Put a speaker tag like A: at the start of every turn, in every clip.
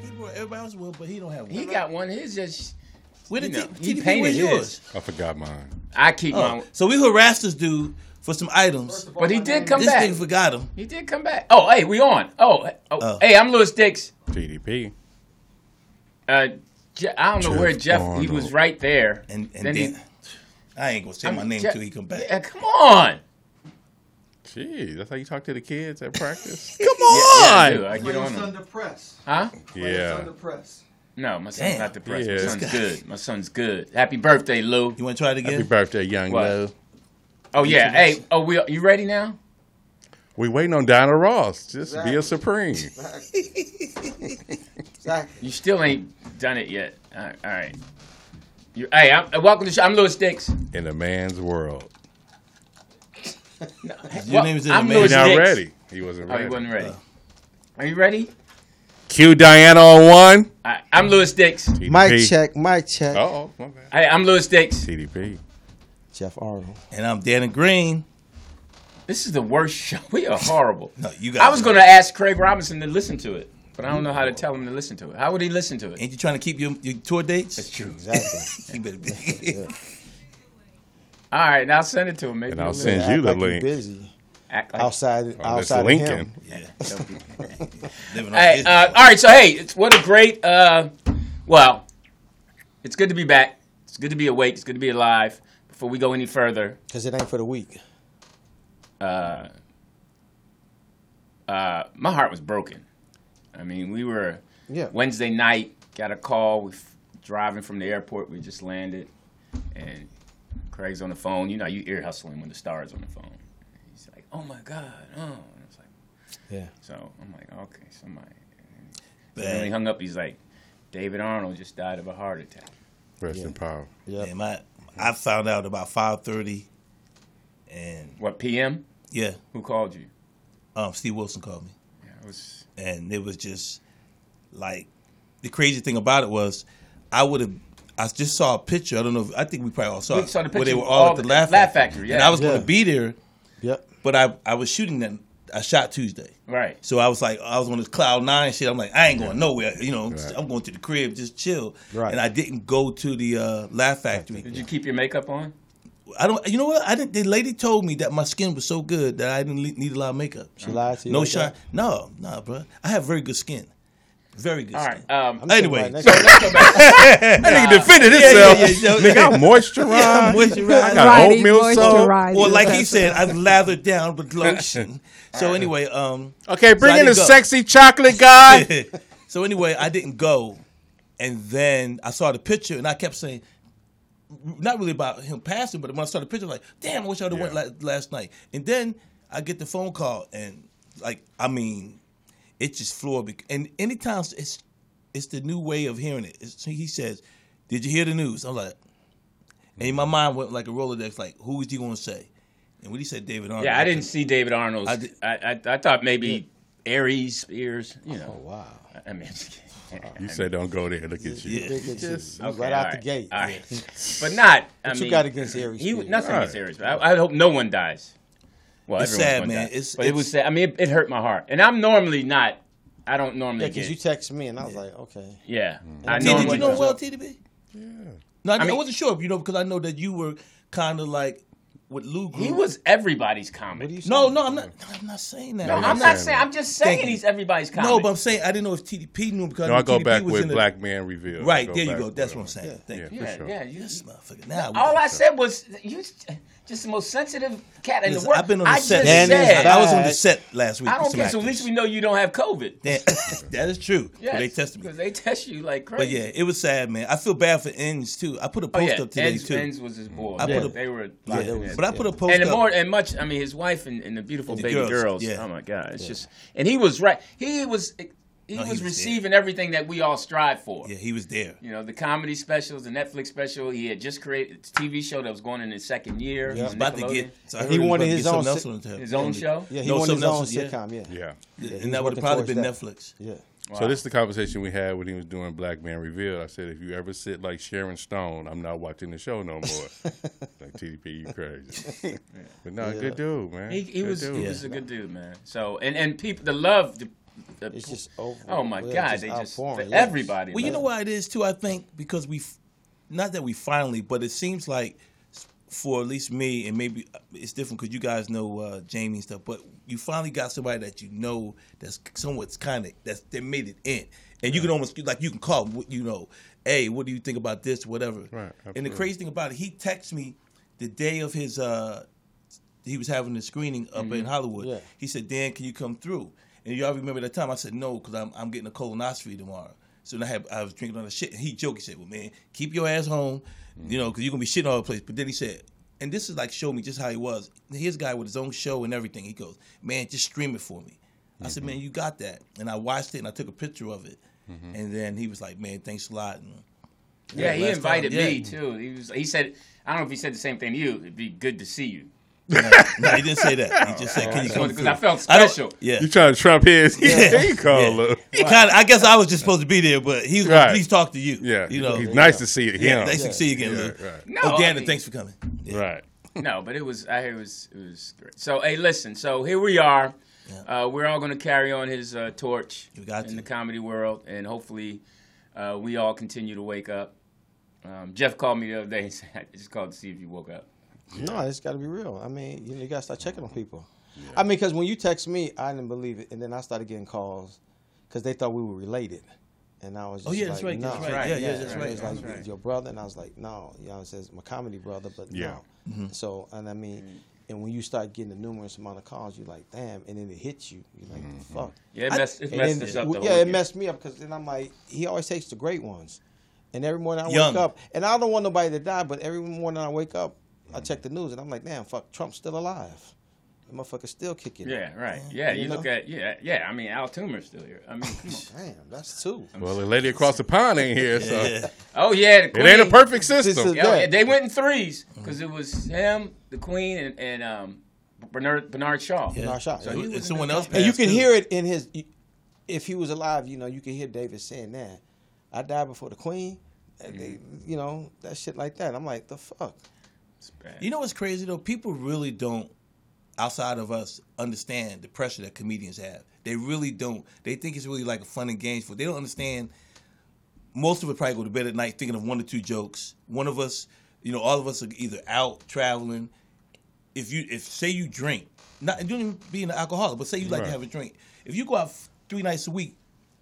A: He brought everybody else will, but he don't have one.
B: He got one. He's just
A: Where the
B: you know,
A: T-
B: he
A: TDP,
B: painted
A: where's
B: his.
C: I forgot mine.
B: I keep
A: Oh,
B: mine,
A: so we harassed this dude for some items.
B: but he did come
A: This
B: back.
A: thing forgot him.
B: He did come back. Oh, hey, we on. Oh, oh,
A: Oh.
B: hey, I'm Lewis Dix.
C: TDP.
B: Uh, Je- I don't know where
C: Jeff
B: Jeff. He
C: Arnold.
B: was right there.
A: And and then,
B: Then he-
A: I ain't gonna say my
B: I'm
A: name
B: Je-
A: till he come back.
B: Yeah, come on.
C: Gee, that's how you talk to the kids at practice.
A: Come
B: Yeah,
A: on!
B: yeah, I, do. I get
D: When
B: on
D: it's
B: him.
D: under press.
B: Huh?
D: When it's
C: yeah.
D: under press.
B: No, my son's
A: Damn.
B: not depressed.
C: Yeah.
B: My son's
A: This guy.
B: good. My son's good. Happy birthday, Lou.
A: you want to try it
C: Happy
A: again?
C: birthday, young
B: What?
C: love.
B: Oh yeah. Hey, oh we you ready now?
C: We waiting on Donna Ross. Just be a
D: Exactly.
C: supreme.
D: Exactly. exactly.
B: You still ain't done it yet. All right. All right. You, hey, I'm, uh, welcome to the show. I'm Lewis Dix.
C: In a man's world.
A: Your name is in the man-
B: I'm
C: He's
B: Lewis
C: not
B: Dix.
C: ready. He wasn't
B: Oh,
C: ready.
B: he wasn't ready.
A: Uh.
B: Are you ready?
C: Cue Diana on one.
B: All right, I'm Lewis Dix.
C: TDP.
D: Mic check, mic check.
C: Oh, my bad.
B: Hey, I'm Lewis Dix.
C: TDP.
D: Jeff Arnold.
A: And I'm Danny Green.
B: This is the worst show. We are horrible.
A: No, you got.
B: I was going to ask Craig Robinson to listen to it, but I don't know how to tell him to listen to it. How would he listen to it?
A: Ain't you trying to keep your, your tour dates?
B: true.
D: Exactly.
A: You better be.
B: All right, now send it to him. Maybe
C: And I'll
B: he'll
C: send
B: listen.
C: you
D: Act
C: the
D: like you
C: link.
D: busy.
B: Act like-
D: Outside,
C: Oh, that's
D: outside of
C: Lincoln.
D: him.
A: Living on
B: Hey,
A: his-
B: uh, all right, so hey, it's, what a great. Uh, well, it's good to be back. It's good to be awake. It's good to be alive. Before we go any further,
D: Because it ain't for the weak.
B: uh, uh, my heart was broken. I mean, we were
D: Yeah.
B: Wednesday night. Got a call. We f- driving from the airport. We just landed, and Craig's on the phone. You know, you ear hustling when the stars on the phone. He's like, "Oh my god!" Oh, and I was like,
D: Yeah.
B: so I'm like, "Okay, somebody." And then when he
A: Bad.
B: hung up, he's like, David Arnold just died of a heart attack.
C: Rest
D: Yeah.
C: in power.
D: Yep.
A: Man, my, I found out about five thirty, and
B: What, PM?
A: yeah,
B: Who called you?
A: um, Steve Wilson called me.
B: Yeah, it was,
A: and it was just like the crazy thing about it was I would have I just saw a picture. I don't know. If, I think we probably all saw,
B: We
A: it,
B: saw the
A: where they
B: picture,
A: were all,
B: all
A: at the
B: the-
A: Laugh,
B: Laugh Factory,
A: and
B: yeah.
A: I was going
D: Yeah.
A: to be there,
D: Yep.
A: but I I was shooting that I shot Tuesday,
B: right.
A: so I was like I was on this cloud nine shit. I'm like I ain't going nowhere. You know,
C: Right.
A: I'm going to the crib, just chill.
D: Right.
A: And I didn't go to the uh, Laugh Factory.
B: Did you keep your makeup on?
A: I don't. You know what? I didn't. The lady told me that my skin was so good that I didn't le- need a lot of makeup.
D: She lied to you.
A: No
D: like
A: shine.
D: that?
A: No, no, bro. I have very good skin. Very good
B: All
A: skin.
B: right. Um,
D: I'm sitting
A: Anyway,
D: right next
A: so-
D: to her.
C: That nigga defended
A: yeah,
C: himself.
A: yeah, yeah.
C: Nigga, I moisturized.
A: Yeah, moisturized.
C: I got
E: Friday
C: oatmeal salt.
E: moisturizer.
A: Well, like he said, I've lathered down with lotion. So anyway, um,
C: Okay, bring
A: So I
C: in
A: did
C: the
A: go.
C: sexy chocolate guy.
A: so anyway, I didn't go, and then I saw the picture, and I kept saying, not really about him passing, but when I saw the picture, like, damn, I wish I would have
C: Yeah.
A: went la- last night. And then I get the phone call, and like, I mean, it just floored me. And anytime it's it's the new way of hearing it. It's, he says, "Did you hear the news?" I'm like, and in my mind went like a rolodex, like, who is he going to say? And when he said David Arnold,
B: yeah, I didn't see David Arnold.
A: I
B: I,
A: did-
B: I, I, thought maybe Aries, Spears, you
D: Oh,
B: know.
D: wow.
B: I- I mean,
C: You said don't go there. Look at you.
A: Yeah.
D: Look at you.
C: Yes.
D: You
B: Okay,
D: right out
B: all
D: the gate.
B: All right. But not. I
D: What you
B: mean,
D: got against Aries
B: He,
D: Spears?
B: nothing against
C: Right.
B: Aries. but I, I hope no one dies. Well,
A: It's
B: everyone's
A: sad,
B: gonna
A: man.
B: die.
A: It's-
B: but it
A: it's-
B: was sad. I mean, it, it hurt my heart. And I'm normally not. I don't normally
D: Yeah,
B: get.
D: because you text me and I was like, okay.
B: yeah. I
A: T, Mm. did
B: normally
A: you know
B: don't.
A: well, TDB?
C: Yeah.
A: No, I,
B: mean-
A: I wasn't sure, you know, because I know that you were kind of like with Lou. Group.
B: He was everybody's comic.
D: What are you saying?
A: No, no, I'm not. I'm not saying that.
C: No,
A: I'm
B: I'm
A: not-
B: not saying. I'm just saying
A: Thank you.
B: he's everybody's comic.
A: no, but I'm saying I didn't know if TDP knew because
C: No, I go
A: TDP
C: back
A: was
C: with
A: in the-
C: Black Man Revealed. I
A: Right there, you
C: back
A: go.
C: with
A: That's
C: that
A: what I'm
C: one.
A: saying. Thank
C: Yeah,
A: you.
C: for
B: yeah,
C: sure.
B: yeah. You,
A: This motherfucker. Now
B: all I said was you, just the most sensitive cat in the
A: Listen,
B: world.
A: I've been on the
B: I
A: set.
B: just
D: And it's
B: said,
A: I was on the
D: bad.
A: set last week.
B: I
A: with
B: don't
A: some
B: care. So at
A: actors.
B: least we know you don't have COVID.
A: That- that is true. Yeah, they tested me.
B: because they test you like
A: But
B: crazy.
A: yeah, it was sad, man. I feel bad for Ends too. I put a
B: oh
A: post
B: yeah,
A: up today
B: Enz,
A: too. Mm.
B: Enz was his
C: Mm.
B: boy.
A: I put
B: Yeah,
A: a-
B: they were.
A: Yeah,
D: that was-
A: but I put a post
B: and the
A: up.
B: more and much, I mean, his wife and, and the beautiful
A: the
B: baby
A: girls,
B: girls.
A: yeah.
B: Oh my God, it's just and he was right. He was he
A: No, he was
B: was, receiving everything that we all strive for.
A: yeah, he was there.
B: You know, the comedy specials, the Netflix special. He had just created a TV show that was going in his second year.
D: Yeah.
A: He's about to
B: Nickelodeon.
A: get. So I heard
D: And he
A: he
D: wanted
A: wanted
D: his
A: his own
D: own
A: else
D: si-
A: on his
B: his own show.
D: Yeah, he
A: No,
D: wanted his
A: something
D: own
A: else, yeah.
D: sitcom. Yeah.
C: Yeah.
D: Yeah, he
A: and that
D: was
A: would have
D: working
A: probably been
D: towards
A: Netflix.
D: that. Yeah.
B: Wow.
C: So this is the conversation we had when he was doing Black Man Revealed. I said, if you ever sit like Sharon Stone, I'm not watching the show no more. like TDP, you crazy. But no, good dude, man.
B: He, he
C: Good
B: was
C: dude.
B: he was a good dude, man. So and and people the love. The, the,
D: It's just over.
B: oh my
D: yeah,
B: God,
D: just
B: they just for
D: outpouring, yeah.
B: everybody.
A: Well, you
B: loved
A: know why it is too. I think because we, f- not that we finally, but it seems like s- for at least me, and maybe uh, it's different because you guys know uh, Jamie and stuff. But you finally got somebody that you know that's somewhat's kind of that's they made it in, and you can almost like you can call him, you know, hey, what do you think about this, whatever.
C: Right,
A: And the
C: absolutely.
A: crazy thing about it, he texted me the day of his. uh he was having the screening up in Hollywood.
D: Yeah.
A: He said, "Dan, can you come through?" And y'all remember that time? I said, "No, because I'm, I'm getting a colonoscopy tomorrow." So then I had I was drinking all the shit, and he joked. He said, "Well, man, keep your ass home, you know, because you're gonna be shitting all the place." But then he said, and this is like show me just how he was. Here's a guy with his own show and everything. He goes, "Man, just stream it for me." I said, "Man, you got that." And I watched it and I took a picture of it, and then he was like, "Man, thanks a lot." And,
B: Yeah, he
A: last
B: invited
A: time, Mm-hmm. yeah.
B: me too. He was. He said, "I don't know if he said the same thing to you. It'd be good to see you."
A: no, he didn't say that. He just said, "Can you come?"
B: Because
A: through?"
B: I felt
A: I don't-
B: special.
A: yeah.
C: You trying to trump his? Yeah. he
A: Yeah.
C: called up.
A: Kinda, I guess I was just supposed to be there, but he was like,
C: Right.
A: please talk to you.
C: Yeah.
A: You know,
C: he's nice to see it.
A: yeah,
C: him.
A: nice to see you again, Lou.
C: Yeah, right.
B: No,
A: oh,
B: I
A: Dana,
B: mean-
A: thanks for coming. Yeah.
C: Right.
B: no, but it was. I hear it was. It was great. So hey, listen. So here we are. Uh, we're all going to carry on his uh, torch
A: You got
B: in
A: to.
B: the comedy world, and hopefully, uh, we all continue to wake up. Um, Jeff called me the other day and said, "I just called to see if you woke up."
D: No, it's got to be real. I mean, you, know, you got to start checking on people. I mean, because when you text me, I didn't believe it, and then I started getting calls because they thought we were related, and I was just
A: Oh, yeah,
D: like,
A: that's right.
D: no.
A: That's right. Yeah, yeah,
D: And
A: that's
D: it
A: right.
D: was
A: That's
D: like,
A: right.
D: your brother, and I was like, no, you know, it says my comedy brother, but
C: Yeah.
D: no. So, and I mean,
A: Mm.
D: and when you start getting a numerous amount of calls, you're like, damn, and then it hits you. You're like,
A: Mm-hmm.
D: fuck.
B: Yeah, it messed, it
D: And
B: messed
D: then-
B: us up. The
D: yeah,
B: whole
D: it
B: weekend.
D: messed me up because then I'm like, he always takes the great ones, and every morning I
A: Young.
D: wake up, and I don't want nobody to die, but every morning I wake up, I check the news, and I'm like, damn, fuck, Trump's still alive, the motherfucker's still kicking.
B: Yeah, right. Yeah,
D: You
B: you, look
D: know?
B: at yeah, yeah. I mean, Al Toomer's still here. I mean, come on.
D: damn, that's two.
C: Well, the lady across the pond ain't here, so
B: Oh yeah, the
C: it ain't a
B: Queen.
C: perfect
D: This
C: system.
D: is-
B: Yeah,
D: Yeah.
B: yeah, they went in threes because Mm-hmm. it was him, the Queen, and, and um, Bernard Bernard Shaw.
A: Yeah.
D: No shot.
A: So
D: And
A: he-
D: you
A: and someone else
D: And you
A: passed
D: can
A: too.
D: hear it in his. you- If he was alive, you know, you can hear David saying that. I died before the Queen. and they- you know that shit like that. I'm like the fuck.
B: It's bad.
A: You know what's crazy though? People really don't, outside of us, understand the pressure that comedians have. They really don't. They think it's really like a fun and games for. They don't understand. Most of us probably go to bed at night thinking of one or two jokes. One of us, you know, all of us are either out traveling. If you, if say you drink, not you don't even be an alcoholic, but say you like to
C: Right.
A: have a drink. If you go out f- three nights a week,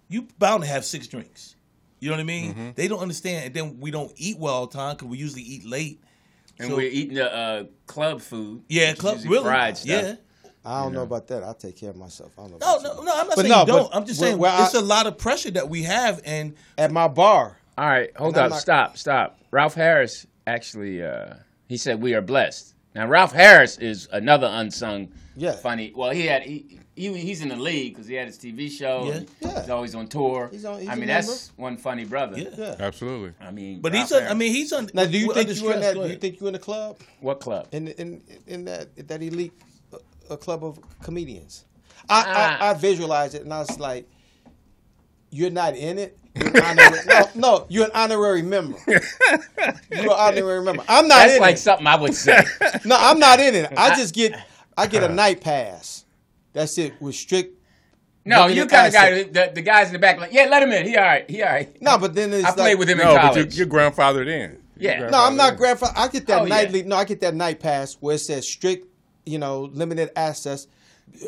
A: you bound to have six drinks. You know what I mean? They don't understand, and then we don't eat well all the time because we usually eat late.
B: and
A: so-
B: we're eating the uh, club food.
A: Yeah,
B: which is
A: club
B: usually
A: really.
B: fried stuff.
A: Yeah.
D: I don't know about that. I take care of myself. I don't know
A: No,
D: about
A: Oh, no,
D: you.
A: no. I'm not
D: But
A: saying
D: no,
A: you don't.
D: but
A: I'm just
D: where-
A: saying
D: where I-
A: it's a lot of pressure that we have, and
D: At my bar,
B: All right, hold
D: And I'm
B: up,
D: not-
B: stop, stop. Ralph Harris actually, uh, he said we are blessed. Now Ralph Harris is another unsung,
D: Yeah.
B: funny. Well, he had he, he he's in the league because he had his TV show.
A: Yeah.
B: and
D: Yeah.
B: he's always on tour.
D: He's on- he's
B: I
D: a
B: mean,
D: member.
B: that's one funny brother.
A: Yeah.
D: yeah.
C: Absolutely.
B: I mean,
A: but
B: Ralph
A: he's. Un, I
B: Harris.
A: mean, he's. Un,
D: Now, do you
A: we're
D: think
A: under
D: you were in
A: stress.
D: that?
A: Go
D: Do you
A: ahead.
D: think you in the club?
B: what club?
D: in in in that that elite uh, a club of comedians. I,
B: Ah.
D: I I visualized it and I was like, you're not in it. You're an honorary- no, no, you're an honorary member. You're an honorary member. I'm not
B: That's
D: in
B: like
D: it.
B: something I would say. Uh.
D: No, I'm not in it. I just get I get a night pass. That's it with strict.
B: No,
D: Limited
B: you kind of guy.
D: access.
B: The, the guys in the back, like, yeah, let him in. He all right. He all right.
D: No, but then it's
B: I
D: like,
B: played with him in
C: No, but
B: college.
C: you're, you're grandfathered in.
B: Yeah.
D: No, I'm
C: grandfathered
D: not
C: in.
D: grandfather. I get that
B: Oh, yeah.
D: nightly. No, I get that night pass where it says strict, you know, limited access.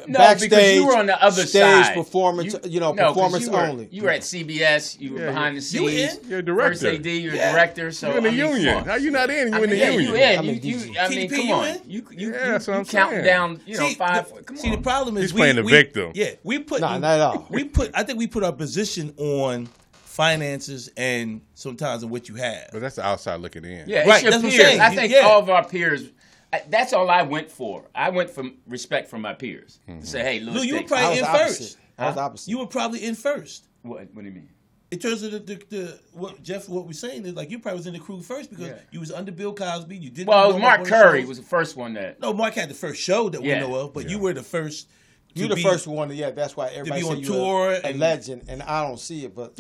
B: No, because you were on the other
D: stage
B: side.
D: performance, you, know,
B: 'cause
D: performance
B: you were,
D: only.
B: You were at CBS. You were
C: Yeah,
B: behind the
A: you
B: scenes.
A: in?
C: You're a director.
B: First AD, you're a director. So
C: You're in the
B: I mean, come
C: union.
B: on.
C: How you not in? You
B: I
C: in the
B: mean, yeah,
C: union?
B: You in?
D: I'm
B: you,
D: in
B: you,
D: DG.
B: I mean,
A: TDP,
B: come
A: you
B: on.
A: in?
B: You, you,
C: Yeah,
B: you,
C: that's what
B: you
C: I'm
B: count
C: saying.
B: down. You know,
A: See,
B: five.
A: the-
B: come
A: see,
B: on.
A: the problem is
C: He's
A: we,
C: playing the
A: we-
C: victim.
A: Yeah, we put
D: Nah, not at all.
A: We put. I think we put our position on finances and sometimes on what you have.
C: But that's the outside looking in.
B: Yeah,
A: Right,
B: it's your
A: that's what I'm
B: peers.
A: saying.
B: I think
A: Yeah.
B: all of our peers. I, that's all I went for. I went for respect from my peers. To say, hey, Louis,
A: Mm-hmm. Lou, you were
B: thank-
D: I
A: probably
D: was
A: in
D: opposite.
A: first.
D: I was
B: Huh?
D: opposite.
A: You were probably in first.
B: What, what do you mean?
A: In terms of the, the, the what Jeff, what we're saying is like you probably was in the crew first because
B: Yeah.
A: you was under Bill Cosby. You didn't.
B: Well, it
A: know
B: was
A: about
B: Mark
A: one of the
B: Curry
A: shows.
B: was the first one that.
A: no, Mark had the first show that
B: Yeah.
A: we know of, but you were the first. to
D: you the
A: be-
D: first one. Yeah, that's why everybody
A: be
D: said
A: on
D: you
A: tour
D: a, a
A: and-
D: legend, and I don't see it, but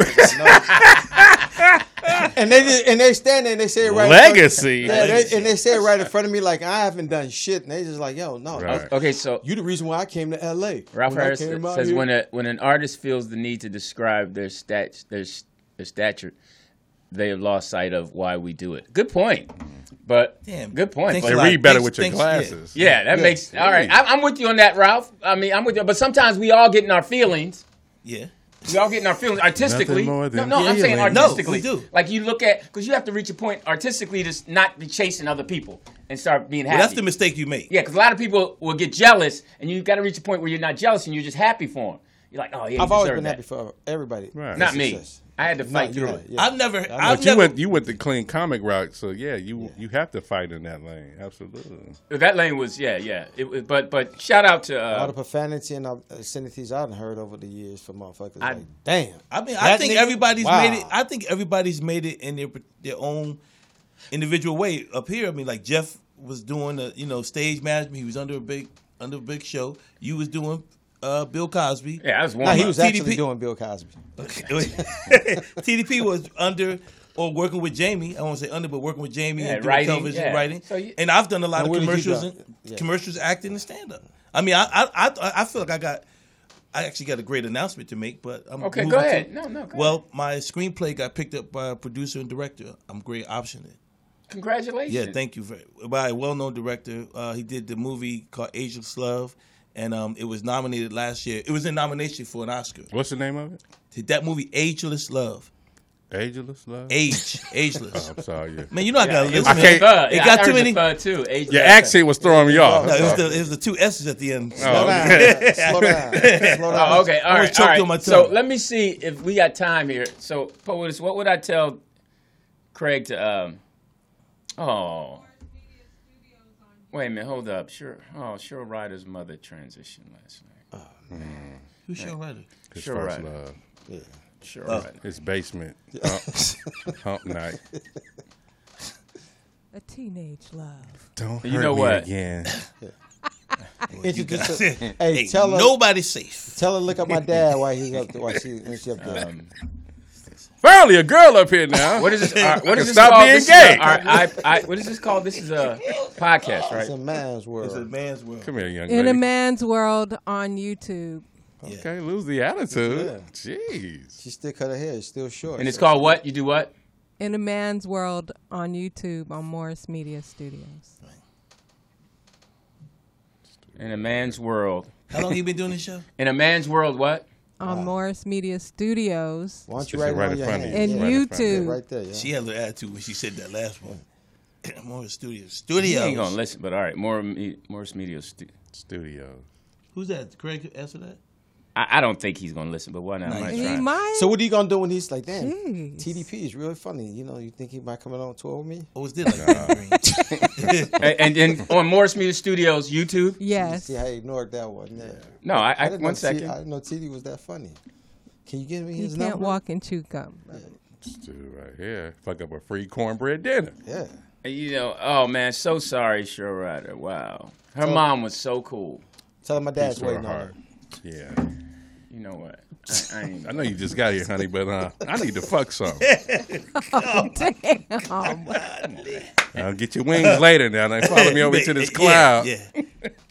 D: and they did- and they stand there and they say it right. in front-
C: Legacy.
D: Yeah, they, and they say it right in front of me like I haven't done shit, and they just like, yo, no,
C: Right.
B: Okay, so
D: you the reason why I came to L.A.
B: Ralph
D: When I
B: Harris
D: came out
B: says
D: here-
B: when a, when an artist feels the need to describe their stat their s- their stature, they have lost sight of why we do it. Good point, but
A: Damn.
B: good point.
A: Thanks
B: But
C: They
A: a lot.
C: read better
A: Thanks-
C: with your
A: thanks,
C: glasses.
B: yeah, that
D: Yeah.
B: makes all right.
C: Yeah.
B: I, I'm with you on that, Ralph. I mean, I'm with you, but sometimes we all get in our feelings.
A: Yeah.
B: We all get in our feelings artistically.
C: Nothing more
B: no,
C: than
B: no, I'm saying
C: feelings.
A: No,
B: artistically.
A: we do.
B: Like you look at because you have to reach a point artistically to s- not be chasing other people and start being happy.
A: Well, that's the mistake you make.
B: Yeah, because a lot of people will get jealous, and you got to reach a point where you're not jealous and you're just happy for them. You're like, oh yeah, you
D: I've always
B: deserve
D: been
B: that.
D: happy for everybody.
C: Right.
B: Not me.
D: Success.
B: I had to
D: No,
B: fight
D: you
B: through
D: know,
B: it.
D: yeah.
A: I've never.
C: But
A: I've
C: you
A: never.
C: went you went the clean comic route, so yeah, you you have to fight in that lane. Absolutely.
B: That lane was yeah, yeah. It, was- but but shout out to
D: All the
B: uh,
D: profanity and obscenities I've heard over the years from motherfuckers.
B: I-
D: like, damn.
A: I mean, I
D: That
A: think
D: nigga-
A: everybody's
D: wow.
A: made it. I think everybody's made it in their their own individual way up here. I mean, like Jeff was doing the you know stage management. He was under a big under a big show. You was doing uh, Bill Cosby.
B: yeah, that was one.
D: no, he
B: up.
D: was
A: TDP.
D: actually doing Bill Cosby.
A: TDP was under or working with Jamie. I won't say under, but working with Jamie
B: Yeah,
A: and doing
B: writing,
A: television
B: yeah.
A: writing.
B: So you-
A: and I've done a lot
D: Now,
A: of
D: what did you
A: commercials,
D: do?
A: and,
D: Yeah.
A: commercials, acting, and stand up. I mean, I, I I I feel like I got. I actually got a great announcement to make, but I'm
B: Okay,
A: moving
B: go
A: to-
B: ahead. No, no. Go
A: well,
B: ahead.
A: my screenplay got picked up by a producer and director. I'm great option it.
B: congratulations.
A: Yeah, thank you very by a well-known director. Uh, he did the movie called Ageless Love, and um, it was nominated last year. It was in nomination for an Oscar.
C: What's the name of it?
A: Did that movie Ageless Love?
C: Ageless Love. Oh,
A: Age, ageless.
C: I'm sorry. Yeah.
A: Man, you know I got to
B: It
A: listen.
B: was a
A: man.
B: thug.
A: It
B: Yeah, I
A: got
B: heard
A: too
B: the
A: many. No,
B: thug, too. Age
C: Your
B: of
C: accent was throwing me off.
D: No,
A: it was, the, it was the two S's at the end.
D: Slow
C: Oh.
D: down. Slow down. Slow down.
B: Oh, okay.
A: was
B: All right. All
A: choked
B: right.
A: on my
B: so
A: tongue.
B: let me see if we got time here. So, Poetis, what would I tell Craig to? Um, oh, wait a minute. Hold up. Sure. Oh, Cheryl Ryder's mother transitioned last night.
A: Who's Sean Ryder?
C: His
B: Sure,
C: first
B: right.
C: love.
B: Cheryl Ryder.
C: His basement. Hump, hump night.
F: A teenage love.
C: Don't
B: You
C: hurt
B: know
C: me
B: what?
C: again.
D: Introduce
A: guys-
D: her- hey,
A: Ain't
D: tell her.
A: nobody's safe.
D: Tell her look up my dad while he up there. While she, when she up there.
B: Um,
C: Finally, a girl up here now.
B: what is this? all right, what is this
C: Stop
B: called?
C: being
B: This is
C: gay.
B: a- all right, I, I, what is this called? This is a podcast,
D: It's a
B: right?
D: man's world.
A: It's a man's world.
C: Come here, young
F: In a
C: lady.
F: man's world on YouTube.
C: Okay, lose the attitude. Jeez.
D: she still cut her hair. It's still short.
B: And it's called what? You do what?
F: In a man's world on YouTube on Morris Media Studios.
B: In a man's world.
A: How long you been doing this show?
B: In a man's world, what?
F: On Morris Media Studios
D: Why don't you
C: It's
D: write it
C: right
D: on
C: in
D: your
C: front of
D: hand?
C: you.
F: and
D: Yeah,
C: right in front of
D: yeah,
F: YouTube.
D: right there. Yeah.
A: She had a little attitude when she said that last one. More in the studio.
B: He
A: Studio.
B: ain't gonna listen, but all right. More, me- more media. Stu-
C: Studio.
A: Who's that? Craig answer that?
B: I, I don't think he's gonna listen, but why not? I might
F: He
B: try.
F: might.
D: So what are you gonna do when he's like, damn,
F: Jeez.
D: TDP is really funny. You know, you think he might come on tour with me?
A: Oh, it's did like
B: and and on Morris Media Studios YouTube.
F: yes.
D: See, I ignored that one. Yeah.
B: No, I,
D: I
B: I
D: didn't
B: one
D: know T-
B: second.
D: I didn't know TD was that funny. Can you give me
F: You
D: his
F: can't
D: number?
F: walk and chew gum.
C: Dude, right here. Fuck up a free cornbread dinner.
D: Yeah.
B: you know, oh man, so sorry, Cheryl Ryder. Wow, her mom was so cool.
D: Tell him my dad's
C: Sort
D: waiting
C: of
D: on
C: hard.
D: him.
C: Yeah.
B: You know what? I, I ain't,
C: I know you just got here, honey, but uh, I need to fuck some.
F: Damn.
D: Oh,
C: Uh, I'll get your wings later now. Now follow me over to this cloud.
A: Yeah. yeah.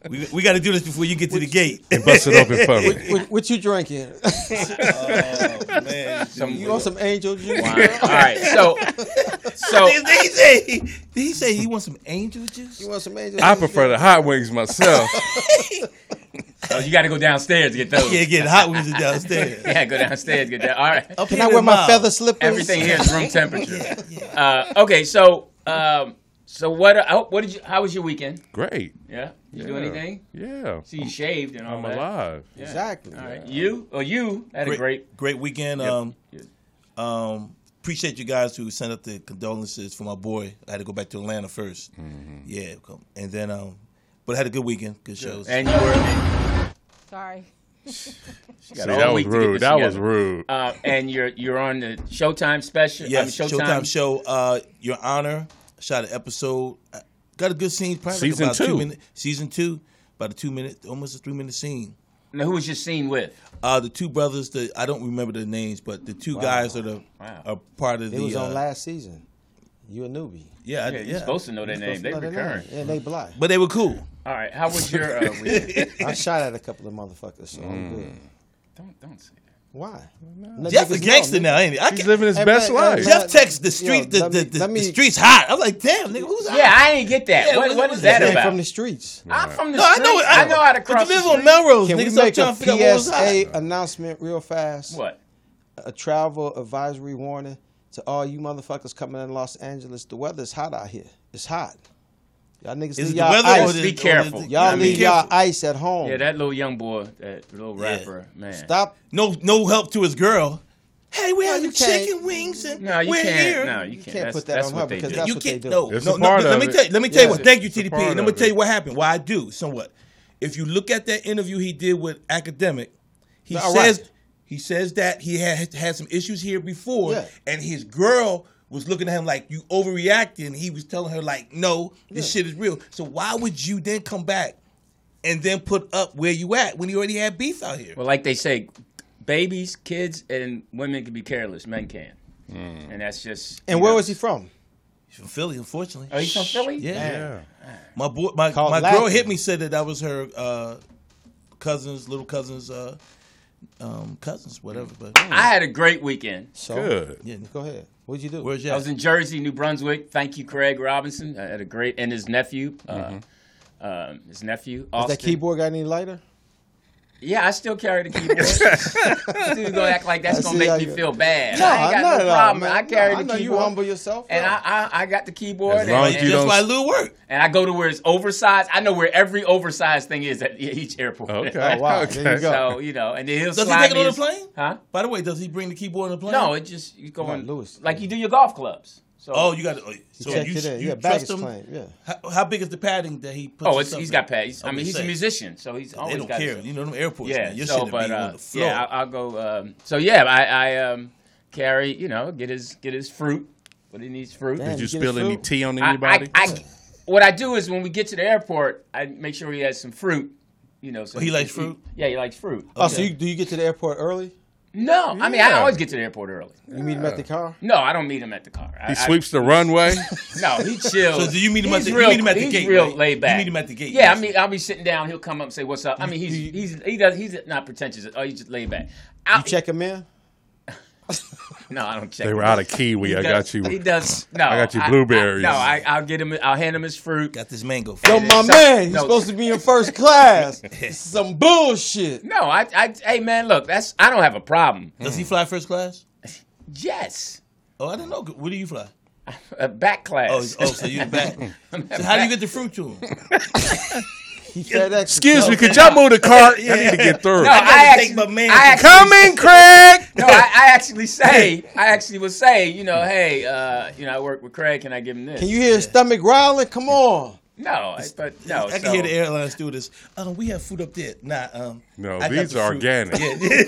A: we, we got to do this before you get to the gate.
C: Bust it open public.
D: What, what you drinking?
A: oh man,
B: Some-
D: you want some angel juice?
B: Wow. All right, so so
A: Did he say? Did he say he wants some angel juice?
D: You want some angel
C: I
D: juice?
C: prefer the hot wings myself.
B: oh, you got to go downstairs to get those.
A: Yeah,
B: Yeah,
A: getting hot when you're downstairs.
B: go downstairs to get that. All right,
A: Up
D: Can
A: here
D: I
A: in the
D: wear my
A: mouth.
D: feather slippers?
B: everything here is room temperature. Uh, okay, so um, so what? oh, What did you? How was your weekend?
C: Great.
B: Yeah, you do
C: Yeah.
B: anything?
C: Yeah.
B: So you shaved and all
C: I'm
B: that.
C: alive.
B: Yeah.
D: Exactly.
B: All right, you or you had a great.
A: great weekend. Um, um, appreciate you guys who sent up the condolences for my boy. I had to go back to Atlanta 1st
C: Mm-hmm.
A: Yeah, come- and then um, but I had a good weekend, good shows.
B: And you were.
F: Sorry.
B: she
C: See,
B: got all
C: that was
B: week to get
C: rude.
B: this
C: That was
B: together.
C: rude.
B: Uh, and you're you're on the Showtime special. I
A: yes,
B: mean,
A: Showtime, show. Uh, Your Honor shot an episode. I Got a good scene. Probably
C: Season
A: about
C: two.
A: Two minute, season two, about a two minute, almost a three minute scene.
B: Now, who was your scene with?
A: Uh, the two brothers, the I don't remember their names, but the two guys are the
B: Wow.
A: are part of
D: It
A: the.
D: was on
A: uh,
D: last season. You a newbie.
A: Yeah, I-
B: Yeah,
A: yeah,
B: you're supposed to know their name. They
D: No, they're not.
B: recurring.
D: Yeah, they black.
A: But they were cool.
B: All right, how was your uh, weekend?
D: I shot at a couple of motherfuckers, so
A: Mm.
D: I'm good.
B: don't don't say that.
D: Why?
A: Jeff a gangster now, ain't he? I
C: He's
A: can't-
C: living his
D: Hey,
C: best
D: man,
C: life.
D: hey, man.
A: Jeff texts the
D: Yo,
A: street. the,
D: let me-
A: the, the,
D: let me-
A: the street's hot. I'm like, damn, nigga, who's
B: Yeah,
A: hot?
B: I ain't get that.
A: Yeah,
B: what,
A: what-
B: what
A: what
B: is
A: is
B: that
A: that?
B: about?
D: from the streets.
B: I'm from the
A: No, I know.
B: streets. I know how to
A: But
B: cross
A: you
B: the
A: live on
B: street.
A: Melrose.
D: Can we
A: niggas, so I'm
D: make a
A: trying to figure out what was hot.
D: PSA announcement real fast?
B: What?
D: A travel advisory warning to all you motherfuckers coming in Los Angeles. The weather's hot out here. It's hot. Y'all niggas
A: Is
D: leave
A: it the
D: y'all
A: weather or
D: ice.
A: the,
B: Be careful.
A: Or the,
D: y'all
A: I mean,
D: leave y'all ice at home.
B: Yeah, that little young boy, that little rapper, man.
D: Stop.
A: No, no help to his girl. Hey, we have
D: you
A: your
D: can't.
A: chicken wings and
B: No, you
A: we're
B: can't.
A: here.
B: No, you can't.
D: can't
B: that's,
D: put that
B: that's
D: on her
B: what they
D: because
B: do.
D: that's
A: you
D: what
A: can't.
D: they do.
A: No,
C: It's
A: no,
C: a
A: no,
C: part
A: Let
C: of
A: me
C: it.
A: tell you. Let me tell you
D: Yeah.
A: what. Thank you,
C: It's a
A: TDP.
C: part
A: And I'm gonna
C: of
A: tell you
C: it.
A: what happened. Why I do somewhat. If you look at that interview he did with Academic, he
D: All right.
A: says he says that he had had some issues here before,
D: Yeah.
A: and his girl was looking at him like you overreacting. He was telling her like, no, this shit is real. So why would you then come back and then put up where you at when you already had beef out here?
B: Well, like they say, babies, kids, and women can be careless. Men can.
A: Mm.
B: And that's just.
D: And
B: you
D: where
B: know-
D: was he from?
A: He's from Philly, unfortunately.
B: Oh, he's from Philly?
A: Yeah.
C: Yeah.
A: My boy, my,
D: Called
A: my
D: Latin.
A: girl hit me said that that was her uh, cousin's little cousin's uh, um, cousins, whatever. But
B: I had a great weekend.
D: So
C: Good.
A: yeah,
D: go ahead. What'd you do?
A: where's your?
B: I was in Jersey, New Brunswick. Thank you, Craig Robinson. I had a great and his nephew, uh,
A: Mm-hmm.
B: um, his nephew
D: Is
B: Austin.
D: that keyboard got any lighter?
B: Yeah, I still carry the keyboard. This Dude, gonna act like that's
D: I
B: gonna
D: see how
B: make me
D: you-
B: feel bad.
D: No,
B: I ain't
D: not
B: got no
D: at all,
B: problem.
D: man.
B: I carry
D: No, I
B: the
D: know you
B: keyboard.
D: humble yourself,
B: and I,
D: yeah.
B: I I got the keyboard.
C: As
B: and,
C: long as
B: and-
C: you
A: That's
C: don't-
A: why Lou worked.
B: and I go to where it's oversized. I know where every oversized thing is at each airport.
C: Okay.
D: Oh, wow.
C: Okay.
D: There you go.
B: So you know, and then he'll
A: Does he
B: slide
A: take it
B: me
A: on the
B: his-
A: plane?
B: Huh?
A: By the way, does he bring the keyboard on the plane?
B: No, it just you go
D: Like
B: on
D: Lewis.
B: like you do your golf clubs. So
A: Oh, you got to. So
D: Check
A: you,
D: it in.
A: you
D: yeah, baggage
A: trust him?
D: claim. Yeah.
A: How, how big is the padding that he puts?
B: oh, it's,
A: himself
B: he's
A: in?
B: got pads. I
A: Okay,
B: mean, he's a
A: say.
B: musician, so he's
A: They
B: always
A: don't
B: got
A: care.
B: his-
A: You know them airports.
B: Yeah.
A: man. Your
B: so,
A: shit
B: but
A: be
B: uh,
A: on the floor.
B: yeah, I, I'll go. Um, so yeah, I, I um, carry. You know, get his get his fruit. What he needs fruit.
D: Damn.
C: Did you
D: Get a
C: spill any
D: fruit.
C: tea on
B: I-
C: anybody?
B: I, I- what I do is when we get to the airport, I make sure he has some fruit. You know, so
A: Oh, he likes fruit?
B: Yeah, he likes fruit.
D: Oh, so you, do you get to the airport early?
B: No, I mean I
C: Yeah.
B: always get to the airport early.
D: You meet him at the car?
B: No, I don't meet him at the car.
C: he
B: I, I-
C: sweeps the runway.
B: no, he chills.
A: So do you meet him at
B: He's
A: the- you
B: real,
A: meet him at the
B: he's
A: gate,
B: real
A: right?
B: laid
A: You
B: back.
A: meet him at the gate,
B: Yeah, I
A: yes.
B: mean I'll be sitting down. He'll come up and say what's up. I mean he's he's he does he's not pretentious. Oh, he's just laid back. I,
D: You check him in?
B: No, I don't check.
C: they
B: him.
C: were out of Kiwi.
B: He
C: I
B: does-
C: got you.
B: He does. No,
C: I got you blueberries.
B: I, no, I, I'll get him. I'll hand him his fruit.
A: got this mango.
D: Yo,
A: fruit.
B: And
D: my
B: it's-
D: man, he's
B: no.
D: supposed to be in first class. This is some bullshit.
B: No, I, I. Hey, man, look. That's. I don't have a problem.
A: Does he fly first class?
B: Yes.
A: Oh, I don't know. Where do you fly?
B: A uh, back class.
A: Oh, oh so you're back. so how do you get the fruit to him?
D: He FedEx.
C: Excuse me, could y'all move the car? I need to get through.
B: No, I,
A: gotta
B: actually,
A: take my man
B: I
A: to-
B: actually,
C: Come in, Craig.
B: No, I, I actually say, I actually would say, you know, hey, uh, you know, I work with Craig. Can I give him this?
D: Can you hear his stomach growling? Come on.
B: No, I- but no.
A: I can
B: so-
A: hear the airline stewardess. Um, we have food up there. Nah, um,
C: No,
A: I got
C: these
A: the
C: are
A: fruit.
C: organic.
A: Yeah.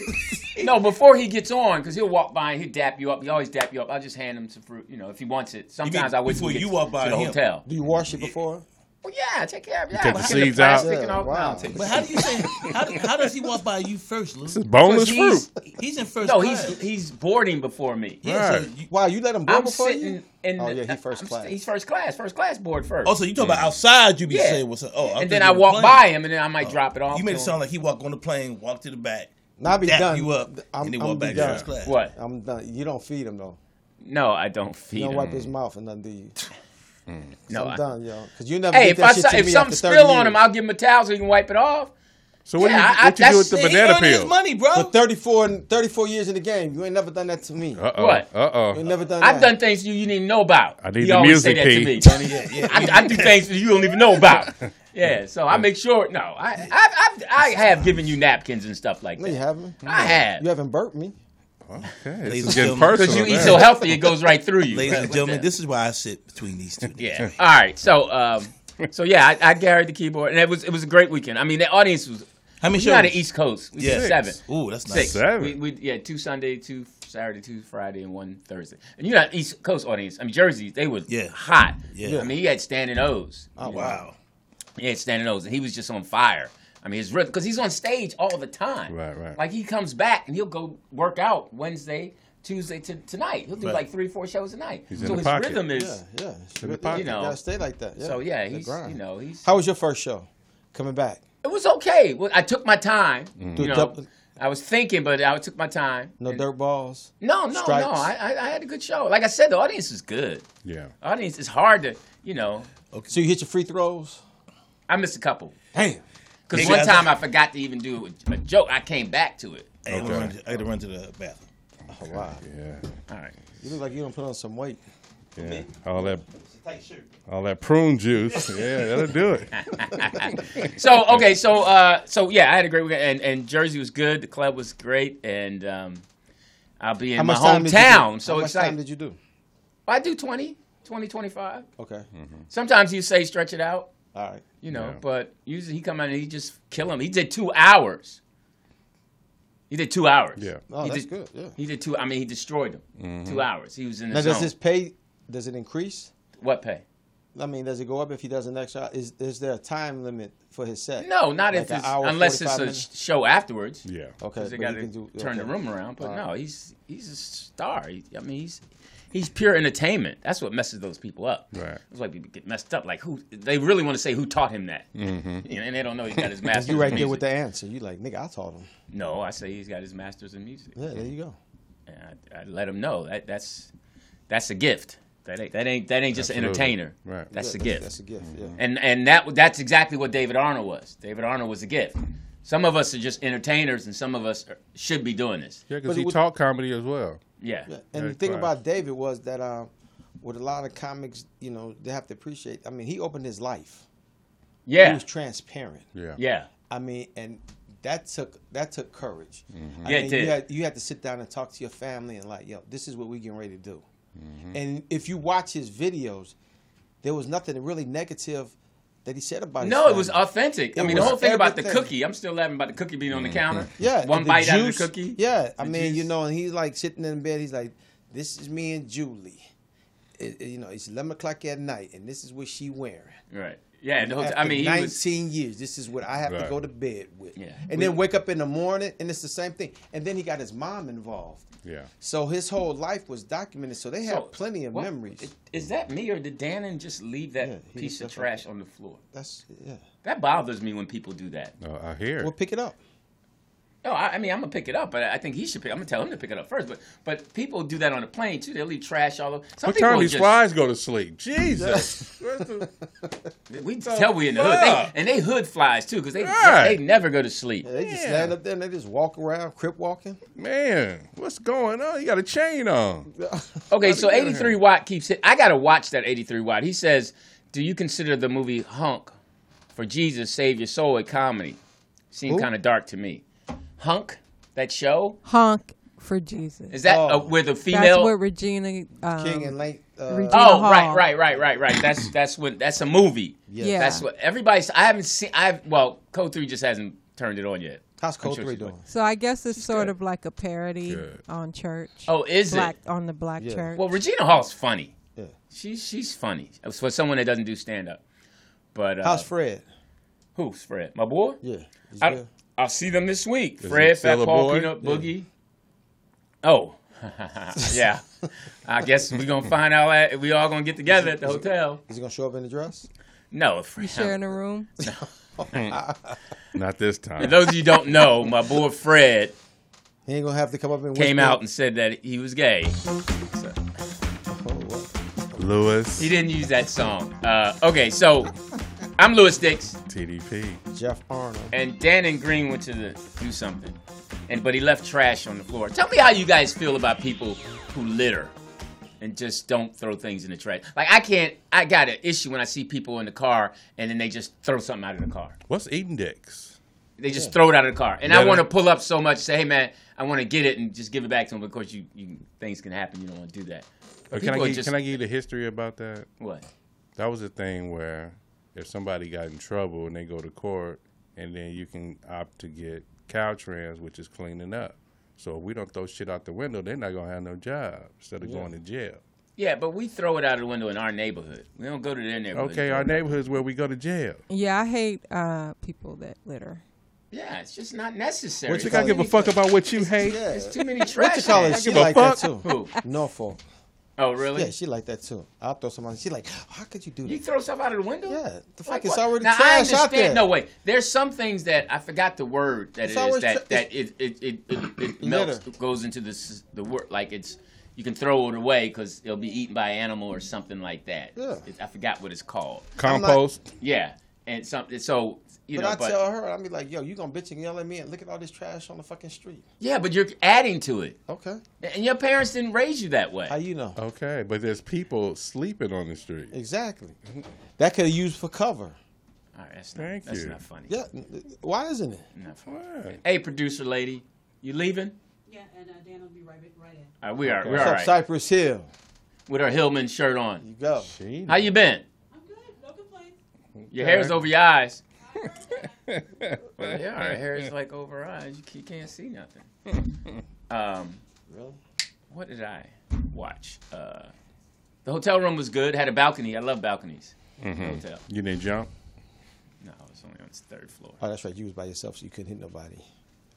B: No, before he gets on, because he'll walk by and he'll dap you up. He always dap you up. I'll just hand him some fruit, you know, if he wants it. Sometimes I wait
A: before
B: till we get
A: you walk by
B: to the
A: him?
B: hotel.
D: Do you wash it before?
B: Well, yeah, take care of yeah.
C: Take the
B: I get
C: seeds
B: plastic
C: out.
B: and all-
D: Yeah,
B: I'll take
A: But how do you say? How, do- how does he walk by you first, Lou?
C: Boneless
B: He's-
C: fruit.
A: He's in first.
B: No,
A: class.
B: he's he's boarding before me.
A: yeah. So
C: Right.
A: you,
D: Wow, you let him go
B: I'm
D: before
B: sitting
D: you?
B: in.
D: Oh,
B: the-
D: yeah, he first
B: I'm
D: class.
B: st- He's first class. First class board first.
A: also, you talking about outside? You be
B: Yeah.
A: saying what's up? Oh, I'm
B: and then
A: thinking
B: I
A: on the
B: walk
A: plane.
B: by him, and then I might drop it off.
A: You made
B: to
A: it
B: him.
A: sound like he walked on the plane, walked to the back,
D: Now I be
A: dap
D: done.
A: you up,
D: I'm,
A: and then
D: I'm
A: walked
D: be
A: back to
D: done.
A: first class.
B: what?
D: I'm done. You don't feed him though.
B: No, I don't feed
D: You don't
B: him.
D: wipe his mouth and nothing, do you?
B: no,
D: I'm
B: I-
D: done, yo. Because you never
B: Hey,
D: get
B: if I
D: that shit
B: saw,
D: to
B: if
D: me
B: something
D: after 30
B: spill on him,
D: years.
B: I'll give him a towel so he can wipe it off.
C: So what
B: Yeah,
C: do you,
B: I-
C: what you
B: I-
C: do with the
B: that's- he
C: banana
A: Earning his
C: peel?
A: money, bro.
D: For 34, and 34 years in the game, you ain't never done that to me.
C: Uh oh.
B: What?
C: Uh
D: You
C: oh.
D: never done
B: I've
D: that.
B: done things you, you didn't even know about.
C: I need
B: He
C: the
B: always say
C: music,
B: that to
C: Pete.
B: me, don't he? I, I do things that you don't even know about. Yeah, so I make sure. No, I I, I, I have given you napkins and stuff like
D: No, you
B: that.
D: haven't.
B: I
D: You
B: have.
D: haven't burped me.
C: Okay.
A: Ladies
C: This
A: and
C: is getting
A: gentlemen, 'cause
C: personal.
B: Because you eat
C: man.
B: so healthy, it goes right through you.
A: Ladies and
B: Right.
A: gentlemen, this is why I sit between these two.
B: Yeah. All right. So, um, so yeah, I, I carried the keyboard, and it was it was a great weekend. I mean, the audience was.
A: How many
B: We got the
A: shows?
B: East Coast. We
A: Yeah.
B: did seven.
A: Ooh, that's nice.
B: Six.
C: Seven.
B: We, we yeah, two Sunday, two Saturday, two Friday, and one Thursday. And you know, that East Coast audience. I mean, Jersey, they were
A: Yeah.
B: hot.
A: Yeah.
B: I mean, he had standing O's.
D: Oh,
A: Wow.
B: He had standing O's, and he was just on fire. I mean, his rhythm because he's on stage all the time.
C: Right, right.
B: Like he comes back and he'll go work out Wednesday, Tuesday to tonight. He'll do
A: Right.
B: like three, four shows a night.
C: He's
B: so
C: in the
B: his
C: pocket.
B: rhythm is.
D: Yeah, yeah.
C: In the
D: You
C: pocket.
D: gotta stay like that. Yeah.
B: So yeah,
D: The
B: he's
D: grind.
B: you know he's.
D: How was your first show? Coming back.
B: It was okay. Well, I took my time. You
D: Do
B: know,
D: double-
B: I was thinking, but I took my time.
D: Mm-hmm. No
B: And-
D: dirt balls.
B: No, no,
D: strikes.
B: no. I, I, I had a good show. Like I said, the audience is good.
C: Yeah.
B: Audience is hard to, you know.
D: So you hit your free throws.
B: I missed a couple
D: Damn.
B: because
A: Nigga,
B: one
A: I-
B: time I forgot to even do a joke. I came back to it.
A: Hey, I'm
C: Okay.
A: gonna run to- I got to run to the bathroom.
D: Oh, wow.
C: Yeah.
B: All right.
D: You look like you don't put on some weight.
C: Yeah. All that. All that prune juice. Yeah, that'll do it.
B: So okay, so uh, so yeah, I had a great weekend, and, and Jersey was good. The club was great, and um, I'll be in my
D: time did you do?
B: hometown.
D: How
B: So
D: much time
B: excited.
D: did you do?
B: I do 20, 20, 25.
D: Okay.
B: Mm-hmm. Sometimes you say stretch it out.
D: All right.
B: you know.
C: Yeah.
B: But usually he come out and he just kill him. He did two hours. He did two hours.
C: Yeah. Mm-hmm.
D: Oh,
B: he
D: that's
B: did,
D: good. Yeah.
B: He did two. I mean, he destroyed him. Two hours. He was in the
D: Now,
B: zone.
D: does his pay? Does it increase?
B: What pay?
D: I mean, does it go up if he does an extra? Is is there a time limit for his set?
B: No, not
D: Like
B: if
D: an
B: it's
D: hour,
B: unless it's
D: 45
B: a
D: minutes?
B: sh- show afterwards.
C: Yeah.
D: Okay,
B: Because they
D: but
B: got
D: he
B: to
D: can do-
B: turn the
D: okay.
B: room around. But
D: All right.
B: no, he's he's a star. He, I mean, he's he's pure entertainment. That's what messes those people up.
C: Right.
B: That's why people get messed up. Like who? They really want to say who taught him that.
C: Mm-hmm.
B: You know, and they don't know he's got his master's.
D: You right
B: in
D: there
B: music.
D: with the answer. You like, nigga, I taught him.
B: No, I say he's got his master's in music.
D: Yeah, there you go.
B: and I, I let them know that that's that's a gift. That ain't that ain't that ain't just an
C: Absolutely.
B: entertainer.
C: Right. Mm-hmm.
B: That's
D: Yeah,
B: a gift.
D: That's a gift. Yeah.
B: and and that that's exactly what David Arnold was. David Arnold was a gift. Some of us are just entertainers, and some of us are, should be doing this.
C: Yeah, because
D: But it
C: he
D: would-
C: taught comedy as well.
B: Yeah.
D: Yeah, And the
C: Very
D: thing
C: classy.
D: about David was that um, with a lot of comics, you know, they have to appreciate. I mean, he opened his life. He
B: Yeah.
D: was transparent.
C: Yeah.
B: Yeah.
D: I mean, and that took that took courage. I
B: Mm-hmm. Yeah, it
D: mean,
B: did.
D: You had, you had to sit down and talk to your family and like, yo, this is what we getting ready to do.
B: Mm-hmm.
D: And if you watch his videos, there was nothing really negative that he said about.
B: No,
D: his
B: it was
D: family.
B: authentic. I
D: It
B: mean, the
D: was
B: whole thing about the
D: everything. Mm.
B: cookie. I'm still laughing about the cookie being
C: Mm-hmm.
B: on the counter.
D: Yeah,
B: One
D: and
B: bite out of
D: juice-
B: the cookie.
D: Yeah, I
B: The
D: mean, you
B: juice.
D: know, and he's like sitting in bed. He's like, "This is me and Julie." It- it- you know, it's eleven o'clock at night, and this is what she wearing.
B: Right. Yeah. and the whole,
D: After
B: I mean, he was.
D: nineteen years. This is what I have to
C: Right.
D: go to bed with.
B: Yeah.
D: And then wake up in the morning, and it's the same thing. And then he got his mom involved.
C: Yeah.
D: So his whole life was documented. So they have
B: So,
D: plenty of
B: what-
D: memories.
B: Is that me or did Dannon just leave that
D: Yeah, he
B: piece of
D: just left
B: trash on the floor?
D: That's yeah.
B: That bothers me when people do that.
C: No, I hear.
D: We'll
C: It.
D: pick it up.
B: No, I, I mean I'm gonna pick it up, but I think he should pick. I'm gonna tell him to pick it up first. But but people do that on the plane too. They leave trash all over. Some
C: What
B: people
C: time these
B: just,
C: flies go to sleep? Jesus. Where's the-
B: We tell we in the hood,
C: fuck?
B: they, and they hood flies too because they,
C: Right.
B: they never go to sleep.
D: They just
C: Yeah.
D: stand up there and they just walk around, crip walking.
C: Man, what's going on? You got a chain on.
B: Okay, so
C: get out of
B: 83
C: here.
B: Watt keeps hit. I gotta watch that 83 Watt. He says, "Do you consider the movie Hunk for Jesus Save Your Soul a comedy?" Seemed
D: Who?
B: kind of dark to me. Hunk, that show
F: Honk for Jesus.
B: is that uh,
D: Oh.
B: where the female?
F: That's what Regina um,
D: King and Lane. Uh,
F: Regina-
B: Oh,
F: Hall.
B: right, right, right, right, right. That's that's when that's a movie.
D: Yes.
F: Yeah.
B: That's what everybody's. I haven't seen. I've well, Code Three just hasn't turned it on yet.
D: How's
B: I'm
D: Code
B: sure
D: Three
B: she's
D: doing?
F: So I guess it's sort
B: good.
F: of like a parody
C: Good.
F: on church.
B: Oh, is
F: black
B: it?
F: on the black
D: Yeah.
F: church.
B: Well, Regina Hall's funny.
D: Yeah.
B: She's she's funny for someone that doesn't do stand up. But uh,
D: How's Fred?
B: Who's Fred? My boy.
D: Yeah. he's
B: I,
D: good.
B: I'll see them this week.
C: Is
B: Fred,
C: it still
B: Fat
C: a
B: Paul,
C: boy?
B: Peanut Boogie. Oh, yeah. I guess we're gonna find out. At, we all gonna get together at the hotel.
D: Is he gonna show up in the dress?
B: No,
F: You
B: Fred.
F: sharing a room?
C: Not this time.
B: For those of you who don't know, my boy Fred
D: He ain't gonna have to come up and
B: came
D: whisper-
B: out and said that he was gay.
D: Oh, well.
C: Lewis,
B: He didn't use that song. Uh, okay, so I'm Lewis Dix,
C: TDP.
D: Jeff Arnold.
B: and Dan and Green went to the, do something, and but he left trash on the floor. Tell me how you guys feel about people who litter and just don't throw things in the trash. Like I can't, I got an issue when I see people in the car and then they just throw something out of the car.
C: What's eating dicks?
B: They just throw it out of the car, and I
C: Yeah,
B: want to
C: that-
B: pull up so much, say, hey man, I want to get it and just give it back to him. But of course, you, you things can happen. You don't want to do that.
C: Or Uh, can I
B: People are
C: get,
B: just-
C: can I give you the history about that?
B: What?
C: That was a thing where if somebody got in trouble and they go to court, and then you can opt to get Caltrans, which is cleaning up. So if we don't throw shit out the window, they're not gonna have no job instead of going to jail.
B: Yeah, but we throw it out of the window in our neighborhood. We don't go to their neighborhood.
C: Okay, our neighborhood's where we go to jail.
F: Yeah, I hate uh, people that litter.
B: Yeah, it's just not necessary.
C: But you gotta give a fuck about what you hate.
D: Yeah.
B: There's too many trash.
D: What you call it?
B: cans.
D: She
C: a
D: like that
C: fuck.
D: too.
B: Who?
D: Norfolk.
B: Oh, really?
D: Yeah, she like that too. I'll throw somebody. She like, how could you do
B: you
D: that?
B: throw stuff out of the window?
D: Yeah, the fuck,
B: Like
D: it's
B: what?
D: already
B: now, I
D: trash
B: understand.
D: out there.
B: No, wait. There's some things that I forgot the word that
D: It's
B: it is
D: always
B: that
D: tra-
B: that it it it, it, it melts
D: Litter.
B: goes into this the word like it's you can throw it away because it'll be eaten by an animal or something like that.
D: Yeah.
B: It- I forgot what it's called.
C: Compost.
B: Yeah, and something. So you
D: But
B: know,
D: I
B: but
D: tell her, I'm be like, yo, you gonna bitch and yell at me and look at all this trash on the fucking street.
B: yeah, but you're adding to it,
D: Okay.
B: and your parents didn't raise you that way.
D: How you know?
C: Okay, but there's people sleeping on the street.
D: Exactly. That could have used for cover.
B: All right, that's not,
C: Thank
B: that's
C: you.
B: not funny.
D: Yeah. Why isn't it?
B: Not funny.
C: Right.
B: Hey, producer lady, you leaving?
E: Yeah, and uh, Dan will be right, right in.
B: All right, we are. We're
D: What's
B: all
D: up,
B: right.
D: Cypress Hill?
B: With her Hillman shirt on.
D: You go.
C: She-
B: How you been?
E: I'm good. No complaints.
B: Your
C: Okay.
B: hair's over your eyes.
C: Well,
B: yeah, her hair's like over her eyes. You, you can't see nothing. um,
D: Really?
B: what did I watch? Uh, the hotel room was good. Had a balcony. I love balconies.
D: Mm-hmm.
B: Hotel.
C: Mm-hmm. You didn't jump.
B: No, I was only on the third floor.
D: Oh, that's right. You was by yourself, so you couldn't hit nobody.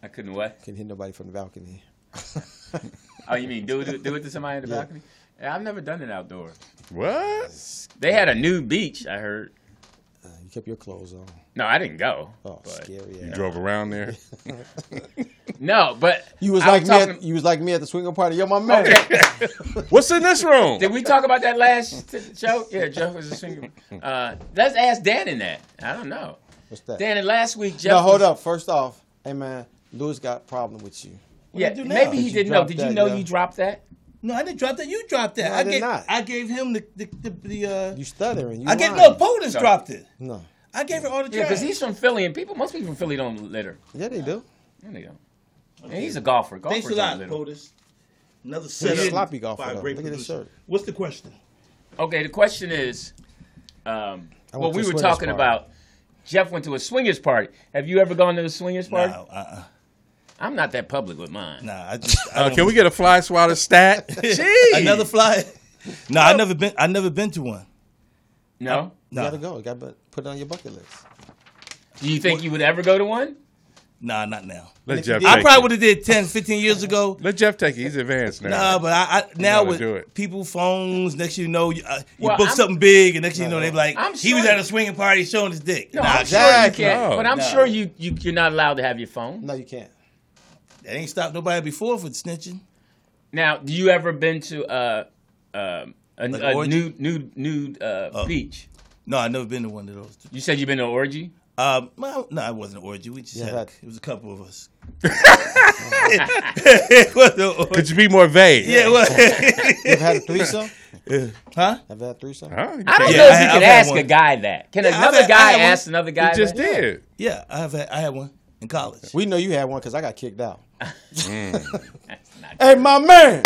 B: I couldn't what?
D: Couldn't hit nobody from the balcony.
B: Oh, you mean do it, do it to somebody in the
D: Yeah.
B: balcony? Yeah, I've never done it outdoors.
C: What?
B: They had a new beach. I heard.
D: Uh, you kept your clothes on.
B: No, I didn't go.
D: Oh,
B: but-
D: scary.
C: You
D: ass.
C: drove around there.
B: No, but
D: You was
B: I
D: like me.
B: talking-
D: At, you was like me at the swinger party. Yo, my man.
C: What's in this room?
B: Did we talk about that last t- joke? Yeah, Jeff was a single. Uh, let's ask Dan in that. I don't know.
D: What's that?
B: Dan, and last week, Jeff.
D: no, hold
B: was-
D: up. First off, hey man, Louis got a problem with you.
B: Yeah,
A: do you do now?
B: maybe
A: Did
B: he
A: you
B: didn't know.
D: drop
B: Did you
D: that,
B: know
D: yeah?
B: you dropped that?
A: No, I didn't drop that. You dropped that.
D: No, I
A: I,
D: did
A: gave,
D: not.
A: I gave him the the, the, the uh,
D: You stuttering. You
A: I gave no
D: lying.
A: POTUS
B: Sorry.
A: dropped it.
D: No.
A: I gave her all the
B: Yeah,
A: trash.
B: because he's from Philly, and people, most people from Philly don't litter.
D: Yeah, they do.
B: No, they don't. And he's a golfer. Golfers
A: Thanks a
B: don't
A: lot,
B: litter.
A: POTUS. Another setup.
D: sloppy golfer,
A: by a
D: though.
A: great
D: Look at his
A: producer.
D: shirt.
A: What's the question?
B: Okay, the question is, um,
D: I went to
B: well,
D: a
B: we were
D: swingers
B: talking
D: party.
B: about. Jeff went to a swingers party. Have you ever gone to a swingers party?
A: Nah, uh-uh.
B: I'm not that public with mine.
A: nah. I just, I
C: Uh,
A: don't-
C: can we get a fly swatter stat? Jeez.
A: another fly? No, I never been. I never been to one.
B: No.
D: You
A: No,
D: gotta go. You gotta put- put it on your bucket list.
B: Do you think you would ever go to one?
A: nah, not now.
C: Let Jeff.
A: I
C: take
A: probably
C: it.
A: would have did 10, 15 years ago.
C: Let Jeff take it. He's advanced now.
A: Nah, but I, I now
C: gotta
A: with
C: do it.
A: people phones, next you know you, uh, you
B: Well,
A: book
B: I'm-
A: something big, and next you know they be like
B: I'm
A: he was
B: sure-
A: at a swinging party showing his dick.
B: No,
A: nah,
B: I'm sure you
D: exactly.
B: can't.
C: No.
B: but I'm
A: No.
B: sure you, you you're not allowed to have your phone.
D: No, you can't.
A: that ain't stopped nobody before for snitching.
B: Now, do you ever been to uh, um a,
A: Like
B: a
A: orgy?
B: nude nude nude uh,
C: Oh.
B: beach?
A: No, I never been to one of those.
B: You said you've been to an orgy.
A: Um, well, no, it wasn't an orgy. We just
D: Yeah,
A: had
D: that-
A: it was a couple of us. it was an orgy.
C: Could you be more vague?
A: Yeah, it was.
D: You ever had a threesome?
A: huh?
D: Have you had a threesome?
C: Huh? You
B: I don't
C: can't-
A: Yeah,
B: know if
A: I-
B: you
A: I've
B: can
A: had
B: ask a
A: one.
B: guy that. Can
A: I've
B: another
A: had- I
B: guy
A: had one.
B: ask another guy?
C: You just
B: that?
C: did.
A: Yeah, I have. Had, I had one in college.
D: We know you had one because I got kicked out.
B: That's not-
D: Hey, my man,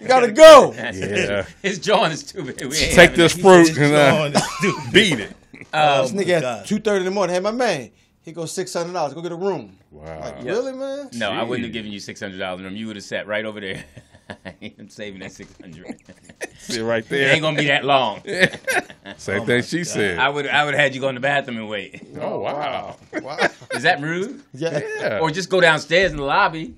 D: you gotta go.
C: Yeah.
B: His jaw is too big. We ain't
C: Take
B: having
C: this
B: that.
C: fruit and
A: Sean,
C: uh,
A: this dude.
C: beat it.
B: Um,
D: this
A: my
D: nigga
A: God.
D: at two thirty in the morning. Hey, my man, he goes six hundred dollars. Go get a room.
C: Wow.
D: Really, man?
B: No, I wouldn't have
C: Jeez.
B: given you six hundred dollars. You would have sat right over there. I'm saving that 600.
C: See right
B: it ain't
C: there.
B: gonna be that long. Oh
C: Same thing she said.
B: I would I would have had you go in the bathroom and wait.
C: oh wow.
D: Wow.
B: Is that rude?
D: Yeah.
C: Yeah.
B: Or just go downstairs in the lobby.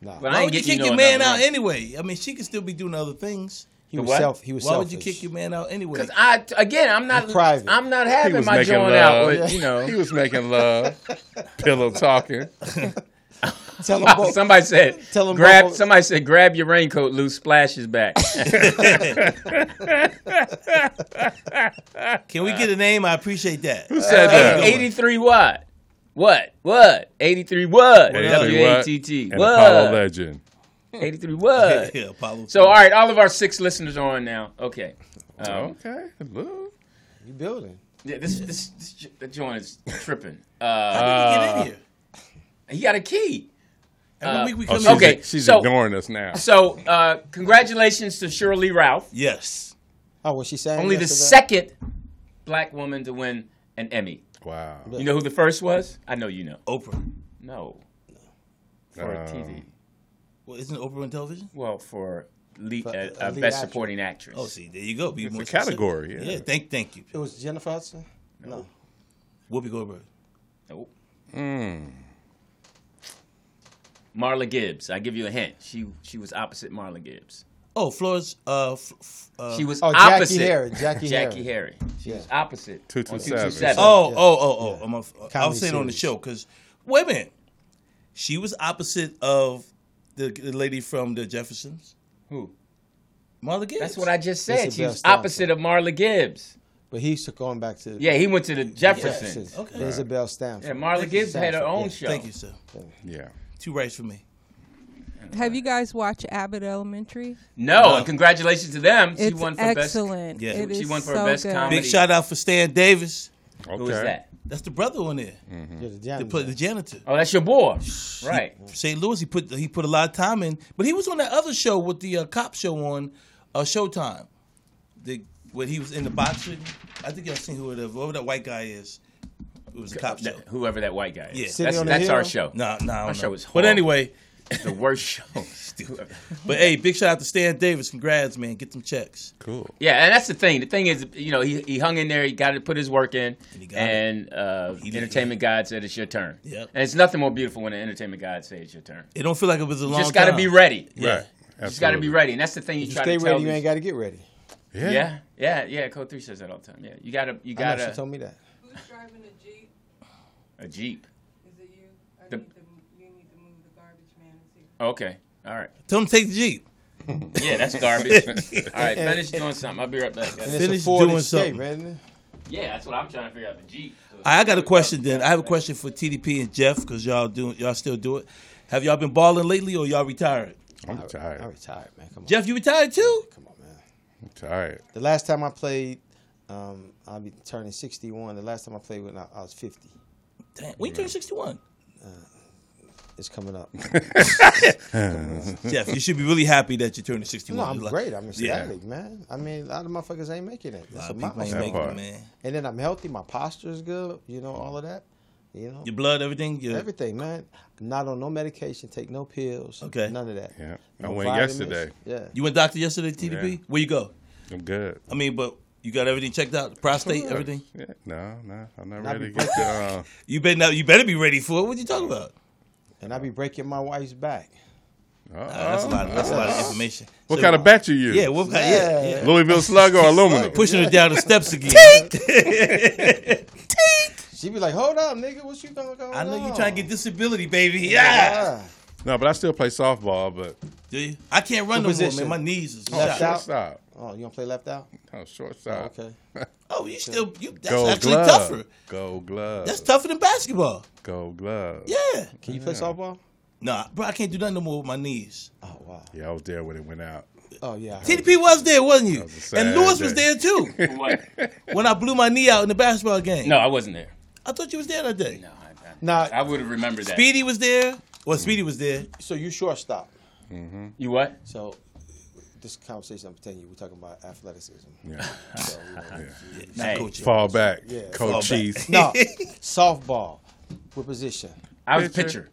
D: Nah.
B: But I
A: Why
B: ain't
A: would you
B: getting
A: kick
B: no
A: your man
B: another
A: out
B: one.
A: anyway? I mean, she could still be doing other things.
D: He
B: The
D: was
B: what?
D: self. He was
A: Why
D: selfish.
A: would you kick your man out anyway?
B: Cause I again, I'm not
D: It's private.
B: I'm not
C: He
B: having
C: was
B: my
C: making
B: joint
C: love.
B: out with you know.
C: he was making love. Pillow talking.
D: Tell him both.
B: somebody said
D: Tell 'em
B: grab.
D: both-
B: Somebody said grab your raincoat loose. Splashes back.
A: Can we get a name? I appreciate that.
C: Said that.
B: Eighty three what? What? What? Eighty three what?
C: Eighty three
B: W
C: what?
B: A T T
C: And Apollo
B: what?
C: legend.
B: Eighty three what?
A: yeah, Apollo.
B: So all right, all of our six listeners are on now. Okay. Um,
C: okay. Look.
D: You building.
B: yeah, this this this jo- the joint is tripping. Uh,
A: How did you get in here?
B: he got a key.
A: Every
B: uh,
A: week we
C: Oh,
A: come
C: she's,
A: in.
B: okay,
C: She's
B: so-
C: ignoring us now.
B: So uh, congratulations to Shirley Ralph.
A: Yes.
D: Oh, was she saying
B: Only the
D: yes to that?
B: second black woman to win an Emmy.
C: Wow.
B: You know who the first was? I know you know.
A: Oprah.
B: No. For
C: Um,
B: TV.
A: Well, isn't Oprah on television?
B: Well, for lead, uh,
D: For, uh,
B: uh,
D: lead
B: best
D: actress.
B: supporting actress.
A: Oh, see, there you go. Be
C: It's
A: more
C: a category,
A: specific.
C: yeah.
A: yeah, thank, thank you.
D: It was Jennifer Hudson. No.
A: Whoopi Goldberg.
B: Nope.
C: Mm.
B: Hmm. Marla Gibbs. I give you a hint. She she was opposite Marla Gibbs.
A: Oh, Florence. Uh, f- f- uh,
B: She was
D: Oh, Jackie
B: opposite
D: Harry, Jackie
B: Harry. She
D: Yeah.
B: was opposite.
C: Two
B: on
C: two
B: 227.
C: seven.
A: Oh,
D: Yeah.
A: oh, oh, oh, I'm a, I
D: Comedy
A: was saying on the
D: series.
A: show because wait a minute, she was opposite of the, the lady from the Jeffersons,
B: Who?
A: Marla Gibbs.
B: That's what I just said.
D: It's
B: She
D: the
B: was
D: best
B: opposite of Marla Gibbs.
D: But he's going back to
B: Yeah, he went to the Jeffersons.
D: Jefferson.
A: Okay.
D: Isabel Stamford.
B: Yeah, Marla
D: Thank
B: Gibbs
D: you,
B: had her
D: Stamford.
B: own
D: Yeah.
B: show.
A: Thank you, sir.
C: Yeah.
A: Two rights for me.
F: Have you guys watched Abbott Elementary?
B: No,
A: No.
B: and congratulations to them. she
F: it's
B: won for best.
F: excellent.
A: Yeah.
F: It
B: She
F: is
B: won for
F: so
B: best
F: good.
B: comedy.
A: Big shout out for Stan Davis.
C: Okay.
B: Who is that?
A: That's the brother on there.
C: Mm-hmm.
D: You're the
A: The,
D: janitor.
A: put, the janitor.
B: Oh, that's your boy. Right.
A: St. Louis. He put he put a lot of time in, but he was on that other show with the uh, cop show on uh, Showtime. The when he was in the boxing, I think y'all seen who it is. Whoever that white guy is, it was a cop show.
B: That- whoever that white guy is.
A: Yeah. City
B: That's,
D: on the
B: that's our
D: Hill?
B: show.
A: No, no,
B: Our
A: I don't
B: show
A: know.
B: is
A: But
B: horrible.
A: anyway,
B: The worst show.
A: but hey, big shout out to Stan Davis. Congrats, man. Get them checks.
C: Cool.
B: Yeah, and that's the thing. The thing is, you know, he, he hung in there. He got to put his work in.
A: And he got
B: And, uh,
A: He-
B: entertainment guide said it's your turn.
A: Yep.
B: And it's nothing more beautiful when the entertainment guide says it's your turn.
A: It don't feel like it was a
B: You
A: long.
B: just got to
A: time.
B: be ready.
A: Yeah.
C: Right.
B: You just got to be ready. And that's the thing you,
D: You
B: try
D: stay
B: to tell.
D: ready, you
B: these-
D: ain't got to get ready.
C: Yeah.
B: yeah, yeah, yeah. Code three says that all the time. Yeah, you gotta, you
D: I know
B: gotta
D: she told me that.
E: Who's driving the Jeep?
B: a jeep.
E: Is it you? I
B: The-
E: need to, m- you need to move the garbage man. Is here.
B: Okay, all right.
A: Tell them to take the jeep.
B: Yeah, that's garbage. all right, finish doing something. I'll be right back. guys.
D: And it's
A: Finish
D: a Ford
A: doing
D: Escape,
A: something.
D: man.
B: Yeah, that's what I'm trying to figure out. The Jeep.
A: I I got a question. Then I have a question for TDP and Jeff because y'all doing y'all still do it. Have y'all been balling lately or y'all retired?
C: I'm tired.
D: I retired, man. Come on.
A: Jeff, you retired too?
D: Come on, man.
C: I'm tired.
D: The last time I played, um, I'll be turning 61. The last time I played when I, I was 50.
A: Damn, when you turn sixty-one,
D: Uh, It's coming up.
A: Jeff, you should be really happy that you turned
D: no,
A: sixty-one.
D: I'm
A: You're like-
D: great. I'm
A: Yeah.
D: ecstatic, man. I mean, a lot of motherfuckers ain't making it.
A: A
D: That's
A: lot
D: a
A: of people ain't
D: milestone.
A: making
C: part.
A: it, man.
D: And then I'm healthy. My posture is good. You know, all of that. You know,
A: Your blood, everything. Your,
D: everything, man. Not on no medication. Take no pills.
A: Okay.
D: None of that.
C: Yeah. I
D: No
C: went
D: vitamins.
C: yesterday.
D: Yeah.
A: You went doctor yesterday, TDP.
C: Yeah.
A: Where you go?
C: I'm good.
A: I mean, but you got everything checked out. Prostate, everything.
C: Yeah. No, no. I'm not
D: Not
C: ready to
D: before-
C: get the, uh,
A: You better now. You better be ready for it. What you talking about?
D: And I be breaking my wife's back.
C: uh,
A: Uh, that's a lot. That's a lot of information.
C: What
A: So-
C: kind of bat you use?
A: Yeah, what kind? Yeah, yeah.
C: Louisville slug or aluminum?
A: pushing her down the steps again.
D: She be like, "Hold up, nigga, what you gonna go?"
A: I know you trying to get disability, baby. Yeah.
C: No, but I still play softball. But
A: Do you? I can't run no
D: What
A: more, man.
D: position?
A: My knees is
D: Left
A: shot.
D: out?
C: shortstop.
D: Oh, you gonna play left out?
C: Oh,
D: Oh,
C: shortstop.
D: okay.
A: Oh, you still you? That's
C: Gold
A: actually
C: glove.
A: tougher.
C: Gold glove.
A: That's tougher than basketball.
C: Gold glove.
A: Yeah.
D: Can you play softball?
A: Nah, bro, I can't do nothing no more with my knees.
D: Oh wow.
C: Yeah, I was there when it went out.
D: Oh yeah. I heard.
A: TDP was there, wasn't you?
C: was a sad
A: And Lewis was
C: day.
A: there too.
B: What?
A: when I blew my knee out in the basketball game.
B: No, I wasn't there.
A: I thought you was there that day.
B: No, I, I,
D: Nah.
B: I would have remembered that.
A: Speedy was there. Well, Speedy was there.
D: So you shortstop.
C: Mm-hmm.
B: You what?
D: So this conversation I'm telling you, we're talking about athleticism.
C: Yeah.
D: So, you know,
A: Not
B: Hey.
A: coaching.
C: Fall back.
D: Yeah,
A: fall
C: Coach
A: back.
C: Cheese.
D: no, softball. What position?
B: I was pitcher.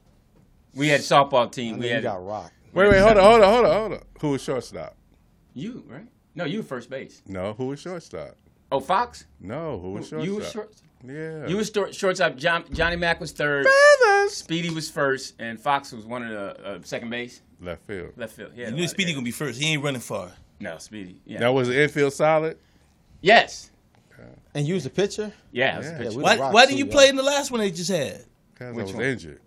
B: We had softball team.
D: I
B: we
D: mean, you
B: had
D: got rocked.
C: Wait, wait, hold on, hold on, hold on, hold on. Who was shortstop?
B: You right? No, you first base.
C: No, who was shortstop?
B: Oh, Fox.
C: No, who was shortstop?
B: You were short.
C: Yeah.
B: You were short, shortstop. John, Johnny Mack was third. Speedy was first, and Fox was one of the uh, second base,
C: left field.
B: left field. Yeah,
A: You knew Speedy gonna be first. He ain't running far.
B: No, Speedy. Yeah.
C: That was the infield solid.
B: Yes.
D: And you was the pitcher?
B: Yeah. it was a
C: Yeah.
B: pitch.
D: Yeah, we-
A: Why,
D: Rock
A: why didn't you
D: too,
A: play
D: y'all.
A: in the last one they just had?
C: Because I
B: Which
C: was
B: one?
C: injured.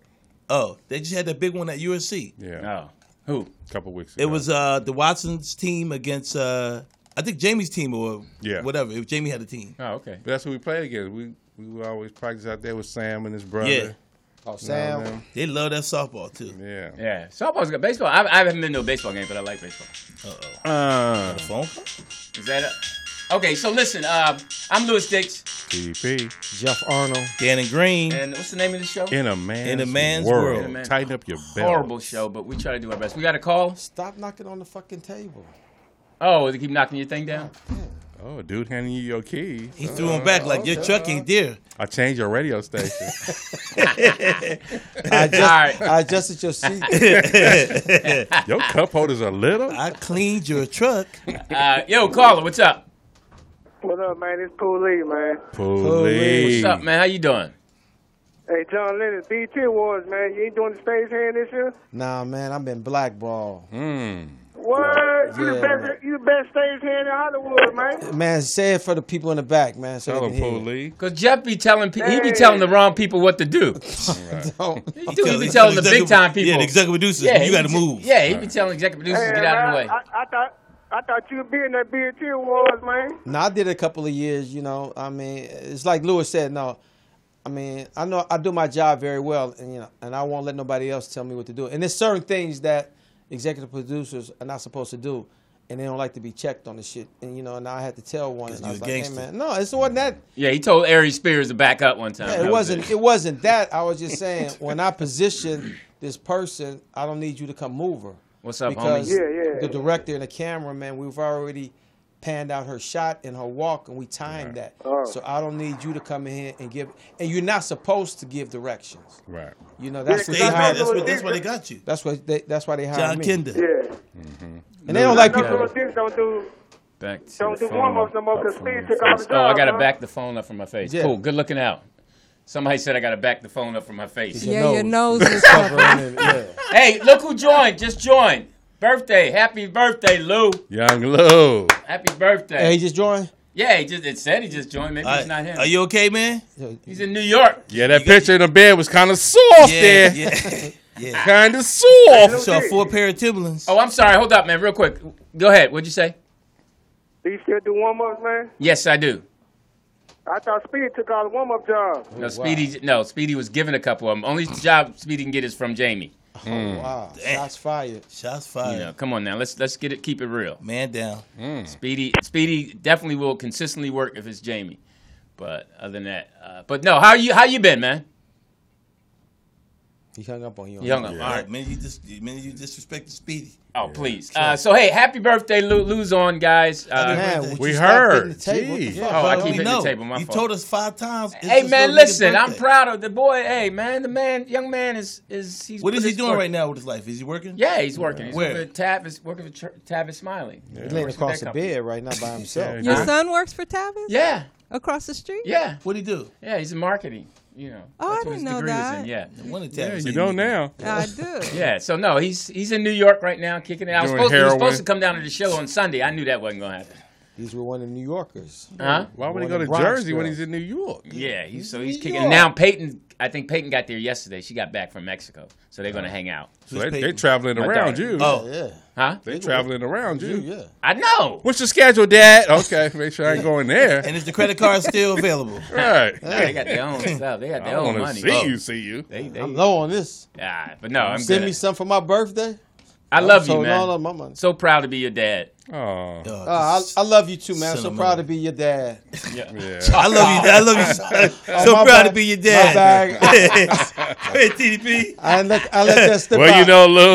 A: Oh, they just had that big one at USC.
C: Yeah.
B: No. Who?
C: A couple weeks ago.
A: It was uh, the Watson's team against uh, I think Jamie's team or
C: Yeah.
A: whatever. If Jamie had a team,
B: Oh, okay.
C: But that's who we played against. We we would always practice out there with Sam and his brother.
A: Yeah.
D: Oh,
C: You know what I
D: Sam.
C: mean?
A: they love that softball too.
C: Yeah.
B: Yeah. Softball's good. Baseball. I, I haven't been to a baseball game, but I like baseball.
C: Uh,
A: Phone?
B: Is that a, okay? So listen, uh, I'm Lewis Dix,
C: TDP.
D: Jeff Arnold.
A: Dan and Green.
B: and what's the name of the show?
C: In a man's,
A: In a man's
C: world.
A: world. In a
B: man-
C: Tighten up your belt.
B: Horrible show, but we try to do our best. We got a call.
D: Stop knocking on the fucking table.
B: Oh, they keep knocking your thing down.
C: Oh, dude handing you your keys.
A: he threw him back like your truck ain't there.
C: I changed your radio station.
D: I just,
B: All right.
D: I adjusted your seat.
C: your cup holders are little.
A: I cleaned your truck.
B: Uh, yo, caller, what's up?
G: What up, man? It's Poolie, man.
C: Police.
B: What's up, man? How you doing?
G: Hey, John Lennon, BT Awards, man. You ain't doing the stage hand this year?
D: nah, man, I've been blackballed.
C: Mm.
G: What? You the
D: Yeah.
G: best, you the best stage hand in Hollywood, man.
D: Man, say it for the people in the back, man. So
C: Tell
D: they
C: him,
D: can hear you.
C: police.
B: Cause Jeff be telling pe- he be telling the wrong people what to do.
D: Don't-
B: He, do, he be
A: Tell-
B: telling the
A: tell
B: big
A: executive-
B: time people.
A: Yeah, the executive producers.
B: he
A: you got to
B: be-
A: move.
B: Yeah, he be telling executive producers
G: Hey,
B: to get out of the way.
G: man, I, I thought I thought you'd be in that BT Awards, man.
D: No, I did a couple of years, you know. I mean, it's like Lewis said, no. I mean, I know I do my job very well and you know, and I won't let nobody else tell me what to do. And there's certain things that executive producers are not supposed to do and they don't like to be checked on the shit. And you know, and I had to tell one and I
A: you're
D: was
A: a
D: like, hey,
A: gangster.
D: man, no, it's wasn't that
B: Yeah, he told Ari Spears to back up one time.
D: it wasn't it wasn't that. I was just saying when I position this person, I don't need you to come move her.
B: What's up,
D: because
B: homie?
G: Yeah, yeah.
D: the director and the cameraman, we've already panned out her shot and her walk, and we timed that.
G: Oh.
D: So I don't need you to come in here and give. And you're not supposed to give directions.
C: Right.
D: You know that's
A: Stage
D: what they
G: Yeah, 'cause I
A: man,
D: hired.
A: that's,
G: know
A: what, that's why they got you.
D: That's what they, that's why they hired
A: John
D: me.
A: Kinder.
G: Yeah.
B: Mm-hmm.
D: And they don't like
G: No,
D: people.
G: Lil Dix don't do
B: Back to
G: don't
B: the
G: do
B: phone.
G: warm ups no more because Steve took all the
B: Oh, I
G: jobs,
B: gotta
G: huh?
B: back the phone up from my face.
D: Yeah.
B: Cool. Good looking out. Somebody said I gotta back the phone up from my face.
D: Your
F: Yeah, your
D: nose.
F: nose is covered.
D: yeah.
B: hey, look who joined. Just joined. Birthday. Happy birthday, Lou.
C: Young Lou.
B: Happy birthday.
D: Hey, he just joined.
B: yeah, he just it said he just joined. Maybe
A: All
B: it's
A: right.
B: not him.
A: Are you okay, man?
B: He's in New York.
C: Yeah, that picture in the bed was kind of soft there.
A: yeah, yeah.
C: Kind of soft.
A: Saw four pair of Timberlands.
B: Oh, I'm sorry. Hold up, man. Real quick. Go ahead. What'd you say?
G: Do you still do warm ups, man?
B: Yes, I do.
G: I thought Speed took all the warm up jobs.
C: Oh,
B: No, Speedy. No, Speedy was given a couple of them. Only job Speedy can get is from Jamie.
D: Oh, wow. Shots fired.
A: Shots
B: You
C: Hmm.
A: fired.
B: know, come on now. Let's let's get it. Keep it real.
A: Man down.
B: Speedy. Speedy definitely will consistently work if it's Jamie. But other than that, uh, but no. How you how you been, man?
D: He hung up on you.
B: You hung up. All right.
A: All right, man, you just man, you disrespect the Speedy.
B: Oh, please. Uh, so hey, happy birthday, Lou, Lou's on, guys. Uh,
D: Man, would
C: We
D: you stop
C: heard.
D: hitting The table? What the
C: Jeez.
D: fuck?
B: Oh, I
A: But
B: keep
A: we
B: hitting
A: know.
B: the table. My
A: you
B: fault.
A: told us five times. It's
B: Hey
A: this
B: man,
A: little nigga's
B: listen. I'm
A: birthday.
B: proud of the boy. Hey man, the man, young man is is he's.
A: What
B: put
A: is he
B: his
A: doing
B: work-
A: right now with his life? Is he working?
B: Yeah, he's working. He's
A: Where?
B: working for Tab is working for Tr- Tab is smiling.
D: He's laying
B: Works with
D: across
B: that
D: the
B: company.
D: bed right now by himself.
F: Your
B: Huh?
F: son works for Tavis?
B: Yeah,
F: Across the street?
B: yeah,
A: What do he do?
B: yeah. He's in marketing. You know.
F: Oh,
B: that's
F: I
B: what
F: didn't
B: his
F: know
B: degree was
F: that.
B: in, Yeah.
A: No wonder
C: Yeah,
A: Tavis
C: you
A: ain't
C: know
A: eating.
C: now.
F: I do.
B: Yeah, so no, he's he's in New York right now, kicking it out. I was
C: Doing
B: supposed to, he was
C: heroin.
B: supposed to come down to the show on Sunday. I knew that wasn't gonna happen.
D: These were one of the New Yorkers.
B: Huh?
C: Why would he
D: Born
C: go
D: in
C: to
D: Bronxville.
C: Jersey when he's in New York?
B: Yeah. He's, so
D: New
B: he's kicking.
D: York.
B: Now Peyton, I think Peyton got there yesterday. She got back from Mexico, so they're gonna hang out.
C: Uh, So they, they
A: Peyton?
C: traveling
B: My
C: around
B: daughter.
C: you.
A: Oh,
D: Yeah.
B: Huh?
C: they traveling around
D: You,
C: you.
D: yeah.
B: I know.
C: What's your schedule, Dad? Okay, make sure I ain't going there.
A: and is the credit card still available?
C: Right.
B: They got their own stuff. They got
C: I
B: their
C: don't want
B: own money.
C: to see
B: Oh.
C: you, see you.
B: They, they,
D: I'm low on this.
B: Ah, but no, I'm
D: Send
B: good.
D: me some for my birthday. Oh,
B: I love you,
D: so
B: man.
D: No, no, my money.
B: So proud to be your dad.
C: Oh,
A: Oh,
D: Uh, I, I love you too, man. I'm so
A: Sentimental.
D: proud to be your dad.
C: yeah.
A: I love you. I love you. so- So
D: Oh, my
A: proud
D: bad.
A: to be your
D: My
A: dad.
D: bag.
A: hey, TDP.
D: I let I let that slip
C: Well, you
D: out.
C: know, Lou,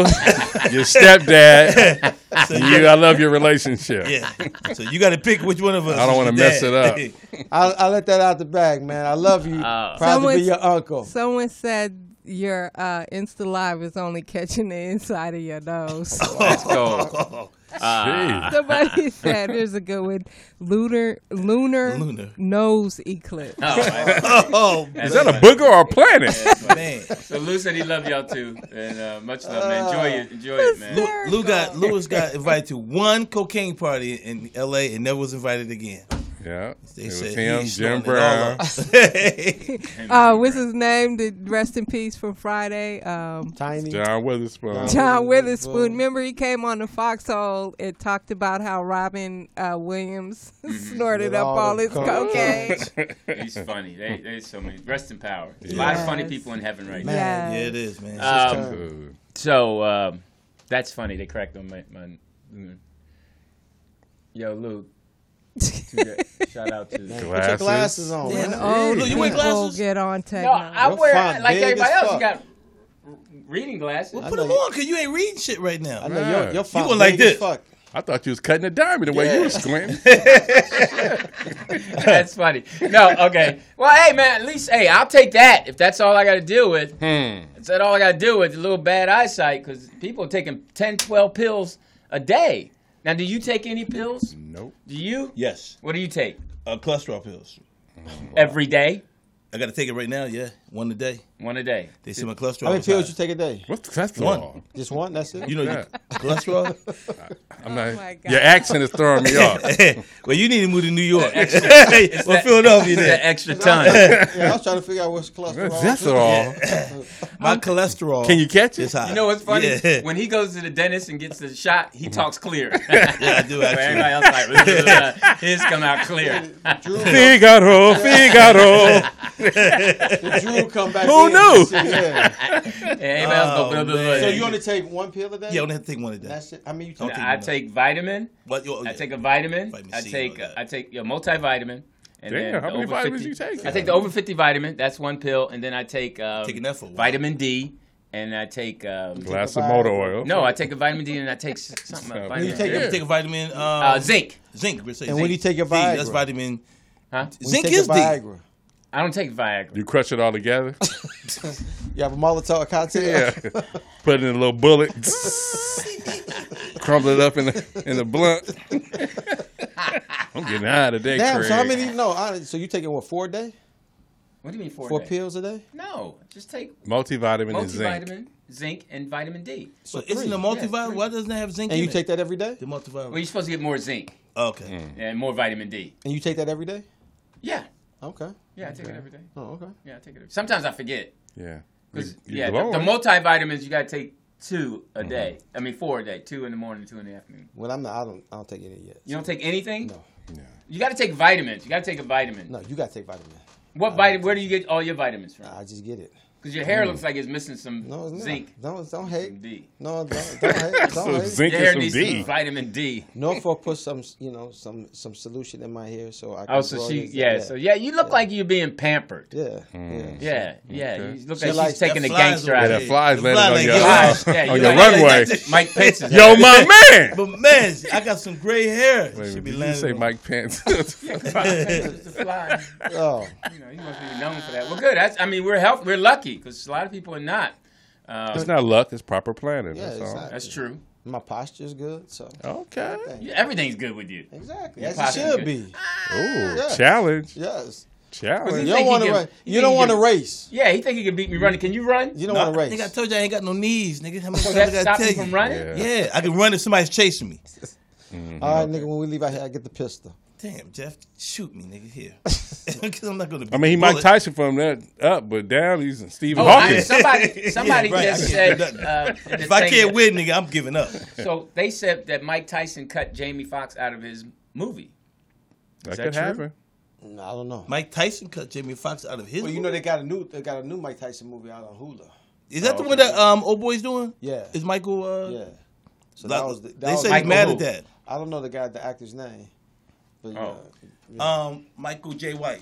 C: your stepdad. you, I love your relationship.
A: Yeah. So you got to pick which one of us.
C: I don't
A: is
C: wanna
A: your
C: mess
A: dad.
C: it up.
D: I, I let that out the bag, man. I love you. proud to
B: Uh,
D: be
F: Someone's-
D: your uncle.
F: Someone said your uh, Insta Live is only catching the inside of your nose.
B: Let's go.
D: Uh,
C: Jeez.
F: Somebody said there's a good one. Lunar, lunar,
A: Lunar.
F: nose eclipse.
A: Oh,
C: Is that a booger or a planet?
A: man.
B: So Lucidity, love y'all too, and uh, much love, man. Enjoy it, enjoy it, man.
F: Hysterical.
A: Lou got Lewis got invited to one cocaine party in L.A. and never was invited again.
C: yeah.
A: They
C: it was
A: said
C: him,
A: he's
C: Jim
A: snorting it
C: Brown.
A: all up.
F: Uh, what's his name? The rest in peace from Friday. Um,
D: Tiny.
C: John Witherspoon.
F: John
D: Witherspoon.
F: Witherspoon. Remember, he came on the Foxhole and talked about how Robin uh, Williams
A: Mm-hmm.
F: snorted
D: With
F: up
D: all
F: all
D: the
F: his
D: coke.
F: cocaine.
B: He's funny. They, they so many. Rest in power. There's A lot of funny
F: Yes.
B: people in heaven right now.
A: yeah,
F: yeah.
A: it is, man.
B: Um,
D: uh,
C: Ooh.
B: so um, that's funny. They cracked on my, my mm. yo Luke. Shout out to.
D: Put your glasses on.
A: Yeah,
D: man.
A: no.
F: Oh,
A: Lou, you wear
F: people
A: glasses?
F: get on
B: No,
F: technology.
B: I
D: Your
B: wear
D: font
B: like
D: big as
B: everybody else. You
D: fuck.
B: got reading glasses.
A: Put them on, cause you ain't reading shit right now.
D: I know your, your phone
A: going like
D: big as
A: this.
D: Fuck.
C: I thought you was cutting a dime the way you was squinting.
B: That's funny. No, okay. Well, hey man, at least hey, I'll take that if that's all I got to deal with.
A: Hmm.
B: Is that all I got to deal with? A little bad eyesight because people are taking 10, 12 pills a day. Now, do you take any pills?
C: nope.
B: Do you?
A: Yes,
B: What do you take?
A: uh, cholesterol pills.
B: Every day?
A: I got to take it right now. Yeah, one a day.
B: One a day.
A: They see my cholesterol.
D: How many
A: was
D: pills
A: high.
D: you take a day?
C: What's the test
A: One.
C: law?
D: Just one. That's it.
A: You know
C: Yeah.
A: your cholesterol.
C: I'm
B: Oh
C: not,
F: my God.
C: your accent is throwing me off.
A: well, you need to move to New York or Philadelphia.
B: It's that
A: Then.
B: extra ton.
D: yeah, I was trying to figure out what's cholesterol.
C: That's all.
A: My cholesterol.
C: Can you catch
A: It's
C: it?
A: high.
B: You know what's funny?
A: Yeah, Mm-hmm.
B: When he goes to the dentist and gets the shot, he talks clear.
A: yeah I do
B: Where everybody
A: actually.
B: else like, uh, his come out clear.
D: Drew,
C: Figaro, Figaro.
D: Drew come back.
C: Who
D: in.
C: knew?
D: Yeah.
B: And everybody else go,
A: Oh,
B: blah, blah, blah.
A: man.
D: So you only take one pill a day?
A: Yeah, I only have to take one a day.
D: That's it. I mean, you
A: Okay.
D: take
B: I take vitamin.
A: But you- oh,
B: I
A: yeah.
B: take a vitamin.
A: Vitamin
B: I
A: C,
B: take uh,
A: all that.
B: I take your multivitamin. And
C: Damn,
B: then
C: how
B: the
C: many
B: over
C: vitamins
B: 50
C: you taking?
B: I take the over fifty vitamin. That's one pill, and then I take um,
A: Taking that for a while.
B: vitamin D, and I take um,
C: Glass of motor oil.
B: no, I take a vitamin D, and I take s- something else,
C: You
B: vitamin
D: take
B: D.
A: You take a vitamin. Um,
B: uh, zinc.
A: zinc. we say
D: And when
A: zinc.
D: you take your
A: D, That's
D: Viagra.
A: vitamin.
B: Huh?
A: Zinc is D.
D: Viagra.
B: I don't take Viagra.
C: You crush it all together.
D: You have a Molotov cocktail.
C: Yeah. Put it in a little bullet. Crumble it up in the in the blunt. I'm getting high today,
D: Damn.
C: Craig.
D: So how many? No. I, so you taking what? Four a day?
B: What do you mean four?
D: Four
B: a day?
D: pills a day?
B: No, just take
C: Multivitamin and
B: multivitamin,
C: zinc.
B: zinc. and vitamin D.
A: So
D: three.
A: isn't the
B: Yeah,
A: multivitamin?
B: three.
A: Why doesn't it have zinc?
D: And
A: in
D: you
A: it?
D: take that every day?
A: the multivitamin.
B: Well, you're supposed to get more zinc
A: okay.
B: and more vitamin
C: Mm,
B: D.
D: And you take that every day?
B: Yeah,
D: Okay.
B: yeah, I take it every day.
D: Oh, okay.
B: Yeah, I take it. Every- Sometimes I forget.
C: Yeah.
B: 'Cause,
C: You- you
B: yeah, the,
C: glowing.
B: the multivitamins you gotta take two
C: Mm-hmm.
B: a day. I mean four a day, two in the morning, two in the afternoon.
D: Well, I'm not. I don't. I don't take any yet.
B: You don't take anything.
D: No.
C: Yeah.
B: You gotta take vitamins. You gotta take a vitamin.
D: No, you gotta take vitamin.
B: What vitamin? Where do you get all your vitamins from?
D: I just get it.
B: Because your
C: Mm.
B: hair looks like it's missing some
D: No, it's not.
B: zinc.
D: Don't don't hate.
B: Some D.
D: No, don't, don't hate. Don't
C: So
D: hate.
C: zinc
B: Your hair
C: and
B: needs
C: some D.
B: some vitamin D.
D: Norfolk put some, you know, some some solution in my hair so I. Can
B: Oh, so
D: grow
B: she,
D: this-
B: yeah, so yeah, you look like you're being pampered.
D: yeah, yeah.
B: Yeah, yeah, you look like
D: likes-
B: she's taking
A: That
B: the
A: flies
B: gangster
A: away.
C: Mm. Yeah,
B: out of
C: that
B: you.
C: flies
A: The
C: landed
A: fly
C: on
A: like
C: your,
A: that.
C: uh,
B: Yeah, you
C: on your
B: like-
C: runway.
B: Mike Pence is
C: Yo, my man.
A: But man, I got some gray hair.
C: Wait,
A: Should be
C: did you
A: landing
C: say
A: on-
C: Mike Pence?
B: the fly.
D: Oh,
B: You know, you must be known for that. Well, good. That's, I mean, we're help, we're lucky because a lot of people are not. Uh,
C: it's not luck. It's proper planning.
D: Yeah,
C: that's all.
D: exactly.
B: that's true.
D: my posture's good, so
C: Okay.
B: Yeah, everything's good with you.
D: exactly
B: Your
D: as it
B: posture's Ah!
D: should be.
C: Oh,
D: Yeah.
C: challenge,
D: Yes,
C: challenge.
D: you don't
B: think
D: want
B: he
D: to. Ra-
B: give- you
D: you
B: think
D: don't
B: he
D: want to
B: give-
D: race.
B: Yeah, he think he can beat me running. Can you run?
D: You don't
A: No,
D: want to
A: I think I
D: race.
A: told you I ain't got no knees, nigga. How many
B: So
A: times
B: that
A: I gotta
B: stops
A: tell
B: you
A: you?
B: from running.
C: Yeah. Mm-hmm.
A: Yeah, I can run if somebody's chasing me.
D: All right, nigga. When we leave out here, I get the pistol.
A: Damn, Jeff, shoot me, nigga, here. Because I'm not gonna.
C: I mean, he
A: bullet.
C: Mike Tyson from that up, but down he's Stephen
B: Oh, I,
C: Hawking.
B: somebody, somebody
A: right. I
B: just
A: can't
B: said.
A: do nothing.
B: Uh, in the
A: If I
B: thing
A: can't
B: that-
A: win, nigga, I'm giving up.
B: so they said that Mike Tyson cut Jamie Foxx out of his movie.
C: that,
B: that
C: could
B: true?
C: happen.
D: No, I don't know.
A: Mike Tyson cut Jamie Foxx out of his.
D: Well, you
A: movie.
D: know they got a new they got a new Mike Tyson movie out on Hulu.
A: is
C: Oh,
A: that the one that um old boy's doing?
D: Yeah.
A: Is Michael? Uh,
D: Yeah. So
A: Like,
D: that was the, that
A: they
D: was
A: say he's
D: Michael
A: mad
D: who?
A: at that.
D: I don't know the guy, the actor's name. But,
B: Oh.
D: uh,
A: Um, Michael J. White,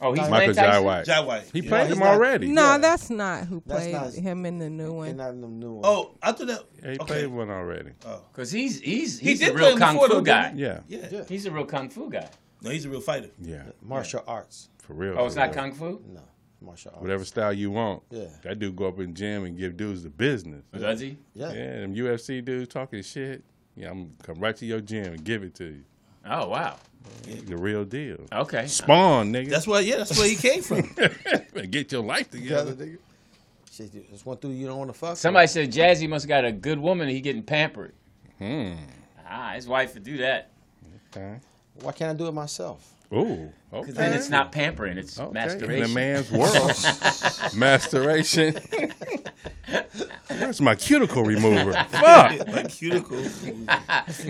B: Oh, he's
C: Michael
B: Mike Tyson?
C: Jai White.
A: Jai White.
C: He
A: Yeah.
C: played
D: he's
C: him
D: not-
C: already.
F: No,
D: Yeah.
F: that's not who
D: That's
F: played
D: not-
F: him in the new one.
D: and not in the new one.
A: Oh, I thought that.
C: Yeah, he
A: okay.
C: played one already.
B: Because Oh. he's he's
A: He
B: he's
A: did
B: a
A: play
B: real
A: him
B: kung
A: before, though,
B: fu
A: didn't
B: guy.
A: he?
C: Yeah, yeah,
A: Yeah.
B: He's a real kung fu guy.
A: No, he's a real fighter.
D: martial arts.
C: for real.
B: Oh, it's
C: for
B: not
C: real.
B: kung fu.
D: No, Martial arts.
C: Whatever style you want.
D: Yeah.
C: That dude go up in the gym and give dudes the business.
B: Oh, Does he?
D: Yeah.
C: Yeah, them UFC dudes talking shit. Yeah, I'm gonna come right to your gym and give it to you.
B: Oh wow.
C: The real deal.
B: Okay.
C: Spawn, nigga.
A: That's where, yeah, that's where he came from.
C: Get your life together.
D: nigga. Shit, you- There's one dude you don't want to fuck. with.
B: Somebody said Jazzy must got a good woman. and He getting pampered.
D: Hmm.
B: Ah, his wife would do that.
C: Okay.
D: Why can't I do it myself?
C: Ooh. Okay.
B: Because then it's not pampering. It's
C: Okay. In a
B: masturbation.
C: man's world. masturbation. Where's my cuticle remover? Fuck.
A: like cuticle.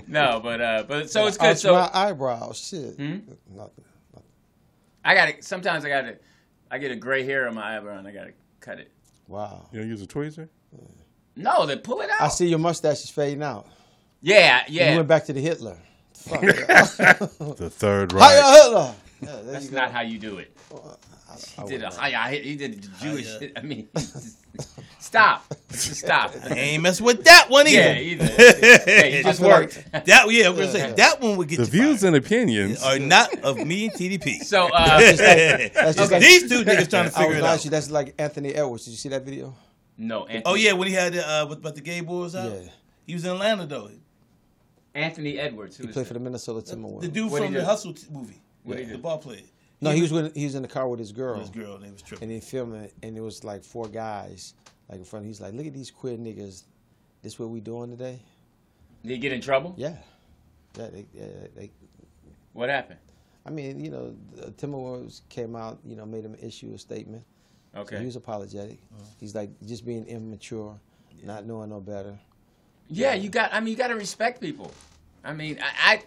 B: no, but uh, but so it's good.
D: Arch
B: So Hmm?
D: my eyebrows. Shit. Nothing.
B: I got to Sometimes I got to I get a gray hair on my eyebrow and I got to cut it.
D: Wow.
C: You don't use a tweezer?
B: No, they pull it out.
D: I see your mustache is fading out.
B: Yeah,
D: You
B: Uh, yeah.
D: went back to the Hitler. Fuck. Hi,
C: The third right.
D: Hitler. Yeah, there
B: That's
D: you go.
B: not how you do it. He did a hi- hi- he did the Jewish.
A: Hi-ya.
B: I mean, stop, just stop.
A: Ain't mess with that one either.
B: Yeah, either. Yeah, you just
D: feel
B: worked.
A: That yeah, I'm gonna say that one would get
C: The
A: you
C: views
A: fired.
C: and opinions.
A: are not of me and TDP.
B: So uh,
D: That's just like,
A: These two niggas trying to
D: I
A: figure
D: was
A: it
D: honest
A: out.
D: with you, that's like Anthony Edwards. Did you see that video?
B: no, Anthony,
A: Oh yeah, when he had uh, with, but the gay boys out.
D: Yeah.
A: He was in Atlanta though.
B: Anthony Edwards. Who
D: He
B: is
D: played for the
B: that?
D: Minnesota Timberwolves.
A: The dude
B: What'd
A: from
B: he
A: the
B: do?
A: Hustle t- movie.
B: What'd he
A: the
B: do?
A: ball player.
D: no, he was with, he was in the car with his girl,
A: This girl, they was
D: and
A: tripping.
D: they filming, it, and it was like four guys like in front. of him. He's like, "Look at these queer niggas. This what we doing today?
B: Did he get in trouble?
D: Yeah, yeah. They, yeah they,
B: What happened?
D: I mean, you know, the Timberwolves came out, you know, made him issue a statement.
B: Okay.
D: He was apologetic.
A: Uh-huh.
D: He's like just being immature, not knowing no better.
B: Yeah, you got. I mean, you got to respect people. I mean, I, I,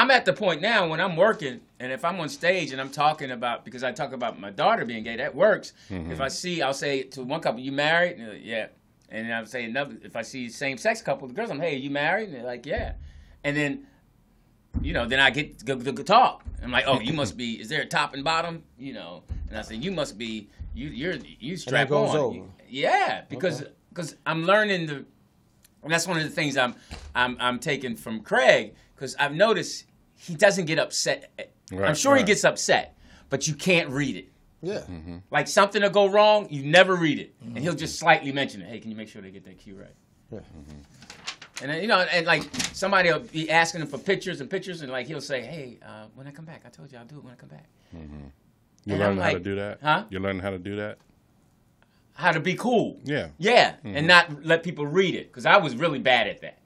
B: I'm at the point now when I'm working, and if I'm on stage and I'm talking about because I talk about my daughter being gay, that works. If I see, I'll say to one couple, "You married?" And they're like, yeah. And then I'll say another. If I see same sex couple, the girls, I'm, "Hey, you married?" And they're like, "Yeah." And then, you know, then I get the, the talk. I'm like, "Oh, you must be. Is there a top and bottom?" You know. And I say, "You must be. You you're you strap
D: goes
B: on."
D: over.
B: Yeah, because because I'm learning the and that's one of the things I'm I'm I'm taking from Craig because I've noticed he doesn't get upset. I'm
C: Right,
B: sure he
C: right.
B: gets upset, but you can't Mm-hmm. read it.
D: Yeah.
B: Like something will go wrong, you never read it, and he'll just slightly mention it. Hey, can you make sure they get that cue right?
D: Yeah.
C: mm-hmm.
B: And then, you know, and like somebody will be asking him for pictures and pictures, and like he'll say, "Hey, uh, when I come back, I told you I'll do it when I come back."
C: Mm-hmm. You
B: And I'm
C: learning how to
B: like,
C: do that?
B: huh?
C: You learning how to do that?
B: How to be cool?
C: Yeah.
B: Yeah, and not let people read it because I was really bad at that.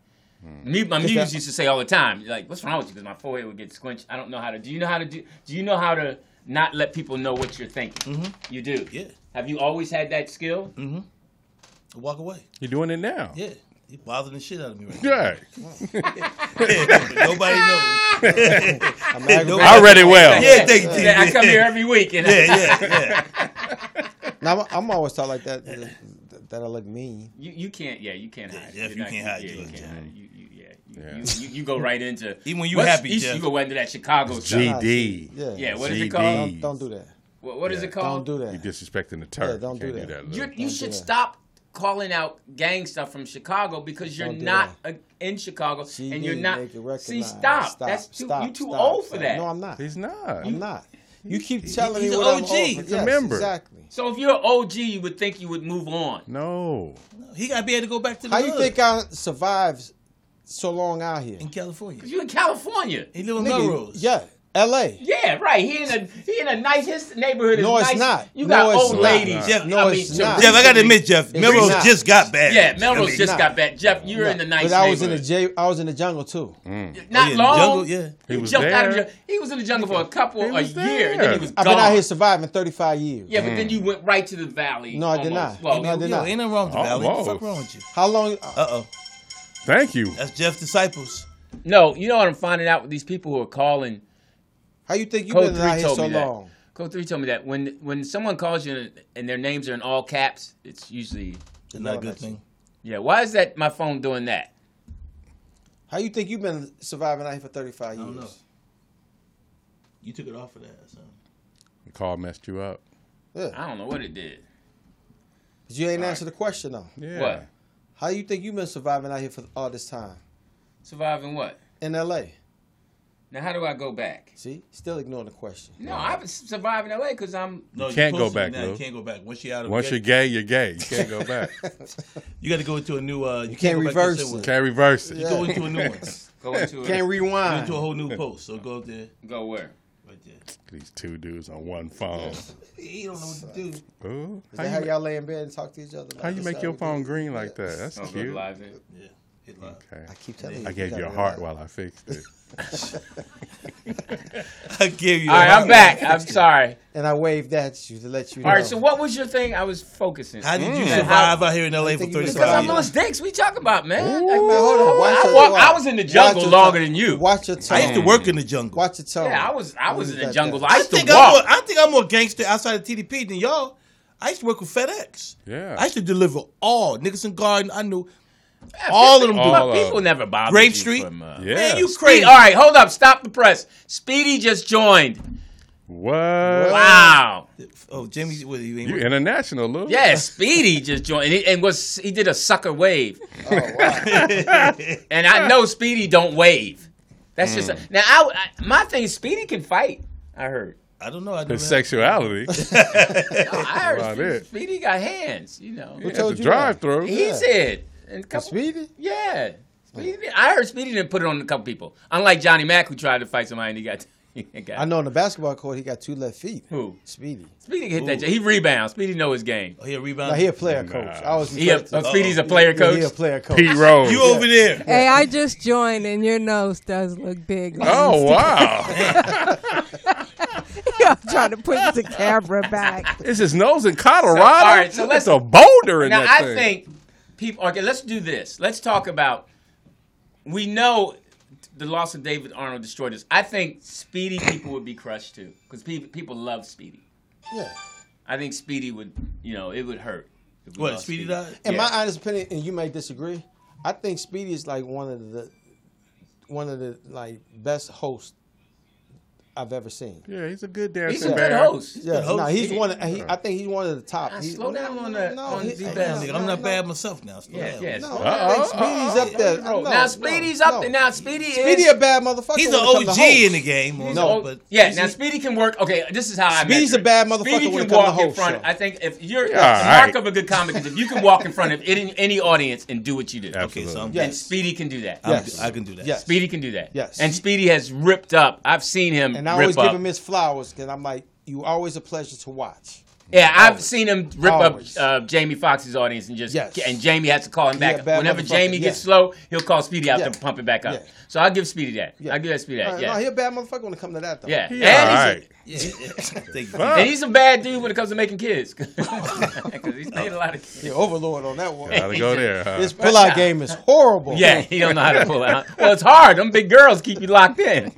B: Me, my muse used to say all the time, like, "What's wrong with you?" Because my forehead would get squinched. I don't know how to. Do you know how to do? Do you know how to not let people know what you're thinking? You do.
A: Yeah.
B: Have you always had that skill?
A: Walk away.
C: You're doing it now.
A: Yeah. He bothering the shit out of me right now.
C: Good.
A: But Nobody knows.
D: I'm aggravated.
C: I read it well.
A: Yeah, thank you.
B: Yeah, I
A: TDP.
B: come here every week, and
A: Yeah, yeah, yeah.
D: Now, I'm, I'm always taught like that, that, that I look mean.
B: you, you can't. Yeah, you can't hide. it.
A: Yeah, if
B: You're
A: you
B: not-
A: can't hide,
B: yeah,
A: you
B: you
A: don't.
B: can't hide. it. You, you, yeah, you,
C: Yeah.
B: You, you, you go right into
A: Even when you
B: what's-
A: happy,
B: you,
A: Jeff.
B: you go into that Chicago stuff.
C: G D.
D: Yeah.
B: Yeah, what is
C: GD.
B: it called?
D: Don't, don't do that.
B: What, what is
C: Yeah.
B: it
D: Don't
B: called?
D: do
C: You
D: that.
C: disrespecting the Turk.
D: Yeah, don't
C: Can't
D: do that.
C: Lou.
B: You're, you
D: do
B: should
D: that.
B: stop calling out gang stuff from Chicago because you're
D: Don't do
B: not a, in Chicago and you're
D: CD,
B: not.
D: make it recognized.
B: See, stop. That's too,
D: stop,
B: you too
D: stop,
B: old for
D: stop.
B: that.
D: No, I'm not.
C: He's not.
D: I'm not. You keep telling
A: he's
D: me
A: an
D: what I'm
A: OG.
D: over.
A: He's a
D: Yes,
C: member.
D: Exactly.
B: so if you're an OG, you would think you would move on.
C: No.
A: He gotta be able to go back to the
D: How you
A: hood
D: think I survived so long out here?
A: in California.
B: Cause you in California.
A: He live in
D: Nigga,
A: Melrose.
D: Yeah, L.A.
B: Yeah, right. He in a he in a nice his neighborhood. Is
D: No, it's
B: nice.
D: not.
B: You
D: No,
B: got
D: it's
B: old
C: not.
B: ladies.
A: Jeff,
D: no,
B: I mean,
D: it's not.
A: Jeff, I gotta admit, Jeff, Melrose
D: not.
A: just got bad.
B: Yeah,
A: I
B: Melrose
A: mean,
B: just
D: not.
B: got back. Jeff, you're in the nice.
D: But I was in the
B: neighborhood.
D: j- I was in the jungle too.
B: Not
A: Oh, yeah,
D: Oh,
A: the
B: long.
A: jungle, yeah.
C: Mm. He was
B: jumped out of
C: there.
B: ju- He was in the jungle for a couple
C: He
B: a
C: was
B: year, and then he
C: there.
B: was
D: I've
B: gone.
D: been out here surviving 35 years.
B: Yeah, but then you went right to the valley.
D: No, I did not.
B: almost. Well,
D: No, I did
A: Yo,
D: not.
A: ain't nothing wrong with you,
C: Oh,
A: Valley. What the
C: whoa.
A: fuck wrong with you?
D: How long?
A: Uh oh.
C: Thank you.
A: That's Jeff's disciples.
B: No, you know what I'm finding out with these people who are calling.
D: How you think you
B: Code
D: been
B: three
D: out here
B: told
D: so
B: me that.
D: long?
B: Code three told me that when when someone calls you and their names are in all caps, it's usually
A: It's not a
D: No,
A: good
D: that's-
A: thing.
B: yeah. Why is that my phone doing that?
D: How you think you been surviving out here for 35 years?
A: don't know. You took it off of that, son.
C: The call messed you up.
D: Yeah.
B: I don't know what it did.
D: 'Cause You ain't answered the question though.
C: Yeah.
B: What
D: How you think you been surviving out here for all this time
B: surviving what?
D: in L.A.?
B: Now, how do I go back?
D: See, still ignoring the question.
B: No, I was surviving LA because I'm.
A: No,
C: can't
A: you're
C: go
A: supposed
C: back,
A: to be now. You
C: Lou.
A: can't go back. Once you're out of
C: Once you're
A: you,
C: gay, you're gay. You can't go back.
A: you got to go into a new. Uh, you,
D: can't
A: go back to the
D: reverse
A: same
D: it.
A: one.
C: Can't reverse it.
A: You go into a new one.
B: Go into a,
D: Can't
A: Go
D: rewind.
A: into a whole new post. So go up there,
B: Go where?
A: right there.
C: These two dudes on one phone.
A: He don't know what to do.
C: Ooh,
D: Is
C: how
D: that how
C: you,
D: y'all lay in bed and talk to each other?
C: ma- how you make your phone green like that? That's
B: Oh, go to
C: cute.
B: live it.
A: Yeah, hit live.
C: Okay.
D: I keep telling you.
C: I gave
D: gotta
C: you a
D: realize-
C: heart while I fixed it.
A: I give you.
B: All right, I'm back. I'm sorry.
D: And I waved at you to let you know.
B: All right, so what was your thing? I was focusing.
A: How did you
B: Mm.
A: survive out here in LA for
D: think you just-
B: Because
A: 35
B: I'm
A: years?
B: Louis Dix. We talk about man.
D: Hey, man, hold on. Watch
B: I,
D: your
B: walk,
D: tongue.
B: I was in the
D: Watch
B: jungle
D: your
B: longer
D: tongue.
B: than you.
D: Watch your
A: I
D: tone.
A: used to work in the jungle.
D: Watch your tone.
B: Yeah, I was. I was in
D: Leave
B: the
D: that
B: jungle.
D: there.
B: I
A: I
B: used to
A: think I'm more,
B: walk.
A: I think I'm more gangster outside of TDP than y'all. I used to work with FedEx.
C: Yeah.
A: I used to deliver all Nicholson Garden. I knew all of them.
C: All
A: dudes.
C: of
B: But people never bothered.
A: Grape
B: you
A: Street?
B: From, uh,
C: Yeah.
A: Man, you
C: Speed-
A: crazy.
B: Speed- all right, hold up. Stop the press. Speedy just joined.
C: What?
B: Wow.
A: Oh, Jimmy, what you ain't
C: You international, Lou?
B: Yeah, Speedy just joined, and, he, and was he did a sucker wave,
D: Oh, wow.
B: and I know Speedy don't wave. That's just
C: Mm.
B: now. I, I- my thing. is Speedy can fight. I heard.
A: I don't know. I don't
C: His sexuality.
B: No, I heard.
C: About
B: Speedy,
C: it.
B: Speedy got hands. You know.
C: At
D: told
C: the
D: you that?
C: drive through.
B: He said. And a couple-
D: Speedy? Oh.
B: Yeah. Speedy did- I heard Speedy didn't put it on a couple people. Unlike Johnny Mack, who tried to fight somebody and he got. he got
D: I know on the basketball court he got two left feet.
B: Who?
D: Speedy.
B: Speedy hit that. He rebounds. Speedy know his game.
A: Oh, here, rebound.
D: Now he a player coach. I always
B: He a,
D: refer to-
B: oh, Speedy's a player
D: Yeah,
B: coach.
D: He a player coach.
C: Pete Rose.
A: you over there.
F: Hey, I just joined, and your nose does look big.
C: oh, wow.
F: I'm trying to push the camera back.
C: It's his nose in Colorado.
B: all right, so let's-
C: That's a boulder in
B: Now
C: that
B: I
C: thing.
B: think people. Okay, let's do this. Let's talk about. We know the loss of David Arnold destroyed us. I think Speedy people would be crushed too because people people love Speedy.
D: Yeah.
B: I think Speedy would. You know, it would hurt. if we
A: What,
B: lost
A: Speedy died?
D: In
B: Yeah.
D: my honest opinion, and you may disagree, I think Speedy is like one of the one of the like best hosts I've ever seen.
C: Yeah, he's a good dancer.
B: He's a good
C: man.
B: host.
D: Yeah,
A: host.
D: no, he's one. Of, he, I think he's one of the top.
B: Ah,
D: He-
B: slow down on the- on
D: he-
B: the
D: no,
B: best.
A: Nigga,
D: no,
A: I'm not
D: no,
A: bad myself now. Slow
B: Yeah,
A: down.
B: yes.
D: No,
C: Uh-oh,
D: I think Speedy's up there. No,
B: now
D: no,
B: Speedy's
D: no.
B: up there. Now Speedy,
D: Speedy
B: is.
D: a bad motherfucker.
A: He's an
D: when it come to
A: OG in the
D: hosts.
A: game. on
D: No,
A: that,
B: Oh,
A: but
B: yeah, now Speedy can work. Okay, this is how I.
D: Speedy's
B: measure
D: a bad
B: it.
D: motherfucker
B: Speedy
D: when
B: can
D: it come to
B: walk in
D: host
B: front.
D: show.
B: I think if you're
C: Yeah,
B: the
C: all
B: mark
C: right.
B: of a good comic is if you can walk in front of any, any audience and do what you do.
C: Absolutely.
A: Okay, so I'm,
D: Yes.
B: And Speedy can do that.
A: I'm,
D: Yes.
A: I can do that.
D: Yes.
B: Speedy can do that.
D: Yes.
B: And Speedy has ripped up. I've seen him
D: And I
B: rip
D: always
B: up.
D: give him his flowers because I'm like, you always a pleasure to watch.
B: yeah, I've seen him rip
D: Always.
B: up uh, Jamie Foxx's audience and just
D: Yes.
B: and Jamie has to call him
D: Yeah,
B: back.
D: bad
B: Whenever
D: motherfucker,
B: Jamie gets
D: yeah.
B: slow, he'll call Speedy out
D: Yeah.
B: to pump it back up.
D: Yeah.
B: So I'll give Speedy that.
D: Yeah.
B: I'll give that Speedy that.
D: All right,
B: yeah.
D: No, he a bad motherfucker when it come to that though.
B: yeah.
C: Yeah,
B: And he's a-
C: all right.
A: Yeah. Thank you.
C: Fuck.
B: And he's a bad dude when it comes to making kids. Because he's made a lot of kids.
D: Yeah, overlord on that one.
C: Gotta go there. huh?
D: This pullout game is horrible.
B: Yeah, he don't know how to pull out. Well, it's hard. Them big girls keep you locked in.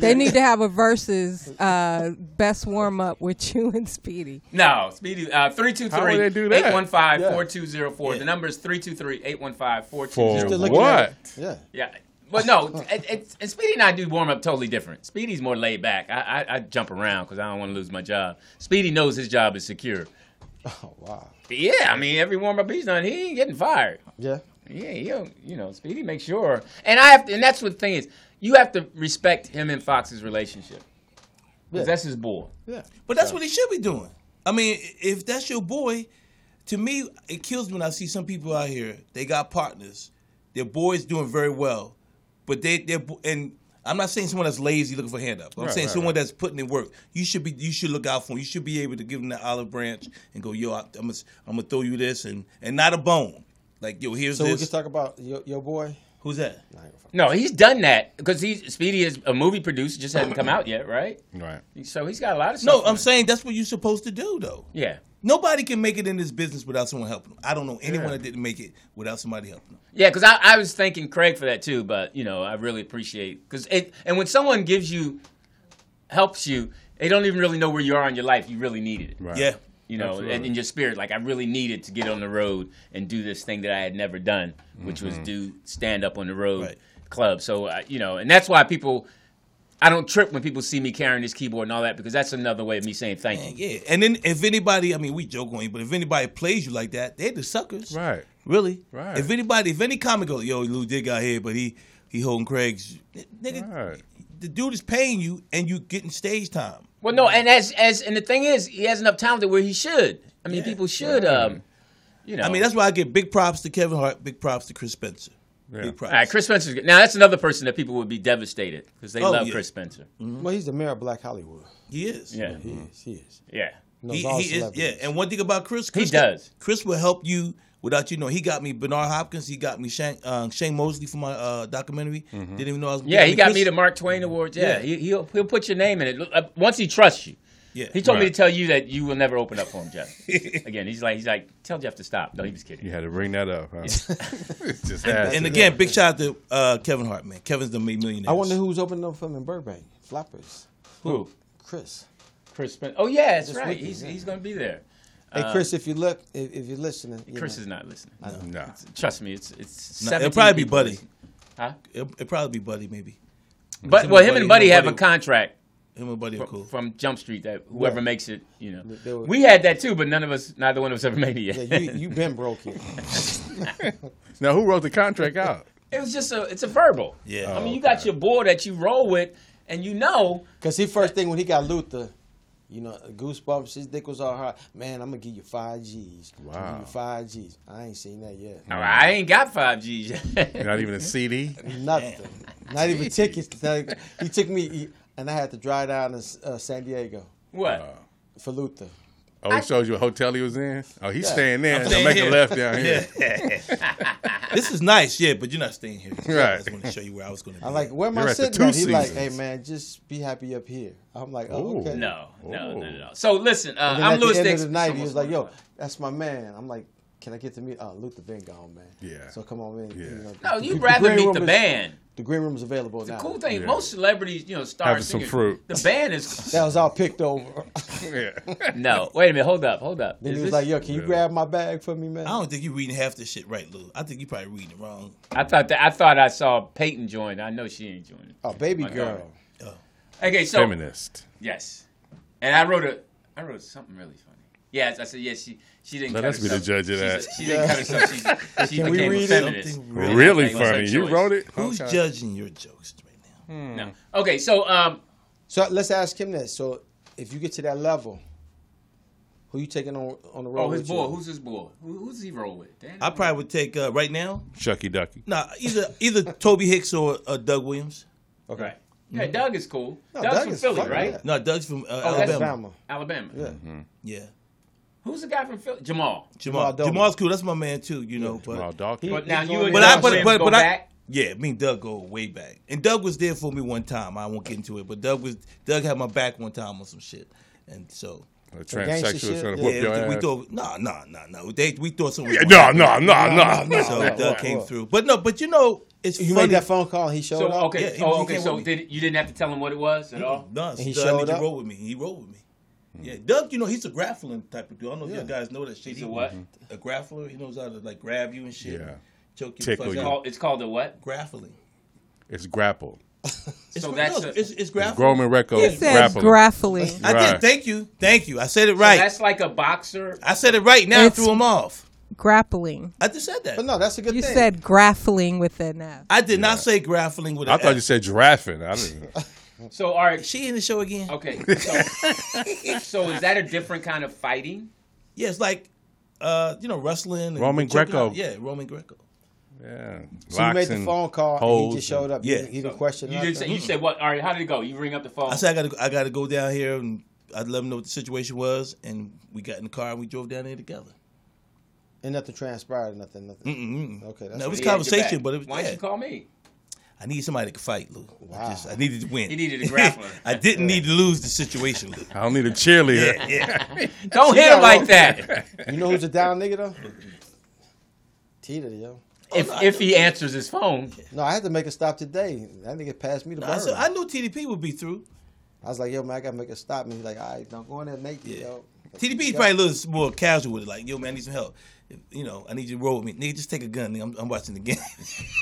F: They need to have a versus uh, best warm up with you and Speedy.
B: No, Speedy, uh, 323
C: How would they do that?
B: 815
A: Yeah.
B: 4204. The number is 323 815
C: For
B: 4204.
C: what?
D: Yeah.
B: Yeah. But no, it, it's and Speedy and I do warm up totally different. Speedy's more laid back. I, I, I jump around because I don't want to lose my job. Speedy knows his job is secure.
D: Oh wow.
B: Yeah, I mean, every warm up he's done, he ain't getting fired.
D: Yeah.
B: Yeah, he'll you know, Speedy make sure. And I have to, and that's what the thing is. You have to respect him and Fox's relationship. 'Cause
D: Yeah.
B: that's his boy.
D: Yeah.
A: But that's what he should be doing. I mean, if that's your boy, to me, it kills me when I see some people out here. They got partners. Their boy's doing very well, but they they are and I'm not saying someone that's lazy looking for a hand up. I'm
C: Right,
A: saying
C: right,
A: someone
C: right.
A: that's putting in work. You should be you should look out for him. You should be able to give him the olive branch and go, yo, I, I'm gonna I'm gonna throw you this and and not a bone. Like yo, here's
D: So we
A: this.
D: can talk about your, your boy.
A: Who's that?
B: No, he's done that because he's Speedy is a movie producer, just hasn't come out yet, right?
C: Right.
B: So he's got a lot of stuff.
A: No, I'm
B: going.
A: saying that's what you're supposed to do though.
B: Yeah.
A: Nobody can make it in this business without someone helping them. I don't know anyone that didn't make it without somebody helping them.
B: Yeah, because I, I was thanking Craig for that too, but you know, I really appreciate because it and when someone gives you helps you, they don't even really know where you are in your life. You really needed it.
C: Right.
A: Yeah.
B: you know, and
C: Absolutely.
B: in your spirit. Like I really needed to get on the road and do this thing that I had never done, which was do stand up on the road
A: Mm-hmm. Right.
B: club. So I, you know, and that's why people. I don't trip when people see me carrying this keyboard and all that because that's another way of me saying thank you.
A: Yeah, and then if anybody, I mean, we joke on you, but if anybody plays you like that, they're the suckers.
C: Right.
A: Really.
C: Right.
A: If anybody, if any comic goes, yo, Lou Dick got here, but he He holding Craig's. Nigga,
C: Right.
A: the dude is paying you, and you getting stage time.
B: Well, no, and as as and the thing is, he has enough talent to where he should. I mean,
A: Yeah.
B: people should. Um, you know,
A: I mean, that's why I get big props to Kevin Hart, big props to Chris Spencer.
C: Yeah.
A: Big props.
B: All right, Chris Spencer's good. Now that's another person that people would be devastated because they
A: Oh,
B: love
A: yeah.
B: Chris Spencer.
D: Mm-hmm. Well, he's the mayor of Black Hollywood.
A: He is.
B: Yeah,
D: He is. He is.
B: yeah.
D: He knows
A: He,
D: all
A: he is. Yeah.
D: celebrities.
A: And one thing about Chris,
B: He
A: Chris
B: does.
A: Chris will help you without you knowing. He got me Bernard Hopkins. He got me Shane, uh, Shane Mosley for my uh, documentary.
C: Mm-hmm.
A: Didn't even know I was.
B: Yeah,
A: I
B: he
A: mean,
B: got
A: Chris-
B: me the Mark Twain Award. Yeah,
A: Yeah.
B: He, he'll he'll put your name in it Look, uh, once he trusts you.
A: Yeah.
B: He told me
C: Right.
B: to tell you that you will never open up for him, Jeff. Again, he's like he's like tell Jeff to stop. No, he was kidding.
C: You had to bring that up. Huh? Just ask.
A: and
C: it.
A: again, big shout out to uh, Kevin Hart, man. Kevin's the made millionaires.
D: I wonder who's opening up for him in Burbank. Flappers.
B: Who?
D: Chris.
B: Chris Spencer. Oh yeah, that's
D: This
B: right.
D: weekend,
B: He's
D: yeah.
B: he's gonna be there.
D: Hey, Chris, if you look, if, if you're listening, you
B: Chris
D: know,
B: is not listening.
C: Nah.
B: Trust me, it's it's.
A: No, it'll
B: 17
A: probably be
B: people
A: Buddy.
B: listening. Huh?
A: It'll, it'll probably be Buddy, maybe.
B: But well, him
A: Buddy-
B: and Buddy have a
A: Buddy-
B: contract.
A: Him and Buddy are
B: from,
A: cool.
B: from Jump Street that whoever
D: Yeah.
B: makes it, you know.
D: They were-
B: we had that too, but none of us, neither one of us ever made it yet.
D: Yeah, you you been broke here.
C: Now, who wrote the contract out? Oh,
B: it was just a, it's a verbal.
A: Yeah.
B: I mean, you got your boy that you roll with, and you know,
D: Cause he first thing when he got Luther, you know, goosebumps. His dick was all hard. Man, I'm gonna give you five G's. I'm gonna give
C: Wow.
D: you five G's. I ain't seen that yet.
B: "All right, I ain't got five Gs. yet."
C: Not even a CD.
D: Nothing. Not even tickets. Not even- he took me, he- and I had to drive down to uh, San Diego
B: what?
C: Uh,
D: for Luther.
C: Oh, he showed you a hotel he was in. Oh, he's
D: Yeah.
C: staying there.
A: staying
C: Now make a
A: here.
C: left down here.
A: Yeah. this is nice, yeah, but you're not staying here. I
C: Right.
A: just want to show you where I was going to be.
D: I'm like, where am
C: You're
D: I
C: at the
D: sitting?
C: two
D: at? He like, hey
C: seasons.
D: man, just be happy up here. I'm like,
C: Ooh.
D: oh okay.
B: no, no, no,
C: Ooh.
B: no. So listen, uh,
D: And
B: I'm
D: at the
B: Louis
D: end
B: Dix.
D: of the night, he was like, yo, that's my man. I'm like, can I get to meet? Oh, Luther been gone, man.
C: Yeah.
D: So come on in.
C: Yeah.
D: You know,
B: no,
D: the-
B: you'd
D: the
B: rather
D: green
B: meet
D: room
B: the
D: is-
B: band.
D: The green room's available now.
B: Cool thing.
C: Yeah.
B: Most celebrities, you know, star
C: Having some
B: singers.
C: fruit.
B: The band is
D: That was all picked over.
C: Yeah.
B: no. Wait a minute. Hold up. Hold up.
D: then
B: Is
D: he was
B: this-
D: like, yo, can you
C: Yeah.
D: grab my bag for me, man?
A: I don't think you're reading half this shit right, Lou. I think you're probably reading it wrong.
B: I thought that I thought I saw Peyton join. I know she ain't joining.
D: Oh, baby
B: My
D: girl.
B: daughter. Oh. Okay, so
C: Feminist.
B: yes, and I wrote a I wrote something really funny. Yes, I said yes. She she didn't.
C: Let
B: cut
C: us be the
B: herself.
C: judge of
B: She's
C: that.
B: a- she didn't cut herself. She, she
D: Can we
B: became a
D: read it?
B: feminist.
A: Something
C: Really,
B: It was her
C: funny. You
B: choice. Mm-hmm.
C: wrote it.
A: Who's
C: Okay.
A: judging your jokes right now?
B: No. Okay, so um,
D: So let's ask him this. So if you get to that level, who you taking on on the road?
B: oh, his
D: with
B: boy.
D: you?
B: Who's his boy? Who, who's he roll with? Dan?
A: I probably would take uh, right now.
C: Chucky Ducky.
A: Nah, either either Toby Hicks or uh, Doug Williams.
D: okay.
B: right. Yeah, Doug is cool.
D: No,
B: Doug's
D: Doug
B: from
D: is
B: Philly,
D: fun,
B: right?
D: yeah.
A: No, Doug's from uh,
B: Oh, that's-
A: Alabama.
D: Alabama.
B: Alabama.
D: Yeah.
A: Yeah,
B: Who's the guy from Philly? Jamal.
A: Jamal.
D: Jamal Dolan.
A: Jamal's cool. That's my man too. You know, but
C: Wow, dog.
D: He-
B: But now
D: he's
B: you
D: going
B: and
D: to-
A: but
B: Doug
A: I but
B: Williams
A: but,
B: go
A: but I
B: back.
A: yeah, me and Doug go way back. And Doug was there for me one time. I won't get into it, but Doug was Doug had my back one time on some shit, and so.
C: A
D: gangster
C: transsexual's
D: shit.
C: gonna
D: Yeah,
C: whoop
A: yeah,
C: your
A: we
C: ass.
A: thought no, no, no, no. They we thought something. was
C: Yeah,
A: going
C: no,
A: on.
C: no, no, no, no.
A: So
D: no,
A: Doug
D: no,
A: came
D: no.
A: through, but no, but you know, it's
D: He
A: funny.
D: made that phone call. And he showed
B: So
D: up.
B: okay,
A: Yeah, he-
B: oh,
A: he
B: okay.
A: came
B: So
A: with me.
B: did, you didn't have to tell him what it was at all.
A: No, he
D: he
A: Doug,
D: showed
A: showed
D: up?
A: rolled with me. He rolled with me. Yeah, Doug, you know, he's a grappling type of dude. I don't know if
D: Yeah.
A: you guys know that shit.
B: He's a what?
A: A grappler. He knows how to like grab you and shit.
C: Yeah.
A: Choke you.
C: Tickle
A: fuck
C: you.
A: out.
B: Called- It's called a what?
A: Grappling.
C: It's grapple.
A: It's
B: So
A: what-
B: that's
A: no,
B: a-
A: it's, it's grappling.
C: Groman Reco.
F: He said
C: grappling.
F: grappling.
A: I
C: Right.
A: did. Thank you. Thank you. I said it
B: So
A: right.
B: that's like a boxer.
A: I said it right. Now I
F: It's-
A: threw him off.
F: Grappling.
A: I just said that.
D: But no, that's a good
F: You
D: thing.
F: said grappling with an F.
A: I did not say grappling with.
C: I
A: an
C: thought
A: F.
C: you said giraffing. I didn't.
B: So all right,
A: She in the show again?
B: okay. So, so is that a different kind of fighting?
A: Yeah, it's like, uh, you know, wrestling. And
C: Roman
A: choking
C: Greco.
A: out. Yeah, Roman Greco.
C: Yeah.
D: So you made the
C: Boxing,
D: phone call. and
C: holds,
D: He just showed up.
A: Yeah.
D: He, he didn't question
B: You didn't say. You said what? All right. How did it go? You ring up the phone.
A: I said I gotta I gotta go down here and I let him know what the situation was and we got in the car and we drove down there together.
D: and nothing transpired. Nothing. Nothing.
A: Mm-mm.
D: Okay, that's
A: No, it was
B: Yeah,
A: conversation,
B: you're back.
A: but it was.
B: Why
A: yeah.
B: don't you call me?
A: I need somebody that can fight, Lou. I
D: Wow.
A: just I needed to win.
B: He needed a grappler.
A: I didn't need to lose the situation, Lou.
C: I don't need a cheerleader.
B: Don't hit him
D: got
B: like
D: one.
B: that.
D: You know who's a down nigga though? Tita, yo.
B: if
A: Oh,
B: if he answers his phone,
D: No, I had to make a stop today. That nigga passed me the
A: I,
D: bird.
A: said, I knew TDP would be through.
D: I was like, yo, man, I gotta make a stop. And he's like, all right, don't go in there naked,
A: Yeah.
D: yo.
A: TDP is
D: Yo.
A: probably a little more casual with it, like, yo, man, I need some help. You know, I need you to roll with me. Nigga, just take a gun. Nigga. I'm, I'm watching the game.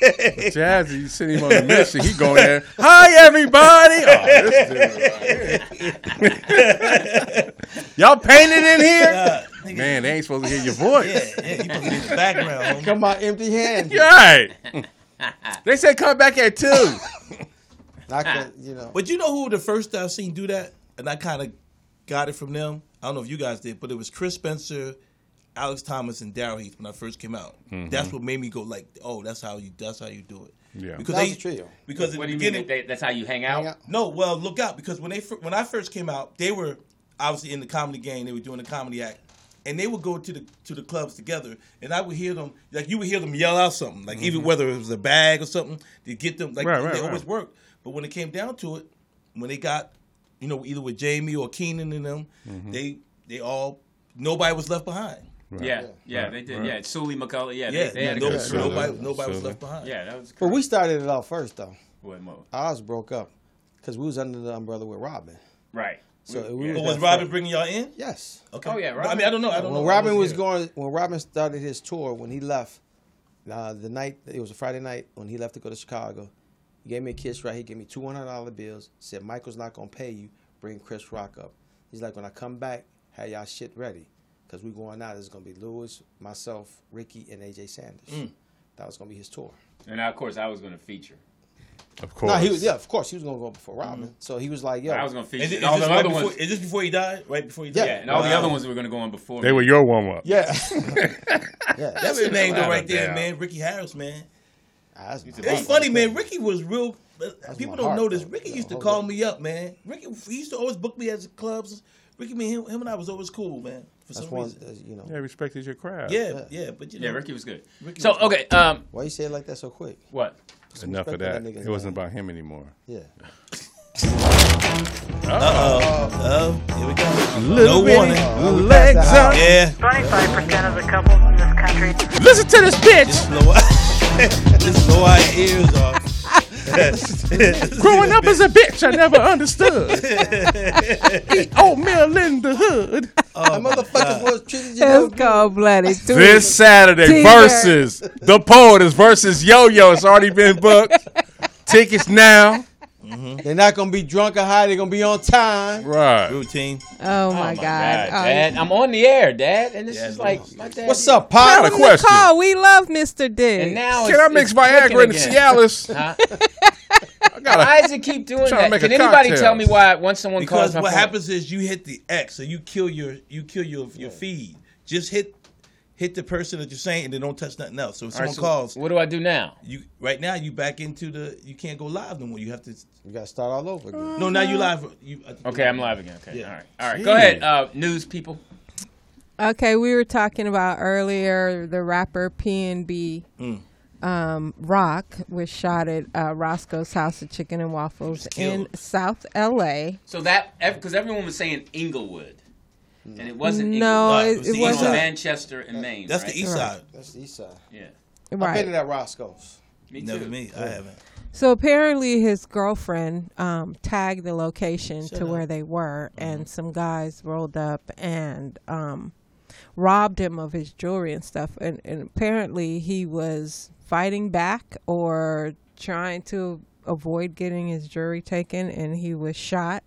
C: Jazzy, you send him on a mission. He going there. Hi everybody. Oh, this dude right here. Y'all painted in here?
A: Uh, nigga,
C: Man, they ain't supposed to hear your
A: yeah,
C: voice.
A: yeah, you supposed to be in the background. homie.
D: Come out empty handed.
C: You're right. They said come back at two.
D: I could, you know.
A: But you know who the first I've seen do that, and I kind of got it from them. I don't know if you guys did, but it was Chris Spencer, Alex Thomas, and Daryl Heath when I first came out.
C: Mm-hmm.
A: That's what made me go like, "Oh, that's how you. That's how you do it."
C: Yeah.
A: because
D: That
A: they
D: was a trio.
A: Because in
B: What do
A: the
B: you mean?
A: beginning,
B: that they- that's how you hang out?
D: Hang out.
A: no, well, look out because when they fir- when I first came out, they were obviously in the comedy game. They were doing the comedy act, and they would go to the to the clubs together. And I would hear them like you would hear them yell out something, like even whether it was a bag or something to get them. Like
C: Mm-hmm. Right, right,
A: they
C: right.
A: always worked. But when it came down to it, when they got you know either with Jamie or Keenan and them, they they all nobody was left behind.
B: Yeah, yeah,
C: Mm-hmm. Right,
B: they did.
C: right.
B: Yeah, Sully McCullough. Yeah,
A: Yeah,
B: they, they had a
A: no- nobody
B: good
C: crew.
A: nobody,
C: Absolutely.
A: was left
C: Absolutely.
A: behind.
B: Yeah, that was.
D: But
B: correct.
D: we started it off first though.
B: What mo-
D: Ours broke up because we was under the umbrella with Robin.
B: right.
D: So
B: We-
D: it was-
B: yeah.
A: But was Robin bringing y'all in?
D: Yes.
A: Okay.
B: Oh, yeah,
A: I
B: Robin-
A: mean, I don't know. I don't know.
D: When
A: I
D: Robin was
A: here.
D: going, when Robin started his tour, when he left, uh, the night it was a Friday night when he left to go to Chicago, he gave me a kiss right. He gave me two one hundred dollar bills. Said Michael's not gonna pay you. Bring Chris Rock up. He's like, when I come back, have y'all shit ready, cause we going out. It's gonna be Lewis, myself, Ricky, and AJ Sanders.
A: Mm.
D: That was gonna be his tour.
B: And of course, I was going to feature.
C: Of course.
D: No, he was yeah, of course he was gonna go before Robin.
A: Mm.
D: So he was like, yo,
B: I was going to feature.
A: Is, it, is,
B: all
A: this
B: the
A: right
B: other
A: before,
B: ones.
A: is this before he died? Right before he
D: Yeah.
A: died? Uh,
B: yeah, and all the
A: Wow.
B: other ones were going to go on before.
C: They
B: me.
C: were your warm up.
D: yeah, yeah.
A: That's the name though,
C: Without
A: right
C: a
A: there,
C: doubt.
A: man. Ricky Harris, man.
D: That's
B: He's a
D: my-
A: That's
B: Hey.
A: funny, man. Ricky was real. uh, people
D: my
A: don't
D: heart,
A: know this.
D: though.
A: Ricky
D: Yeah,
A: used to
D: hold
A: call
D: up.
A: me up, man. Ricky he used to always book me at the clubs. Ricky, me, him, him and I was always cool, man. For
D: That's
A: some
D: one,
A: reason.
D: uh, you know.
C: Yeah, respected your craft.
A: Yeah, yeah, but you know,
B: Yeah, Ricky was good.
A: Ricky
B: so
A: was good.
B: okay, um,
D: Why you say it like that so quick?
B: what?
C: Enough of
D: Respect
C: that.
D: that nigga's
C: It wasn't about him anymore.
D: Yeah.
A: Oh, here we go.
C: Little
A: no warning.
C: legs up.
A: Yeah,
H: 25% of the couples in this country
C: Listen to this bitch.
A: blow just blow our ears off.
C: Growing up as a bitch, I never understood. Eat oatmeal in the hood.
D: that motherfucker was treated you
F: It's
D: know,
F: cold blooded.
C: This Saturday
F: T-shirt.
C: versus the poet is versus Yo Oh, Yo. It's already been booked. Tickets now.
D: Mm-hmm. They're not gonna be drunk or high. They're gonna be on time.
C: Right.
A: Routine.
F: Oh my, God. Oh,
B: Dad, I'm on the air, Dad, and this
A: Yeah,
B: is
A: no,
B: like my dad.
D: What's up,
C: I
D: pop?
C: got a
F: Give him the
C: question.
F: call. We love Mr. Diggs.
B: And now
C: Can I
B: it's-
C: mix
B: it's clicking
C: Viagra and
B: again.
C: Cialis?
B: Huh?
C: I got
B: Why
C: a
B: does it keep doing
C: Trying to
B: that?
C: make
B: Can
C: a
B: anybody
C: cocktail.
B: tell me why once someone
A: Because
B: calls my
A: what
B: phone-
A: happens is you hit the X, so you kill your you kill your your feed. Just hit hit the person that you're saying, and then don't touch nothing else. So if
B: All
A: someone
B: right, so
A: calls,
B: What do I do now?
A: you right now you back into the you can't go live no more. You have to
D: You gotta start all over again.
A: no now you live. You, I think-
B: Okay, I'm live again. Okay,
A: Yeah.
B: all right, all right. Go ahead, uh, news people.
F: Okay, we were talking about earlier the rapper PNB um, Rock was shot at uh, Roscoe's House of Chicken and Waffles in
A: killed.
F: South LA.
B: So that because everyone was saying Inglewood, and it wasn't.
F: No,
A: Nah,
B: Inglewood.
F: it, it
A: it was the
B: It was
A: East
F: wasn't.
A: Side.
B: Manchester and Maine.
A: That's
B: right?
A: the east side.
D: That's the east side.
B: Yeah,
D: I've been to
F: Right.
D: that Roscoe's.
B: me
A: Never
B: too.
A: me. I haven't.
F: So apparently, his girlfriend um, tagged the location to
A: up.
F: where they were, and some guys rolled up and um, robbed him of his jewelry and stuff. And, and apparently, he was fighting back or trying to avoid getting his jewelry taken, and he was shot,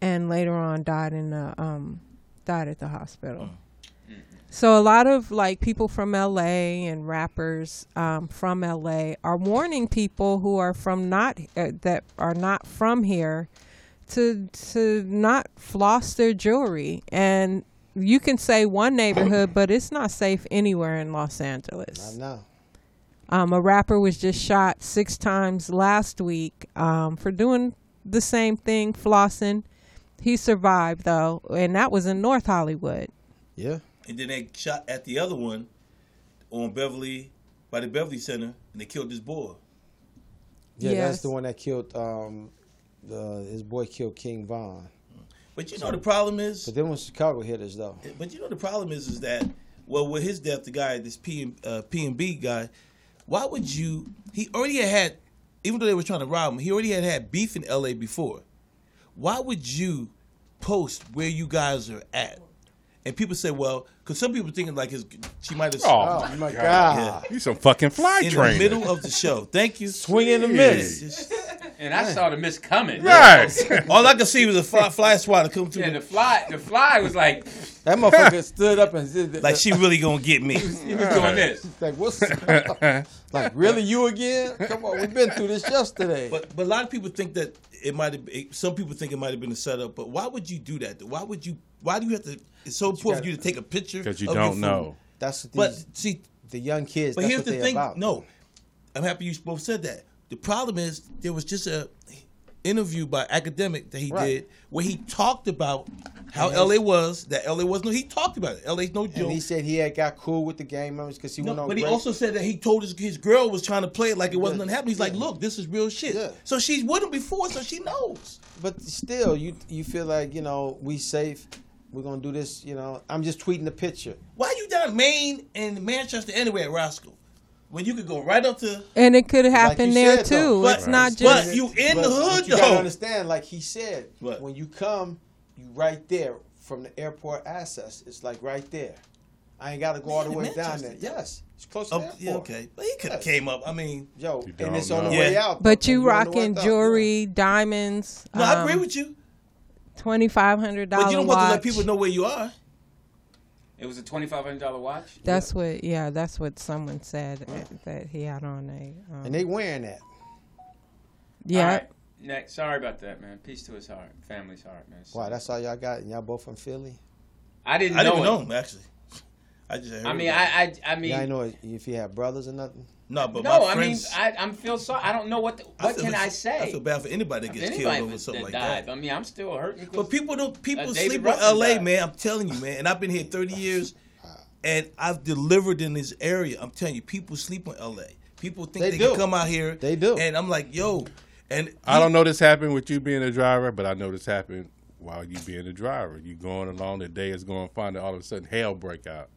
F: and later on died in the um, died at the hospital. So a lot of like people from LA and rappers um, from LA are warning people who are from not uh, that are not from here to to not floss their jewelry and you can say one neighborhood but it's not safe anywhere in Los
D: Not
F: Angeles.
D: now.
F: Um, a rapper was just shot six times last week um, for doing the same thing flossing. He survived though and that was in North Hollywood.
D: Yeah.
A: And then they shot at the other one on Beverly by the Beverly Center, and they killed this boy.
D: Yeah,
F: Yes.
D: that's the one that killed um, the, his boy killed King Von.
A: But you know the problem is
D: But then when Chicago hit us though,
A: But you know the problem is is that well with his death the guy this P and uh, P and B guy, why would you? He already had had even though they were trying to rob him, he already had had beef in L.A. before. Why would you post where you guys are at? And people say, well, because some people thinking like his she might have
C: Oh,
D: my God,
C: you some fucking fly
A: in
C: train.
A: the middle of the show. Thank you.
D: swing and a miss.
A: Yeah, just-
B: And I saw the miss coming.
C: Right.
A: all I could see was a fly, fly swatter come through.
B: Yeah,
A: the-
B: the fly, the fly was like,
D: That motherfucker stood up and said,
A: Like she really gonna get me.
B: He was doing this.
D: like what's like really you again? Come on, we've been through this yesterday.
A: But but a lot of people think that it might have. it- Some people think it might have been a setup. But why would you do that? Why would you? Why do you have to? It's so important for you to take a picture
C: because you
A: of your
C: don't
A: food.
C: know.
D: that's what
A: But
D: these,
A: see,
D: the young kids.
A: but
D: that's
A: here's
D: what
A: the
D: they
A: thing.
D: About.
A: No, I'm happy you both said that. The problem is there was just a interview by academic that he
D: Right.
A: did where he talked about how LA was. That LA was no. He talked about it. LA's no
D: and
A: joke.
D: he said he had got cool with the gang members because he
A: No,
D: went on.
A: but he
D: break.
A: also said that he told his, his girl was trying to play it like it wasn't nothing happening. He's like, look, this is real shit.
D: Yeah.
A: So she's with him before, so she knows.
D: but still, you you feel like you know we safe. We're gonna do this. You know, I'm just tweeting the picture.
A: Why you down Maine and Manchester anywhere at Roscoe when you could go right up to?
F: And it could
D: Like
F: happen
D: you
F: there
D: said,
F: too.
D: though.
A: But-
F: it's not
A: but
F: just
A: you in the hood
D: but you gotta
A: though.
D: understand, like he said,
A: What?
D: when you come, you right there from the airport access. It's like right there. I ain't gotta go all the
A: Man,
D: way down there.
A: Manchester.
D: Yes, it's close to the
A: Oh,
D: airport.
A: yeah, okay, but he could have
D: Yes.
A: came up. I mean,
D: Yo,
C: You
D: and it's
C: don't
D: on the
A: know.
D: way
A: Yeah.
D: out.
F: but
D: though,
F: you
D: and you're on the way
F: rocking
D: out.
F: jewelry, diamonds.
A: no, I agree with you,
F: Twenty five hundred dollars.
A: but you don't want to let people know where you are.
B: It was a twenty-five hundred dollar watch.
F: That's what, yeah, that's what someone said that- that he had on a. Um,
D: And they wearing that.
F: yeah,
B: All right, Next. Sorry about that, man. Peace to his heart, family's heart, man.
D: Wow, that's all y'all got, and y'all both from Philly.
B: I didn't
A: I
B: know.
A: didn't
B: it.
A: know him actually. I just heard
B: I mean,
A: about it.
B: I, I, I mean,
D: Y'all ain't know if you have brothers or nothing.
A: no, but
B: no,
A: my
B: I mean,
A: friends.
B: I, I'm feel sorry. I don't know what. The, what
A: feel
B: can
A: it's-
B: I say?
A: I feel bad for anybody that
B: If
A: gets
B: anybody
A: killed over
B: was-
A: something like
B: that died,
A: that.
B: I mean, I'm still hurt. because-
A: But people don't. People
B: David
A: sleep with
B: Ruffin
A: L.A.
B: died.
A: Man, I'm telling you, man. And I've been here 30 years, and I've delivered in this area. I'm telling you, people sleep on L.A. People think
D: They
A: they, can
D: do.
A: come out here.
D: They do.
A: And I'm like, yo, and
C: I don't know this happened with you being a driver, but I know this happened while you being a driver. You going along, the day is going fine, and all of a sudden hell break out,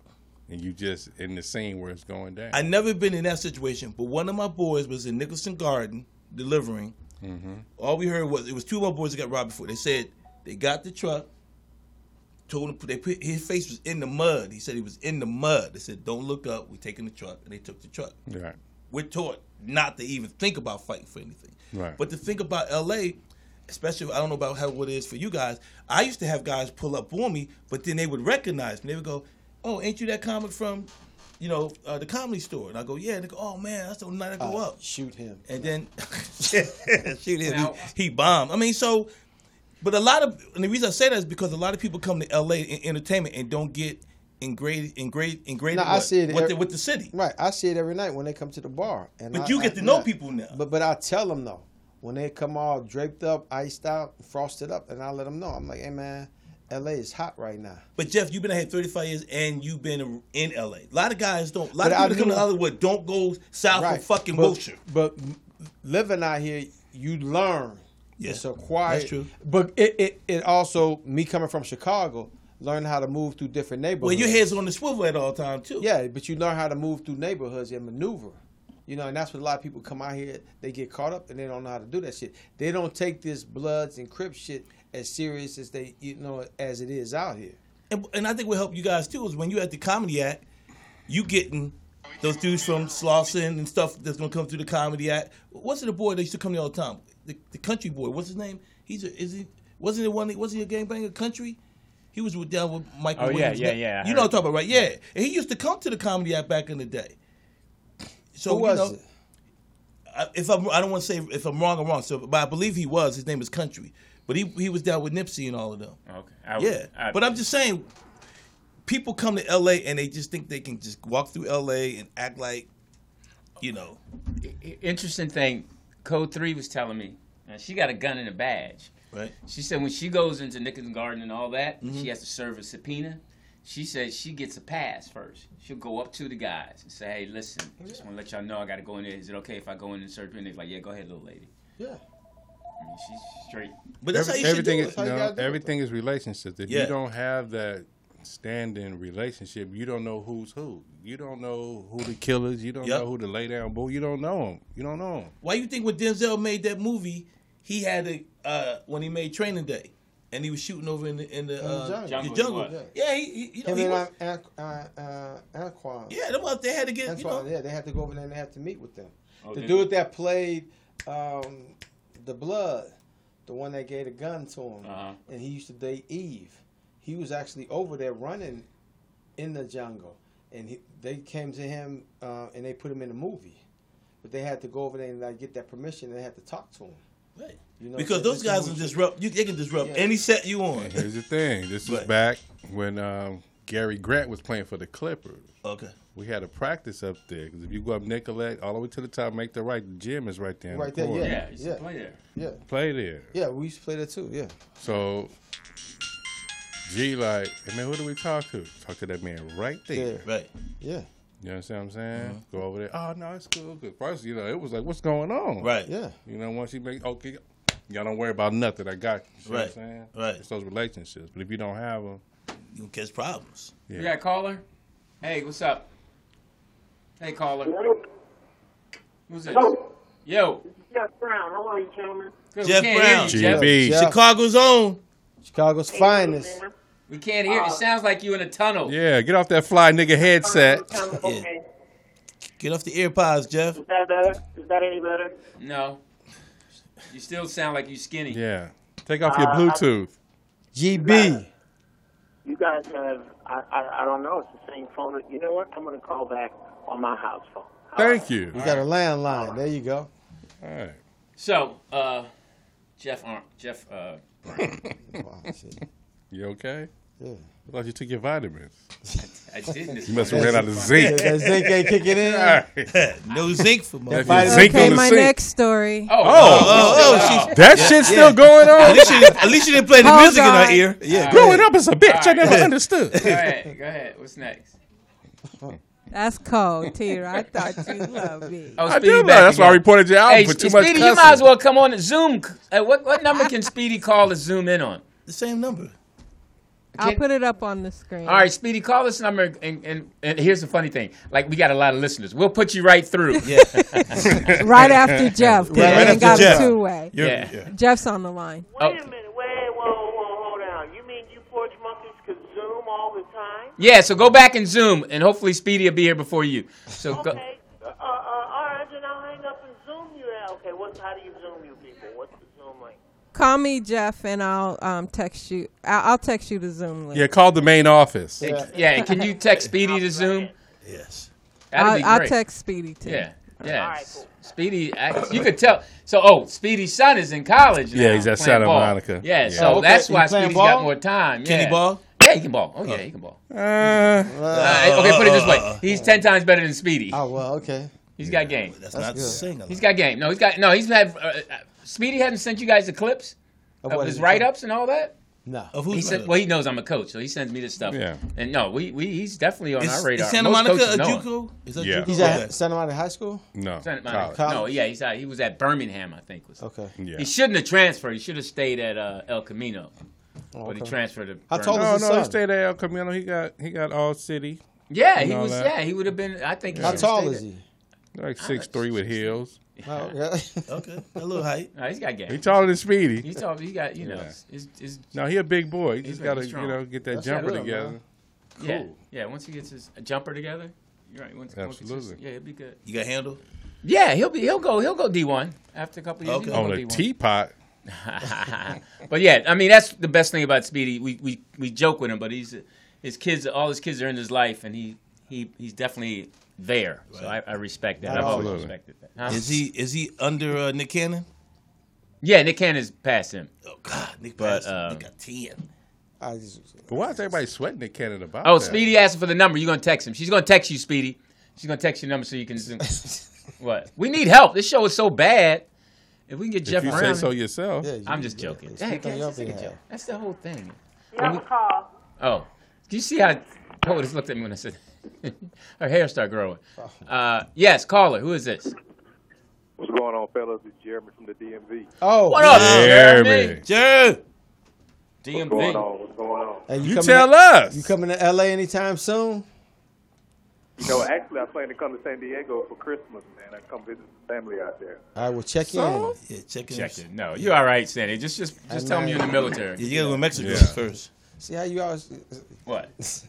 C: and you just in the scene where it's going down.
A: I never been in that situation, but one of my boys was in Nicholson Garden delivering.
C: Mm-hmm.
A: All we heard was it was two of my boys that got robbed before. They said they got the truck, told him they put his face was in the mud. He said he was in the mud. They said, "Don't look up. We're taking the truck," and they took the truck.
C: right.
A: We're taught not to even think about fighting for anything.
C: Right.
A: But to think about LA, especially I don't know about how what it is for you guys. I used to have guys pull up on me, but then they would recognize me. They would go, "Oh, ain't you that comic from, you know, uh, the comedy store?" And I go, "Yeah." And they go, "Oh man, that's the night I go up."
D: Uh, Shoot him.
A: And then shoot him.
B: Now-
A: He, he bombed. I mean, so. But a lot of and the reason I say that is because a lot of people come to LA in entertainment and don't get ingrained, ingrained, ingrained
D: No, I see it
A: with,
D: every-
A: the, with the city.
D: Right, I see it every night when they come to the bar. And
A: But
D: I-
A: you
D: I-
A: get to know
D: yeah.
A: people now.
D: But but I tell them though, when they come all draped up, iced out, frosted up, and I let them know, I'm like, hey man, L.A. is hot right now.
A: But Jeff, you've been out here 35 years and you've been in LA. A lot of guys don't. A lot
D: But I
A: of people that come to
D: knew-
A: Hollywood don't go south
D: right,
A: of fucking
D: but,
A: Wilshire.
D: But living out here, you learn.
A: Yeah,
D: It's a quiet.
A: that's true.
D: But it, it it also me coming from Chicago, learn how to move through different
A: Well,
D: neighborhoods.
A: your head's on the swivel at all time too.
D: Yeah, but you learn how to move through neighborhoods and maneuver. You know, and that's what a lot of people come out here, they get caught up and they don't know how to do that shit. They don't take this bloods and crip shit as serious as they you know as it is out here.
A: And, and I think what helped you guys too is when you at the Comedy Act, you getting those dudes from Slauson and stuff that's gonna come through the Comedy Act. What's the boy that used to come there all the time? The, the country boy. What's his name? He's a, is he? Wasn't it one? Wasn't he a gangbanger? Country. He was with down with Michael.
B: Oh, yeah,
A: Williams.
B: yeah, yeah, I
A: You know what I'm
B: heard.
A: talking about, right? Yeah. And he used to come to the Comedy Act back in the day. So
D: Who
A: you
D: was
A: know,
D: it?
A: I- if I'm, I don't want to say if I'm wrong or wrong, so but I believe he was. His name is Country, but he he was down with Nipsey and all of them.
B: okay. I,
A: Yeah,
B: I-
A: but I'm just saying, people come to L.A. and they just think they can just walk through L.A. and act like, you know,
B: I- Interesting thing. Code three was telling me, and she got a gun and a badge.
A: right? Mm-hmm.
B: She said when she goes into Nicholson Garden and all that, she has to serve a subpoena. She said she gets a pass first. She'll go up to the guys and say, "Hey, listen,
A: Oh,
B: just want to let y'all know I got to go in there. Is it okay if I go in and serve?" And they're like, "Yeah, go ahead, little lady."
D: Yeah.
B: I mean, she's straight.
A: But that's
C: Every-
A: how you should
C: everything
A: do it.
C: is
D: That's how you
C: no,
D: gotta do it,
C: everything is relationships. If
A: Yeah.
C: you don't have that standing relationship, you don't know who's who. You don't know who the killers. You don't
A: Yep.
C: know who the lay down bull. You don't know them. You don't know them.
A: Why you think when Denzel made that movie, he had a uh, when he made Training Day, and he was shooting over in the in the, uh, jungle.
D: jungle.
B: Jungle,
A: The jungle.
B: yeah.
A: Yeah, he, he, you know,
D: Him
A: he
D: and
A: was,
D: uh, An- uh, uh, Anquan.
A: yeah, them up they had to get
D: That's
A: you
D: why,
A: know.
D: yeah, they had to go over there and they had to meet with them.
B: Oh,
D: the
B: did
D: dude that played um, the blood, the one that gave the gun to him,
B: Uh-huh.
D: and he used to date Eve. he was actually over there running in the jungle, and he, they came to him uh, and they put him in a movie, but they had to go over there and like get that permission. They had to talk to him.
A: Right.
D: You know,
A: because
D: that-
A: those
D: that's
A: guys
D: the
A: will
D: movie.
A: disrupt. You, they can disrupt
D: Yeah.
A: any set you on.
C: Here's the thing. This is
A: Right.
C: back when um, Gary Grant was playing for the Clippers.
A: Okay.
C: We had a practice up there because if you go up Nicollet all the way to the top, make the right, the gym is right there. in the
D: Right there,
C: corner.
B: Yeah, you should
D: Yeah.
B: play there.
D: Yeah,
C: Play there.
D: yeah, we used to play that too. Yeah,
C: So G like, hey, man, who do we talk to? Talk to that man right there.
D: yeah,
A: Right. Mm-hmm.
D: yeah,
C: You know what I'm saying? Go over there. Oh no, it's cool. Cause first, you know, it was like, what's going on?
A: Right.
D: Oh, yeah.
C: You know, once you make okay, y'all don't worry about nothing. I got you. See
A: Right.
C: What I'm saying?
A: Right.
C: It's those relationships. But if you don't have them,
A: You can catch problems.
C: yeah.
B: You got a caller? Hey, what's up? Hey, caller. Who's this? Yo.
H: Jeff Brown, how are you, gentlemen?
B: Good,
A: Jeff
B: we can't
A: Brown.
B: hear you, Jeff.
C: GB.
D: Yeah.
A: Chicago's own.
D: Chicago's finest.
H: man.
B: We can't hear. It sounds like you in a tunnel.
C: Yeah, get off that fly nigga headset.
H: Okay.
A: Get off the earpods, Jeff.
H: Is that better? Is that any better?
B: No. You still sound like you skinny.
C: Yeah. Take off your Bluetooth.
D: GB.
H: You guys have, I, I, I don't know, it's the same phone. You know what? I'm going to call back on my house phone.
C: Thank you.
D: We got a landline. There you go.
C: All right.
B: So, uh, Jeff, Ar- Jeff, uh,
D: Wow, shit.
C: You okay?
D: Yeah.
C: I thought you took your vitamins.
B: I didn't.
C: You must have ran out of zinc.
D: That zinc ain't kicking in.
C: All right.
A: No zinc for my.
C: That
D: vitamin-
C: zinc
F: Okay,
C: on the
F: my
C: sink.
F: next story.
B: Oh,
A: Oh, oh, she's,
C: That shit's still going
A: at,
C: on.
A: least she didn't, at least she didn't play the
F: Hold
A: music in her
F: on.
A: ear. Yeah.
C: Growing up as a bitch, I never understood.
B: go ahead. Go ahead. What's next?
F: That's cold, Tira. I thought you loved me.
B: Oh,
C: I do know. That's why I reported your album
B: Hey,
C: for too
B: Speedy,
C: much
B: you might as
C: cussing.
B: well come on to Zoom. c- Uh, what, what number can Speedy call to Zoom in on?
A: The same number.
F: I'll put it up on the screen.
B: All right, Speedy, call this number. And, and, and here's the funny thing: like we got a lot of listeners. We'll put you right through.
A: Yeah.
F: Right after Jeff. 'cause
A: Right
F: we ain't
A: after
F: got
A: Jeff.
F: a two way.
A: You're-
B: Yeah.
F: Jeff's on the line.
B: Oh.
H: Wait a minute. Wait, whoa, whoa, hold on. You mean you porch monkeys could Zoom all the time?
B: Yeah, so go back and Zoom, and hopefully Speedy will be here before you. So go,
H: Okay. Uh, uh, all right, then I'll hang up and Zoom you out. Okay, what's, how do you Zoom you people? What's the Zoom like?
F: Call me Jeff, and I'll um, text you. I'll, I'll text you the Zoom link.
C: Yeah, call the main office.
B: yeah, and can you text Speedy to Zoom?
A: Yes.
B: That'd
F: I'll,
B: be
F: I'll
B: great.
F: text Speedy too.
B: Yeah, yeah.
H: All right, cool.
B: Speedy, I, you could tell. So, oh, Speedy's son is in college now.
C: Yeah, he's at
B: playing
C: Santa
B: ball.
C: Monica.
B: Yeah,
C: Yeah.
B: so
D: Oh, okay.
B: that's
D: He
B: why
D: playing
B: Speedy's
D: ball?
B: got more time.
A: Can he
B: yeah.
A: ball?
B: Yeah, he can ball. Oh, yeah, he can ball.
C: Uh,
B: Uh, okay, put it this way: he's ten times better than Speedy.
D: Oh well, okay.
B: He's got game.
A: That's, not
D: good.
A: singing.
B: He's got game. No, he's got no. He's had. Uh, uh, Speedy hadn't sent you guys the clips
D: Of
B: of
D: what
B: his
D: is it?
B: write ups and all that.
D: No.
A: Of
B: He
A: who's
B: said, well, he knows I'm a coach, so he sends me this stuff.
C: Yeah.
B: And no, we, we he's definitely on
A: is,
B: our radar.
A: is Santa
B: Most
A: Monica
B: coaches
A: a
B: know him.
A: JUCO? Is that
C: Yeah.
A: JUCO?
D: He's
A: Okay.
D: at Santa Monica High School.
C: no.
B: Santa Monica.
C: College.
B: No, yeah, he's at, he was at Birmingham, I think. Was
D: Okay.
C: Yeah.
B: He shouldn't have transferred. He should have stayed at uh, El Camino,
D: Oh,
B: but he
D: okay.
B: transferred to.
D: How tall
B: Birmingham.
C: No,
D: Who's his
C: no, he
D: son?
C: stayed at El Camino. He got he got all city.
B: Yeah, he
C: and all
B: was.
C: that.
B: Yeah, he would have been. I think.
D: How
B: should have
D: tall
B: stayed
D: is
B: at-
D: he?
C: Like six three with heels.
D: Oh, yeah.
A: Okay. A little height.
B: No, he's got game.
C: He taller than Speedy.
B: He's tall. He got you know.
C: Yeah.
B: His, his,
C: No, he a big boy. He
B: He's
C: just
B: very
C: gotta you
B: strong.
C: know get that
D: That's
C: jumper
D: good,
C: together.
D: man.
B: yeah,
C: Cool.
B: yeah. Once he gets his jumper together, you're right. Once, once it's-
C: Absolutely.
B: yeah, he'll be good.
A: You got handle?
B: Yeah, he'll be. He'll go. He'll go D one after a couple years.
A: Okay.
D: Oh.
B: he'll go
C: On a
B: D1.
C: teapot.
B: but yeah, I mean that's the best thing about Speedy. We we, we joke with him, but he's his kids. All his kids are in his life, and he he he's definitely there. So I, I respect that. I've always
C: Absolutely.
B: respected that. Huh?
A: Is he is he under uh, Nick Cannon?
B: Yeah, Nick Cannon's past him.
A: Oh God, Nick
B: But,
A: but, uh,
B: um,
A: Nick got ten.
D: I just,
C: But why is everybody sweating at Canada about
B: Oh,
C: that?
B: Speedy asked for the number. You're gonna text him. She's gonna text you, Speedy. She's gonna text your number so you can zoom. what? We need help. This show is so bad. If we can get
C: If
B: Jeff
C: you
B: Brown,
C: say so yourself.
D: yeah, you-
B: I'm just joking.
D: Speak
B: Hey,
D: on your
B: guys, it's like a
D: behalf.
B: joke. That's the whole thing.
H: You have a call.
B: Oh, do you see how POTUS looked at me when I said her hair started growing? Uh, yes, caller. Who is this?
I: What's going on, fellas? It's Jeremy from the DMV.
D: Oh,
B: What up,
A: Uh,
C: Jeremy.
B: Jeremy?
A: Jerry,
I: What's going
B: DMV.
I: on? What's going on?
D: Hey,
C: You
D: coming
C: tell
D: to,
C: us.
D: You coming to LA anytime soon?
I: You know, actually, I plan to come to San Diego for Christmas, man. I come visit the family out there.
D: I will check
C: So?
D: in.
A: yeah, check in. uh,
B: Check it. No, you all right, Sandy? Just, just, just tell me you're in the
A: Yeah,
B: military.
A: you gotta go to Mexico
C: Yeah.
A: first.
D: See how you always.
B: What?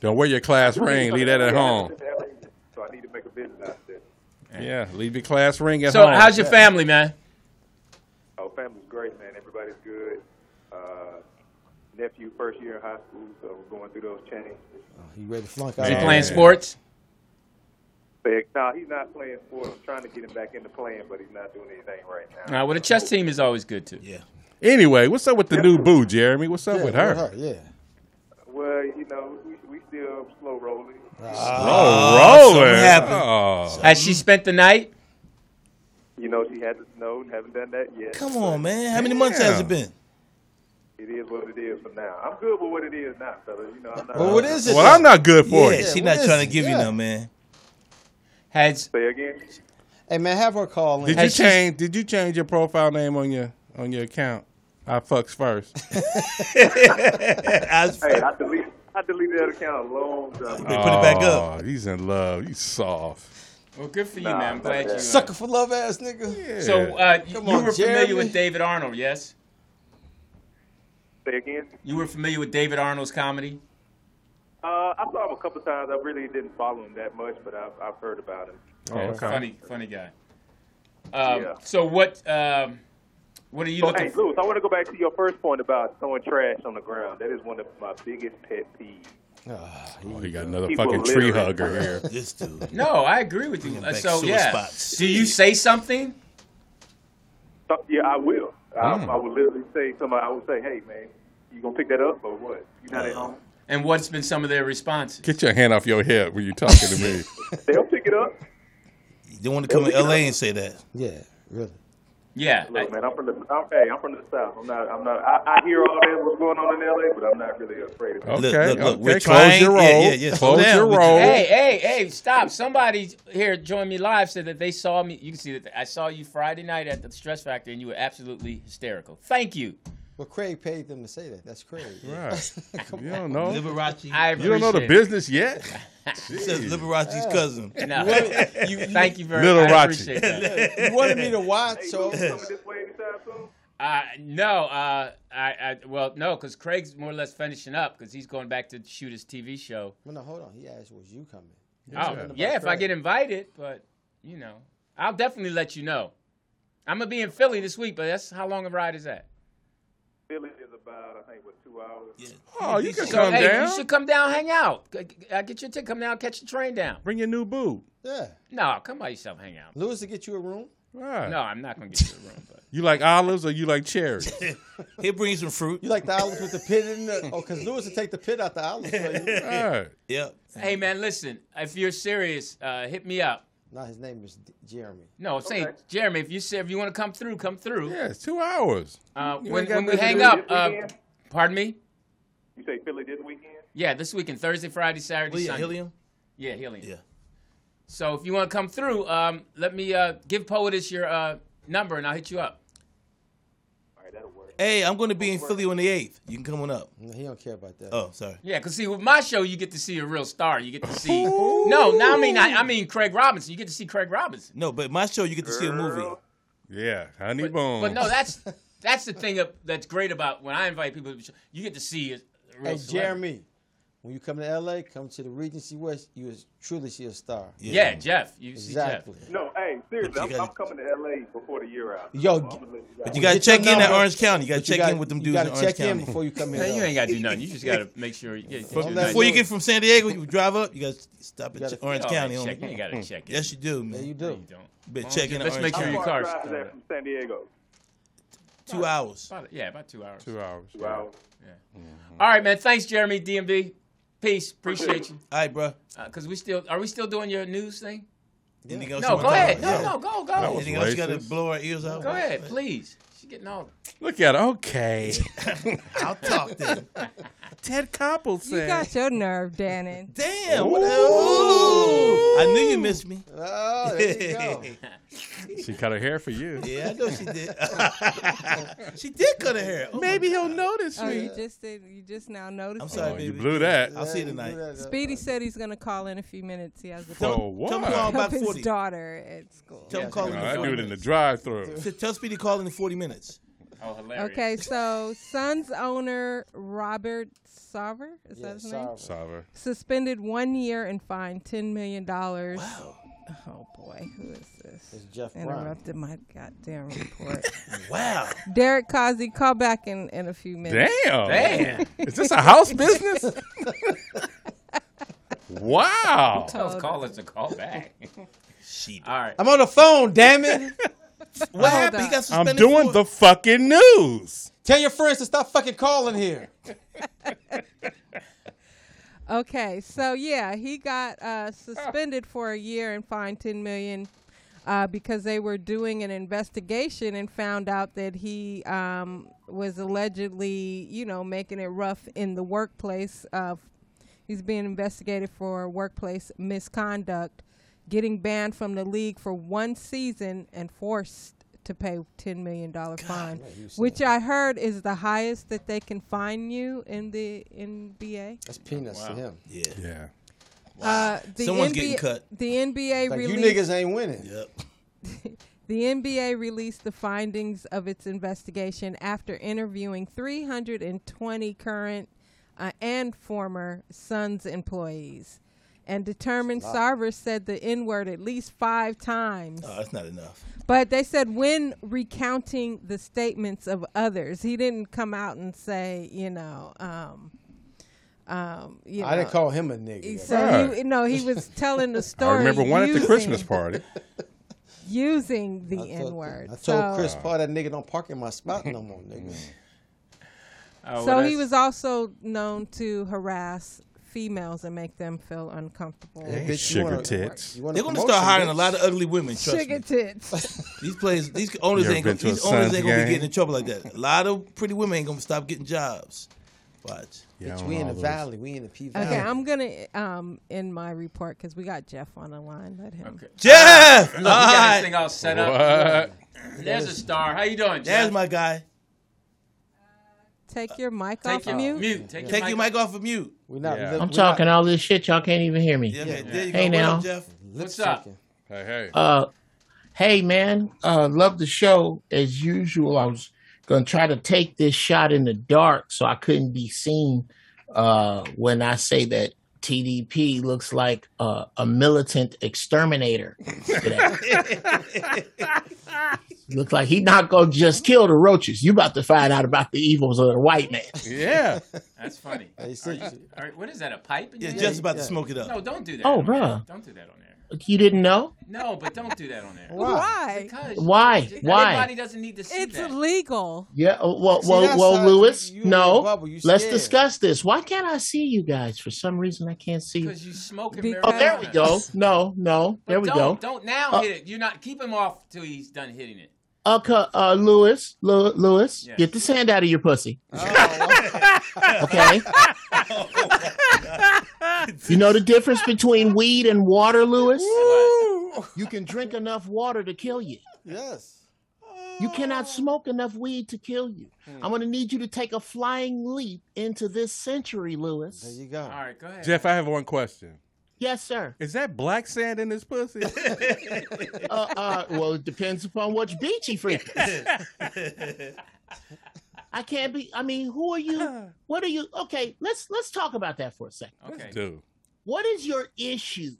C: Don't wear your class ring. Leave that at
I: Yeah, I
C: home.
I: live in LA, So I need to make a visit out there.
C: Yeah, leave your class ring at
B: So,
C: home.
B: how's your family, man?
I: Oh, family's great, man. Everybody's good. Uh, nephew first year in high school, so we're going through those changes.
D: You ready to flunk
B: Is
D: out?
B: he
C: Yeah.
B: playing sports?
I: But, nah, he's not playing sports. I'm trying to get him back into playing, but he's not doing anything right now.
B: Uh, well, the chess team is always good too.
A: Yeah.
C: Anyway, what's up with the new boo, Jeremy? What's up
D: Yeah,
C: with her?
D: Yeah.
I: Well, you know, we, we still slow rolling.
B: Ah,
C: Oh, rolling.
A: something happened.
C: Oh.
B: Has she spent the night?
I: You know, she had to know, haven't done that yet.
A: Come on, man. How many months has it been?
I: It is what it is for now. I'm good with what it is now, fellas. You know, I'm not.
D: Well, what is it?
C: Well, I'm not good for
A: Yeah,
C: you.
A: she
D: what
A: not
D: is
A: trying
D: it?
A: to give you
D: Yeah.
A: no man.
B: Has
I: Say again.
D: Hey man, have her call in.
C: Did you
B: she's-
C: change? Did you change your profile name on your on your account? I fucks first.
A: I was-
I: Hey, I deleted, I deleted that account a long time ago.
A: Put it back up.
C: Oh, He's in love. He's soft.
B: well, good for you,
I: Nah,
B: man. I'm glad you.
I: fuck
B: uh,
D: Sucker for love ass nigga.
C: Yeah.
B: So uh, you,
D: Come
B: you
D: on,
B: were familiar
D: Jeremy.
B: with David Arnold, yes?
I: Say again.
B: You were familiar with David Arnold's comedy.
I: Uh, I saw him a couple times. I really didn't follow him that much, but I've, I've heard about him.
C: oh, okay.
B: Funny, funny guy. Um,
I: Yeah.
B: So what? Um, what are you
I: So,
B: looking
I: hey,
B: for?
I: Lewis, I want to go back to your first point about throwing trash on the ground. That is one of my biggest pet peeves.
C: Oh, he got another
I: People
C: fucking tree
I: literally-
C: hugger here.
A: This dude.
B: No, I agree with you.
A: Bringing
B: Uh,
A: back
B: so
A: sore
B: yeah,
A: spots.
B: do you say something?
I: So, yeah, I will. I,
C: Mm.
I: I would literally say somebody. I would say, "Hey, man, you gonna pick that up or what? You not at home?
B: And what's been some of their responses?
C: Get your hand off your head when you're talking to me.
I: They'll pick it up.
A: You don't want to come in LA and say that.
D: Yeah, really.
B: Yeah,
I: Look, man, I'm from the. I'm, hey, I'm from the south. I'm not. I'm not. I, I hear all that what's going on in LA, but I'm not really afraid of it.
C: Okay,
A: Look, look, look,
C: okay.
A: we're
C: Close
A: trying-
C: your roll.
A: yeah, yeah, yeah. Slow
C: Close
A: down.
C: your
A: We-
C: roll.
B: Hey, hey, hey, stop. Somebody here joined me live said that they saw me. You can see that I saw you Friday night at the Stress Factor and you were absolutely hysterical. Thank you.
D: Well, Craig paid them to say that. That's Craig.
C: Right. You don't know.
A: Liberace.
B: I
C: You don't know the
B: appreciate it.
C: business yet.
A: says Liberace's cousin.
B: No.
D: You, you,
B: Thank you very
C: Little
B: much. I
C: Rochi.
B: appreciate that.
D: you wanted me to watch,
I: So,
D: so
I: you coming this way anytime soon?
B: Uh, no, uh, I, I, well, no, because Craig's more or less finishing up because he's going back to shoot his TV show.
D: Well, no, hold on. He asked, "Was you coming?"
B: Oh, yeah, if I get invited, but you know, I'll definitely let you know. I'm gonna be in Philly this week, but that's how long a ride is that?
I: Philly is about, I think, what two hours.
A: Yeah.
C: Oh, you can
B: So,
C: come
B: hey,
C: down.
B: you should come down, hang out. G- g- uh, Get your ticket, come down, catch the train down.
C: Bring your new boo.
D: Yeah,
B: No, come by yourself, hang out.
D: Lewis to get you a room.
C: Right.
B: No, I'm not gonna get you a room, but
C: You like olives or you like cherries?
A: He'll bring you some fruit.
D: You like the olives with the pit in the? Oh, because Lewis will take the pit out the olives for you.
C: Right.
A: Yeah.
B: hey, man, listen, if you're serious, uh, hit me up.
D: No, his name is D- Jeremy.
B: No, I'm saying,
I: Okay.
B: Jeremy, if you say, if you want to come through, come through.
C: Yeah, it's two hours.
B: Uh,
C: You
B: when
C: ain't got
B: when we
C: nothing to
B: hang
C: do
B: up,
I: this
B: uh,
I: weekend?
B: pardon me.
I: You say Philly this weekend?
B: Yeah, this weekend, Thursday, Friday, Saturday,
A: Well, yeah,
B: Sunday.
A: helium.
B: Yeah, Helium.
A: Yeah.
B: So if you want to come through, um, let me uh, give Poetess your uh, number and I'll hit you up.
I: All right, that'll work.
A: Hey, I'm going to be in Philly on the 8th. You can come on up.
D: No, he don't care about that.
A: Oh, sorry.
B: Yeah, because see, with my show, you get to see a real star. You get to see. no, no, I mean, I, I mean Craig Robinson. You get to see Craig Robinson.
A: No, but my show, you get to see a movie.
I: Girl.
C: Yeah, honey
B: But,
C: bone.
B: but no, that's that's the thing of- that's great about when I invite people to the show. You get to see a, a real
D: Hey,
B: celebrity.
D: Jeremy, when you come to LA, come to the Regency West. You is truly see a star.
B: Yeah, Jeff. You
D: Exactly.
B: see Jeff.
I: No, hey, seriously,
A: But
I: I'm,
A: you
I: I'm
A: gotta-
I: coming to LA before the year out.
D: Yo,
I: So I'm gonna let you guys
A: But you got to
D: Get your
A: check in at
D: number.
A: Orange County. You got to
D: But you
A: check
D: gotta-
A: in with them
D: You
A: dudes
D: gotta
A: in Orange
D: check in
A: County.
D: before you come here.
B: Man, you
D: though.
B: ain't got to do nothing. You just got to make sure. You, get-
C: Fuck
B: you
C: that.
A: Before you get from San Diego, you drive up. You got to stop at
D: gotta-
A: Orange
B: oh,
A: County.
B: check. You
A: homie.
B: ain't got to check it.
A: Yes, you do,
D: Yeah,
A: man.
D: you
A: You
D: do.
B: don't.
A: been checking
B: Let's
A: in
B: make
I: How
B: sure
A: Orange
B: your
I: far
B: car's
I: drive is that
B: started.
I: from San Diego?
A: two hours.
B: About- Yeah, about two hours.
C: two hours.
I: Two hours.
B: All right, man. Thanks, Jeremy DMV. Peace. Appreciate you.
A: All right, bro.
B: Because we still are we still doing your news thing?
A: Anything else
B: No,
A: you
B: go
A: wanna talk
B: ahead.
A: about?
B: No, no, go,
C: That
B: go.
C: was
A: Anything else you got to
C: Racist.
A: blow our ears out?
B: Go ahead, please. She's getting all.
C: Look at her. Okay.
A: I'll talk then.
C: Ted Koppel said.
F: You got your nerve, Dannon.
A: Damn. What the Ooh. I knew you missed me.
D: Oh, there you go.
C: she cut her hair for you.
A: Yeah, I know she did. she did cut her hair. Oh, my
C: Maybe
A: God.
C: he'll notice
F: Oh,
C: me.
F: you just did, you just now noticed.
A: I'm
F: it.
A: sorry,
C: Oh,
A: baby.
C: you blew that.
A: I'll see you tonight.
F: Speedy said he's gonna call in a few minutes. He has to
C: For
F: pick
C: what?
A: tell me all
C: No,
A: about
F: up his
A: 40.
F: daughter at school.
A: Tell him call in
C: I
A: the
C: do
A: 40
C: it in the
A: minutes.
C: drive-through.
A: T- Tell Speedy call in the 40 minutes.
B: Oh, hilarious.
F: Okay, so Suns owner Robert Sarver is that his name?
D: Sorry.
C: Sorry.
F: Suspended one year and fined ten million dollars Oh boy, who is this?
D: It's Jeff Brown.
F: Interrupted my goddamn report.
A: Wow.
F: Derek Cosby, call back in, in a few
C: Damn.
F: minutes.
B: Damn.
C: Is this a house business? wow.
B: Those callers to call back.
A: She
B: All right.
D: I'm on the phone, damn it.
A: What happened?
F: up.
A: He got
C: I'm
A: suspended
C: doing
A: for-
C: the fucking news.
D: Tell your friends to stop fucking calling here.
F: Okay, so yeah, he got uh, suspended for a year and fined ten million uh, because they were doing an investigation and found out that he um, was allegedly, you know, making it rough in the workplace. Uh, he's being investigated for workplace misconduct, getting banned from the league for one season and forced to pay ten million dollar fine, which I heard is the highest that they can fine you in the NBA.
D: That's peanuts to him.
A: Yeah.
C: Yeah.
F: Uh, the
A: Someone's
F: NBA,
A: getting cut.
F: The NBA
D: Like you
F: released
D: niggas ain't winning.
A: Yep.
F: the NBA released the findings of its investigation after interviewing 320 current uh, and former Suns employees, and determined Sarver said the N word at least five times.
A: Oh, that's not enough.
F: But they said when recounting the statements of others, he didn't come out and say, you know, um, um, you
D: I
F: know.
D: didn't call him a nigga.
F: So he,
C: Right.
F: no, he was telling the
C: I
F: story.
C: remember one at the Christmas
F: using-
C: party.
F: using the
D: I told-
F: N word.
D: I told
F: So,
D: Chris Paul that nigga don't park in my spot no more, nigga.
A: Mm.
B: Oh,
F: so
B: well,
F: he
B: that's-
F: was also known to harass females and make them feel uncomfortable.
D: Bitch, you
C: Sugar
D: wanna-
C: tits.
D: you want a
A: They're gonna
D: promotion,
A: start hiring
D: bitch?
A: a lot of ugly women. Trust
F: Sugar
A: me.
F: tits.
A: These players, these owners
C: You ever
A: ain't gonna,
C: been to a
A: these owners
C: Suns
A: ain't gonna be
C: game?
A: getting in trouble like that. A lot of pretty women ain't gonna stop getting jobs. Watch.
C: Yeah,
D: Bitch,
C: I'm
D: we in
C: all
D: the
C: those.
D: valley. We in the P Valley.
F: Okay, I'm gonna um end my report because we got Jeff on the line. Let him.
B: Okay.
A: Jeff, all
B: Look, he got his
A: right,
B: thing all set up.
C: What?
B: There's a star. How you doing, Jeff?
A: there's my guy.
F: Take your mic
B: Take
F: off
B: your
F: mute.
B: mute. Take,
A: Take your mic off of mute.
D: We're not.
C: Yeah.
D: li-
C: I'm
D: we're
J: I'm talking
D: Not
J: all this shit. Y'all can't even hear me.
A: Yeah, okay, there you
J: Hey,
A: go. What
J: now.
A: up, Jeff?
D: lip
B: What's up?
D: syncing.
C: Hey, hey.
J: Uh, hey man, uh, love the show as usual. I was gonna try to take this shot in the dark so I couldn't be seen. Uh, when I say that TDP looks like uh, a militant exterminator, looks like he not gonna just kill the roaches. You about to find out about the evils of the white man.
C: Yeah.
B: That's funny.
D: Hey,
B: Are
D: see,
B: you- are- what is that? A pipe? In
A: Yeah,
B: your
A: Jeff's
B: hand?
A: about to
D: yeah.
A: smoke it up.
B: No, don't do that.
J: Oh,
B: on there.
J: bruh.
B: Don't do that on there.
J: You didn't know?
B: No, but don't do that on there.
F: Why?
B: Because
J: Why?
B: Everybody
J: Why?
B: doesn't need to see
F: It's
B: that.
F: illegal.
J: Yeah. oh, Well,
D: See,
J: well,
D: that's
J: well,
D: how
J: Lewis.
D: you- you in
J: no.
D: your bubble, you
J: Let's
D: scared.
J: discuss this. Why can't I see you guys? For some reason, I can't see. you.
B: Because you smoke marijuana.
F: Because-
J: Oh, there we go. No, no,
B: But
J: there we
B: don't,
J: go.
B: Don't now
J: Uh,
B: hit it. You're not keep him off till he's done hitting it.
J: Okay, uh, Lewis, Lew- Lewis,
B: Yeah.
J: get the sand out of your pussy.
D: Oh,
J: Okay. you know the difference between weed and water, Lewis? You can drink enough water to kill you.
D: yes.
J: You cannot smoke enough weed to kill you.
D: Hmm.
J: I'm going to need you to take a flying leap into this century,
D: There
J: Lewis.
D: you go.
B: All right, go ahead.
C: Jeff, I have one question.
J: Yes, sir.
C: Is that black sand in his pussy?
J: Uh, uh, well, it depends upon which beach he frequents. I can't be. I mean, who are you? What are you? Okay, let's let's talk about that for a second.
B: okay.
C: Dude.
J: What is your issue,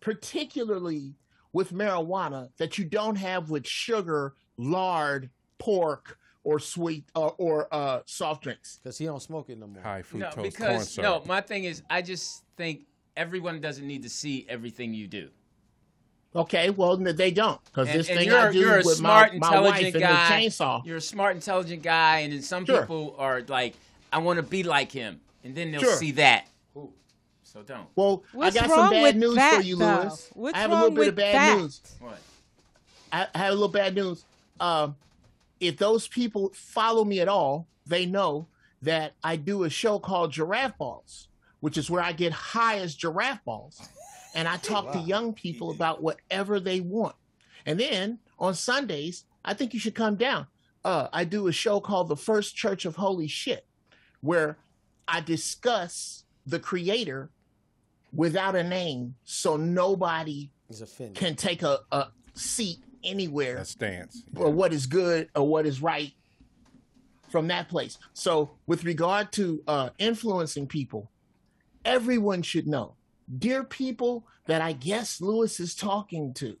J: particularly with marijuana, that you don't have with sugar, lard, pork, or sweet uh, or uh, soft drinks?
D: Because he don't smoke it no more.
C: High fructose
B: No,
C: corn
B: because
C: syrup.
B: no, my thing is, I just think everyone doesn't need to see everything you do.
J: Okay, well n- they don't because
B: And,
J: this
B: and
J: thing
B: you're,
J: I do
B: you're a
J: with
B: smart,
J: my, my wife
B: intelligent
J: and
B: guy.
J: the chainsaw.
B: You're a smart, intelligent guy, and then some
J: Sure.
B: people are like, "I want to be like him," and then they'll
J: Sure.
B: see that. So don't.
J: Well,
F: What's
J: I got
F: wrong
J: some bad
F: with
J: news
F: that,
J: for you,
F: though?
J: Lewis.
F: What's
J: I have
F: wrong
J: a little bit
F: with
J: of bad
F: that?
J: news.
B: What?
J: I, I have a little bad news. Um, if those people follow me at all, they know that I do a show called Giraffe Balls, which is where I get high as giraffe balls, and I talk to young people about whatever they want. And then on Sundays, I think you should come down. Uh, I do a show called The First Church of Holy Shit, where I discuss the Creator without a name, so nobody
D: He's offended.
J: can take a, a seat anywhere
C: A stance.
J: or what is good or what is right from that place. So, with regard to uh, influencing people, everyone should know Dear people that I guess Lewis is talking to,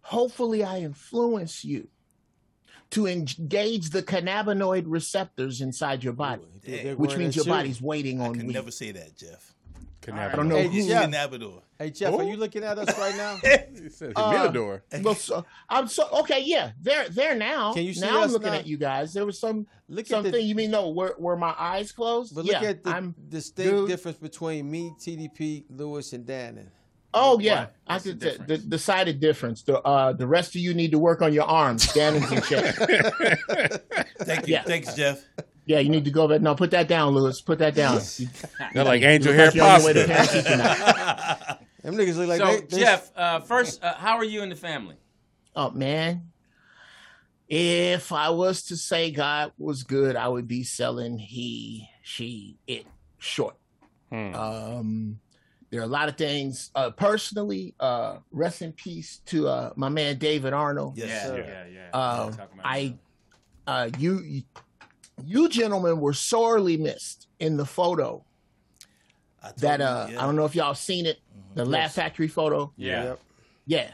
J: hopefully I influence you to engage the cannabinoid receptors inside your body,
A: did.
J: which
A: Word
J: means
A: that
J: your
A: shit.
J: body's waiting on
A: Can
J: weed.
A: never say that, Jeff.
J: I don't know
D: Hey,
J: who-
D: Jeff.
A: Cannabidor.
D: Hey Jeff,
J: Who?
D: are you looking at us right now?
C: said
J: Uh,
C: humidor.
J: well, so, I'm so okay. Yeah, there, there now.
D: Can you see
J: now? I'm
D: us
J: looking
D: now?
J: at you guys. There was some
D: Look at
J: something.
D: the,
J: you mean no? Were were my eyes closed?
D: but look
J: yeah,
D: at the
J: I'm.
D: distinct
J: dude.
D: difference between me, TDP, Lewis, and Dannon.
J: Oh yeah,
B: Right.
J: I
B: What's the
J: could the, the
B: difference?
J: decided difference. The uh, the rest of you need to work on your arms, cannons, and chest.
A: Thank you.
J: Yeah.
A: Thanks, Jeff.
J: Yeah, you need to go back. No, put that down, Lewis. Put that down. You-
C: They're like angel hair
J: like you're on your way to
C: pasta.
J: Panama tonight.
D: Them niggas look like
B: so
D: they, they-
B: Jeff, uh, first, uh, how are you and the family?
J: Oh man. If I was to say God was good, I would be selling he, she, it short.
C: Hmm.
J: Um there are a lot of things. Uh personally, uh rest in peace to uh my man David Arnold.
A: Yes, sir.
B: yeah, yeah.
J: Um,
B: Talk about
J: I
B: that.
J: uh you you gentlemen were sorely missed in the photo
A: I told
J: that
A: you,
J: uh
A: yeah. Mm-hmm.
J: I don't know if y'all seen it, the Laugh Factory photo.
B: yeah.
D: Yep.
J: Yeah.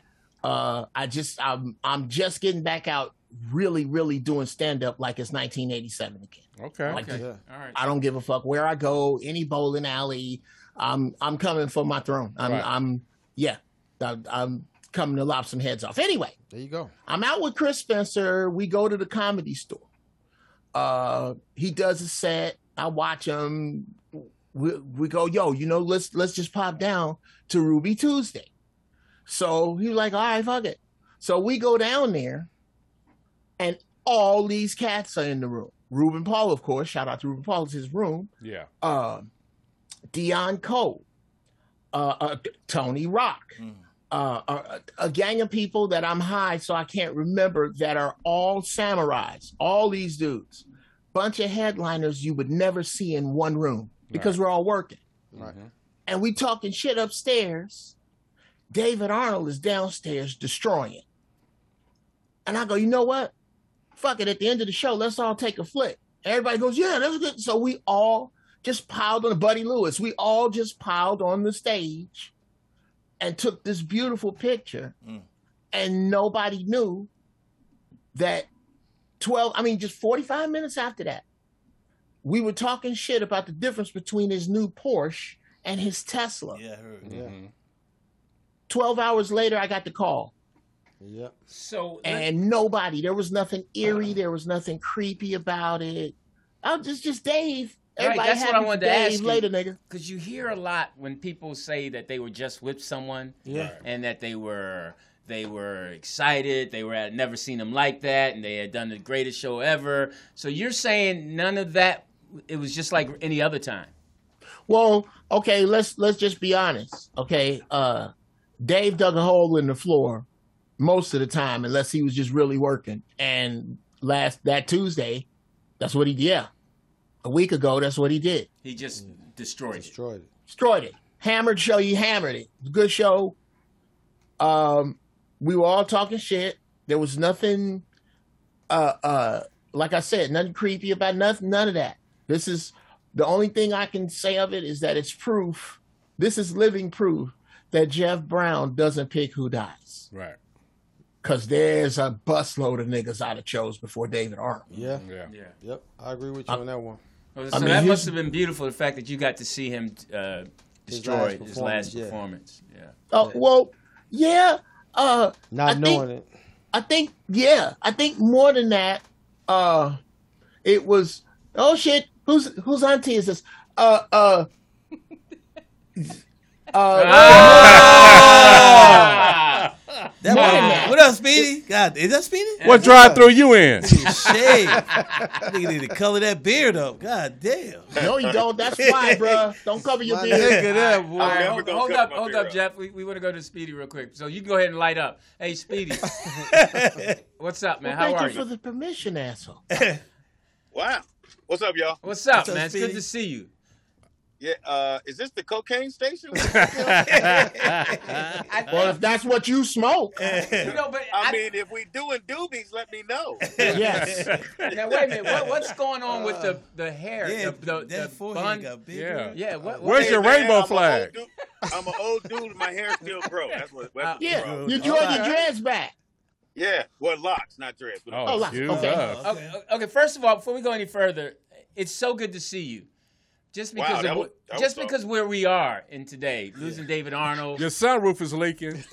J: Uh I just I'm I'm just getting back out really, really doing stand up like it's nineteen eighty seven again.
C: Okay.
J: Like,
B: Okay.
D: Yeah.
B: All right.
J: I don't give a fuck where I go, any bowling alley. I'm I'm coming for my throne. I'm
C: Right.
J: I'm yeah. I, I'm coming to lop some heads off. Anyway,
D: There you go.
J: I'm out with Chris Spencer. We go to the comedy store. Uh, he does a set. I watch him. We, we go, yo, you know, let's let's just pop down to Ruby Tuesday. So he was like, all right, fuck it. So we go down there, and all these cats are in the room. Ruben Paul, of course. Shout out to Ruben Paul. It's his room
C: Yeah.
J: uh, Dion Cole, uh, uh, Tony Rock, uh, a, a gang of people that I'm high, so I can't remember that are all samurais. All these dudes, bunch of headliners you would never see in one room because we're all working,
D: Right.
J: and we talking shit upstairs. David Arnold is downstairs destroying, and I go, you know what? Fuck it. At the end of the show, let's all take a flick. Everybody goes, yeah, that's good. So we all just piled on Buddy Lewis. We all just piled on the stage and took this beautiful picture,
A: Mm.
J: and nobody knew that 12, I mean, just 45 minutes after that, we were talking shit about the difference between his new Porsche and his Tesla.
A: Yeah, I heard.
C: Mhm.
J: 12 hours later, I got the call,
D: Yep.
B: So let-
J: and nobody, there was nothing
B: Uh-uh.
J: eerie, there was nothing creepy about it. I was just, just Dave.
B: Right,
J: Everybody
B: that's what
J: happy
B: I wanted to
J: Dave
B: ask you.
J: later, nigga.
B: Because you hear a lot when people say that they were just with someone,
D: Yeah.
B: and that they were they were excited, they were at never seen them like that, and they had done the greatest show ever. So you're saying none of that. It was just like any other time.
J: Well, okay, let's let's just be honest. Okay, uh Dave dug a hole in the floor most of the time, unless he was just really working. And last that Tuesday, that's what he yeah. A week ago, that's what he did.
B: He just destroyed it.
D: Mm. Destroyed it.
J: Destroyed it. Hammered show, he hammered it. Good show. Um, we were all talking shit. There was nothing uh uh like I said, nothing creepy about nothing none of that. This is the only thing I can say of it is that it's proof. This is living proof that Jeff Brown doesn't pick who dies.
C: Right.
J: Cause there's a busload of niggas out of chose before David Arnold.
D: Yeah.
C: Yeah.
B: Yeah.
D: Yep. I agree with you on that one.
B: Well, Oh, so
J: I mean,
B: that
J: here's-
B: must have been beautiful. The fact that you got to see him uh, destroy his
D: performance,
B: last
D: yeah.
B: performance. Yeah.
J: Oh well, yeah. Uh
D: Not
J: I
D: knowing
J: think,
D: it.
J: I think yeah, I think more than that, uh it was oh shit, who's whose auntie is this? Uh uh
B: Ah!
A: That
J: More
A: one-
J: than that.
A: What up, Speedy? God, is that Speedy?
C: What drive through you in?
A: Shave. Nigga need to color that beard up. God damn.
J: No, you don't. That's why, bruh. Don't cover your
D: My
J: beard.
D: nigga, that
B: All right,
D: boy.
I: never
B: hold,
I: gonna
B: hold
I: cut
B: up,
I: my
B: hold
I: beard
B: up,
I: up.
B: Jeff. We, we want to go to Speedy real quick. So you can go ahead and light up. Hey, Speedy, what's up, man?
J: Well, thank
B: How are
J: you
B: you?
J: for the permission, asshole.
I: Wow. What's up, y'all?
B: What's up,
A: What's up,
B: man? It's good
A: Speedy?
B: to see you.
I: Yeah. Uh, is this the cocaine station?
B: I think,
J: Well, if that's what you smoke,
B: you know, but I,
I: I mean, if we doing doobies, let me know.
J: yes.
B: now wait a minute. What, what's going on with the the hair?
A: Yeah,
B: the, the,
A: that
B: the
A: forehead
B: bun?
A: got big.
C: Yeah.
B: Yeah. What, what-
C: Where's your rainbow
I: I'm a whole
C: flag?
I: dude-
K: I'm an old dude and my hair's still grow. That's what. That's what's
J: yeah,
K: wrong.
J: you draw your dreads back.
K: Yeah, well, locks, Uh, not dreads. but-
J: Oh, locks. you
B: Okay.
J: up.
B: okay. okay, First of all, before we go any further, it's so good to see you. Just
C: Wow,
B: because,
C: that
B: of,
C: was-
B: wh-
C: that was
B: just
C: awesome.
B: because where we are in today, losing David Arnold,
C: Your sunroof is leaking.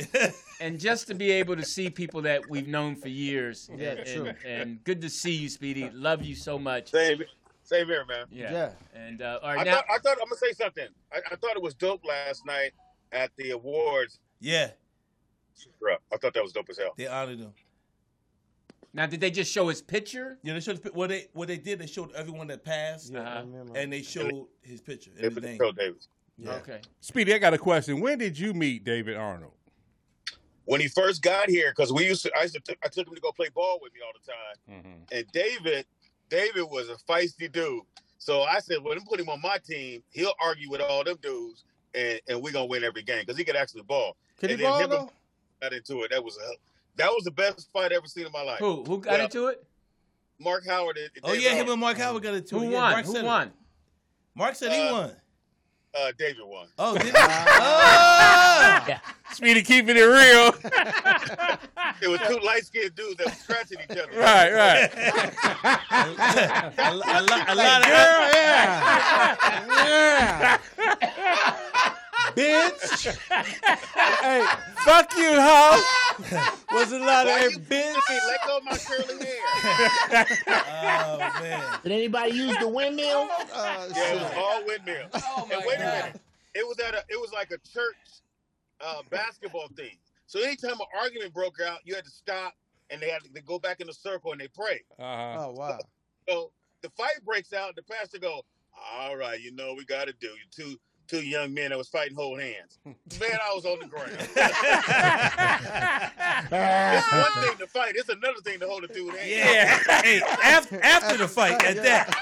B: and just to be able to see people that we've known for years.
K: Yeah,
B: and,
K: true.
B: And, and good to see you, Speedy. Love you so much.
K: Same, same here, man.
B: Yeah.
K: Yeah.
B: And uh, all
K: I
B: right, now
K: thought, I thought I'm gonna say something. I, I thought it was dope last night at the awards.
A: Yeah.
K: Bro, I thought that was dope as hell.
A: They honored him.
B: Now, did they just show his picture?
A: Yeah, they showed his, pi- what they what they did. They showed everyone that passed, and they showed his picture. And his name. Yeah.
B: Okay.
C: Speedy, I got a question. When did you meet David Arnold?
K: When he first got here, because we used to, I used to, took, I took him to go play ball with me all the time.
L: Mm.
K: And David, David was a feisty dude. So I said, well, let me put him on my team. He'll argue with all them dudes, and, and we're gonna win every game because he could actually ball.
D: Could he
K: and then
D: ball,
K: him and
D: though?
K: got into it. That was a, that was the best fight I ever seen in my life.
B: Who- who got into it?
K: Mark Howard. And
A: Oh
K: David
A: yeah, him
K: Howard.
A: and Mark Howard got it too.
B: Who
A: Yeah,
B: won?
A: Mark
B: Who
A: said it.
B: won?
A: Mark said he won.
K: Uh, David won.
A: Oh, did he? oh!
C: Speedy keeping it real.
K: It was two light skinned dudes that were scratching each other.
C: Right, right.
A: a, lo- a, lo- a lot of
D: yeah. Bitch. hey,
C: fuck you, hoe.
D: Was a lot
K: Why
D: of
K: you
D: bitch.
K: Let go of my curly hair.
A: Oh,
J: Did anybody use the windmill?
K: Oh,
D: Oh,
K: yeah, it was all windmill.
A: Oh,
K: and wait a minute, it was at a, it was like a church uh, basketball thing. So anytime an argument broke out, you had to stop and they had to go back in the circle and they pray.
C: Uh-huh.
D: Oh wow.
K: So the fight breaks out. The pastor go, "All right, you know what we got to do. You two two young men that was fighting hold hands. Man, I was on the ground. it's one thing to fight. It's another thing to hold a dude hand.
A: Yeah. hey, after, after the fight, at that.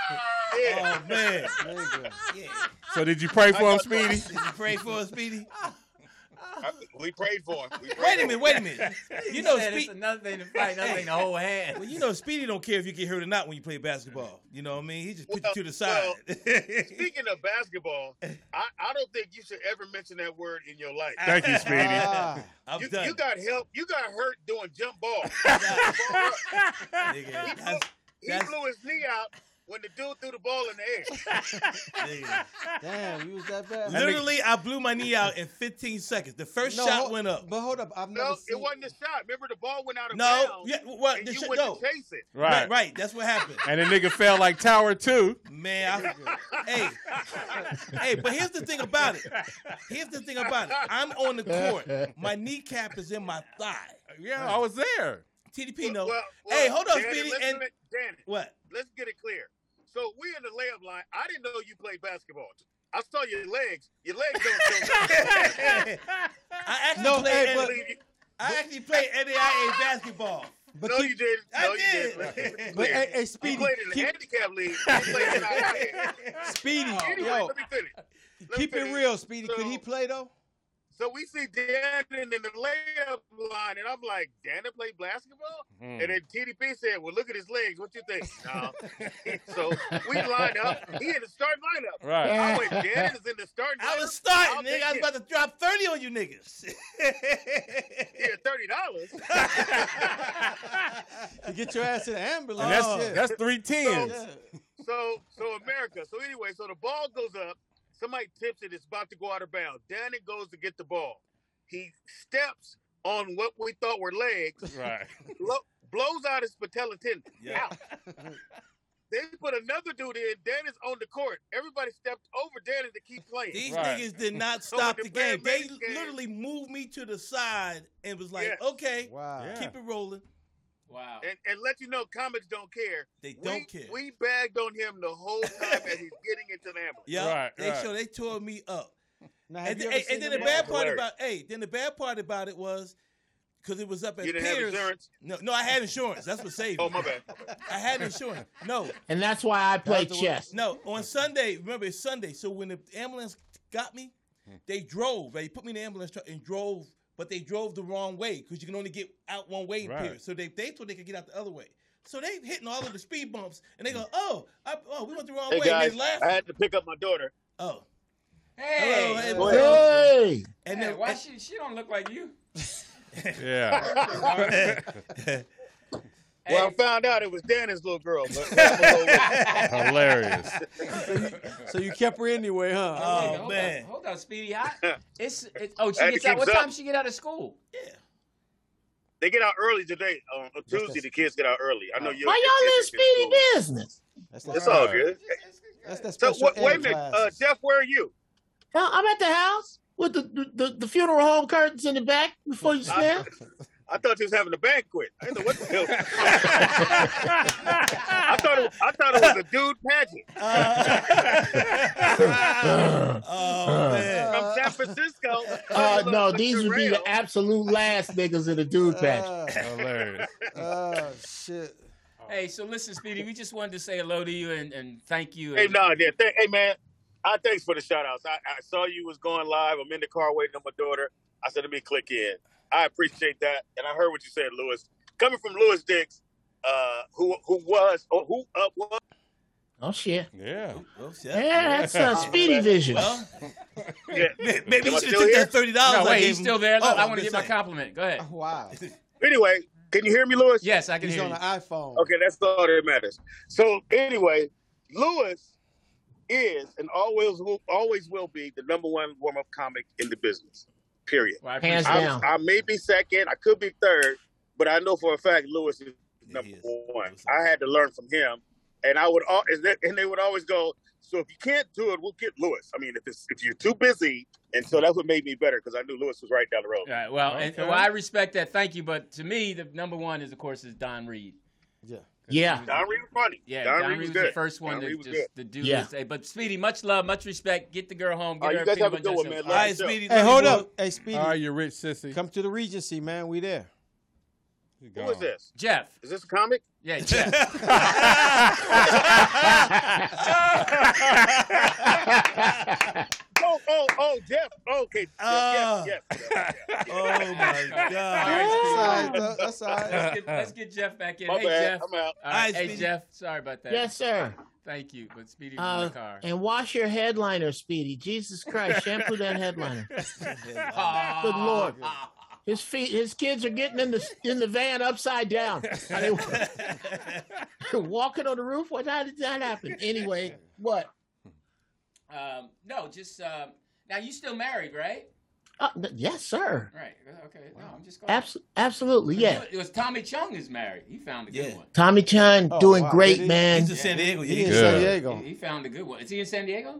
K: Yeah.
A: Oh man.
C: So did you pray for him,
A: Did
C: Speedy?
A: you pray for us, Speedy?
K: We prayed for him. We
A: Wait
K: prayed for
A: a
K: him.
A: minute, wait a minute. You know,
B: said it's
A: Speedy.
B: another thing to fight, another thing to hold hands.
A: Well, you know, Speedy don't care if you get hurt or not when you play basketball. You know what I mean? He just put you to the side.
K: Well, Speaking of basketball, I, I don't think you should ever mention that word in your life.
C: Thank you, Speedy.
D: Ah,
A: I'm
K: You,
A: done.
K: you got help. You got hurt doing jump ball.
A: nigga. That's,
K: he
A: that's,
K: blew his knee out when the dude threw the ball in the air.
A: nigga.
D: damn, Oh, you was that bad.
A: Literally, I blew my knee out in 15 seconds. The first
D: No,
A: shot
D: hold-
A: went up.
D: But hold up, I've never
K: No,
D: seen.
K: it wasn't a shot. Remember, the ball went out of
A: No,
K: bounds.
A: yeah, well,
K: and
A: the
K: you
A: shit,
K: went
A: no.
K: to chase it.
C: Right.
A: Right, right. That's what happened.
C: And the nigga fell like Tower 2.
A: Man, I, hey, hey, but here's the thing about it. Here's the thing about it. I'm on the court. My kneecap is in my thigh.
C: Yeah, I was there.
A: TDP no.
K: Well, well,
A: hey, hold on,
K: Danny,
A: Speedy.
K: Let's,
A: And
K: let- Danny,
A: what?
K: let's get it clear. So we in the layup line. I didn't know you played basketball. I saw your legs. Your legs don't show nothing.
A: I actually
D: No,
A: play.
D: hey,
A: N-
D: but-
K: Believe you.
A: I actually play NAIA basketball.
D: But
K: no,
D: keep-
K: you didn't.
A: I
K: no,
A: did.
K: you didn't. Let's be
D: But
K: clear.
D: hey, hey,
K: you
D: Speedy,
K: played in the
D: keep-
K: handicap league. You played in the
D: Speedy,
K: Anyway,
D: yo,
K: let me finish. Let me
D: keep it
K: finish.
D: real, Speedy. Could he
K: So-
D: play though?
K: So we see Dannon in the layup line, and I'm like, Dannon play basketball? And then TDP said, Well, look at his legs. What you think? No. so we lined up. He in the starting lineup.
C: Right.
K: I went, Dannon is in the starting lineup.
A: I was starting,
K: I'll
A: nigga. I was
K: take
A: about to drop 30 on you niggas.
K: it. Yeah, $30.
D: To get your ass in the ambulance. Oh,
C: And that's
D: yeah.
C: that's three tens.
K: So, so America. So anyway, so the ball goes up. Somebody tips it. It's about to go out of bounds. Danny goes to get the ball. He steps on what we thought were legs.
C: Right.
K: Blow, blows out his patella tendon.
A: Yeah.
K: Out. They put another dude in. Danny's on the court. Everybody stepped over Danny to keep playing.
A: These
C: Right.
A: niggas did not
K: So
A: stop
K: when
A: the
K: the man
A: game. They
K: made the game-
A: literally moved me to the side and was like,
K: Yes.
A: okay,
D: Wow.
C: Yeah.
A: keep it rolling.
B: Wow.
K: and, and let you know, comments don't care.
A: They
K: We-
A: don't care.
K: We bagged on him the whole time as he's getting into the ambulance.
A: Yeah,
C: Right,
A: they
C: right.
A: show they tore me up.
D: Now, have
A: And,
D: you
A: then-
D: ever
A: and- and
D: seen
A: then the
D: him
A: bad
D: ball?
A: part
K: Hilarious.
A: about hey, then the bad part about it was because it was up at
K: You didn't have
A: Pierce.
K: insurance?
A: No, no, I had insurance. That's what saved me.
K: Oh my bad. My bad.
A: I had insurance. No,
J: And that's why I play chess.
A: no. On Sunday, remember it's Sunday. So when the ambulance got me, they drove. They put me in the ambulance truck and drove, but they drove the wrong way because you can only get out one way in
C: Right.
A: Pierce. So they they thought they could get out the other way. So they hitting all of the speed bumps and they go, oh, I, oh, we went the wrong
K: Hey
A: way.
K: guys,
A: and they laugh.
K: I had to pick up my daughter.
A: Oh,
B: Hey.
A: Hello, hey,
K: Go
A: boy.
K: ahead.
J: Hey,
B: And then, why she she don't look like you?
K: Yeah. Well, I found out it was Danny's little girl. But
C: Hilarious.
D: Oh, So you, so you kept her anyway, huh?
B: Oh, hold man. Up, hold up, Speedy. I, it's, it's oh
K: Had
B: she
K: to
B: gets out.
K: keep
B: What
K: up.
B: time she get out of school?
K: They get out early today. On on Tuesday, the kids get out early. I know you.
J: Why y'all in Speedy business?
K: It's all good.
D: That's that
K: So
D: special
K: what,
D: ed
K: wait a minute, uh,
D: classes.
K: Jeff, where are you?
J: Huh? I'm at the house with the, the the funeral home curtains in the back before you snap.
K: I thought you was having a banquet. I didn't know what the hell. I thought it, I thought it was a dude pageant.
A: oh man,
K: from San Francisco.
J: Uh, no, these would be the absolute last niggas in the dude
C: Uh,
J: patch.
C: Hilarious.
D: Oh shit.
B: Hey, so listen, Speedy, we just wanted to say hello to you and, and thank you.
K: Hey,
B: and-
K: no, yeah, th- hey, man. I thanks for the shout outs. I, I saw you was going live. I'm in the car waiting on my daughter. I said, let me click in. I appreciate that, and I heard what you said, Lewis. Coming from Lewis Dix, uh, who who was or who up was.
J: Oh shit.
C: Yeah.
J: Yeah, that's uh, Speedy Vision.
A: Well,
K: Yeah.
A: maybe
K: Am I
A: you should have took
K: still here?
A: that thirty dollars.
B: No, wait, he's still there.
A: Oh,
B: Look, I want to get my compliment. Go ahead.
D: Wow.
K: Anyway, can you hear me, Lewis?
B: Yes, I can
D: He's
B: hear
D: on
B: you.
D: the iPhone.
K: Okay, that's all that matters. So anyway, Lewis is and always will always will be the number one warm up comic in the business. Period.
B: Well, I
J: Hands
B: appreciate
K: I'm-
J: down.
K: I may be second, I could be third, but I know for a fact Lewis is number one. I had to learn from him, and I would al- and they- and they would always go. So if you can't do it, we'll get Lewis. I mean, if it's, if you're too busy, and so that's what made me better because I knew Lewis was right down the road.
B: All right, well, and,
C: Okay.
B: well, I respect that. Thank you, but to me, the number one is, of course, is Don Reed.
D: Yeah.
J: Yeah.
K: Don Reed was funny.
B: Yeah,
K: Don,
B: Don,
K: Reed was
B: was
K: good.
B: the first one
K: Don
B: to
K: Reed was
B: just
K: good.
B: to do
J: Yeah.
B: this. Hey, But Speedy, much love, much respect. Get the girl home. Get
K: All right,
B: her
K: you
B: a
K: guys
B: peanut
K: have a
B: butter
K: good one,
B: jelly
K: man.
B: sandwich.
A: All right, Speedy.
D: Hey,
A: love you,
D: hold
A: boy.
D: up. Hey, Speedy,
C: All right, you rich sissy.
D: come to the Regency, man. We there.
C: You
K: Who is
C: gone.
K: this?
B: Jeff.
K: Is this a comic?
B: Yeah, Jeff.
K: Oh, oh, oh, Jeff. Okay, Jeff,
A: Ah.
K: yes, yes, yes.
A: Oh my
B: All
A: god.
B: right,
D: That's
B: Speedy.
D: all right. though. That's all right.
B: Let's get, let's get Jeff back in.
K: My
B: hey,
K: bad.
B: Jeff.
K: I'm out.
B: All right,
A: Hi,
B: hey,
A: Speedy.
B: Jeff. Sorry about that.
J: Yes, sir.
B: Thank you, but Speedy was in
J: Uh,
B: the car.
J: and wash your headliner, Speedy. Jesus Christ, shampoo that headliner.
B: Aw.
J: Good Lord. His feet, his kids are getting in the in the van upside down. Are they walking on the roof? What? How did that happen? Anyway, what?
B: Um, no, just um, now you still married, right?
J: Uh, n- yes, sir.
B: Right. Okay. No, I'm just going.
J: Abs- absolutely, yeah.
B: It was Tommy Chung is married. He found a good
A: Yeah.
B: one.
J: Tommy Chan
D: Oh,
J: doing
D: wow.
J: great,
D: Did he?
J: man.
A: He's in San Diego.
D: He in
C: Good.
D: San
B: He-
D: Diego.
B: He found a good one. Is he in San Diego?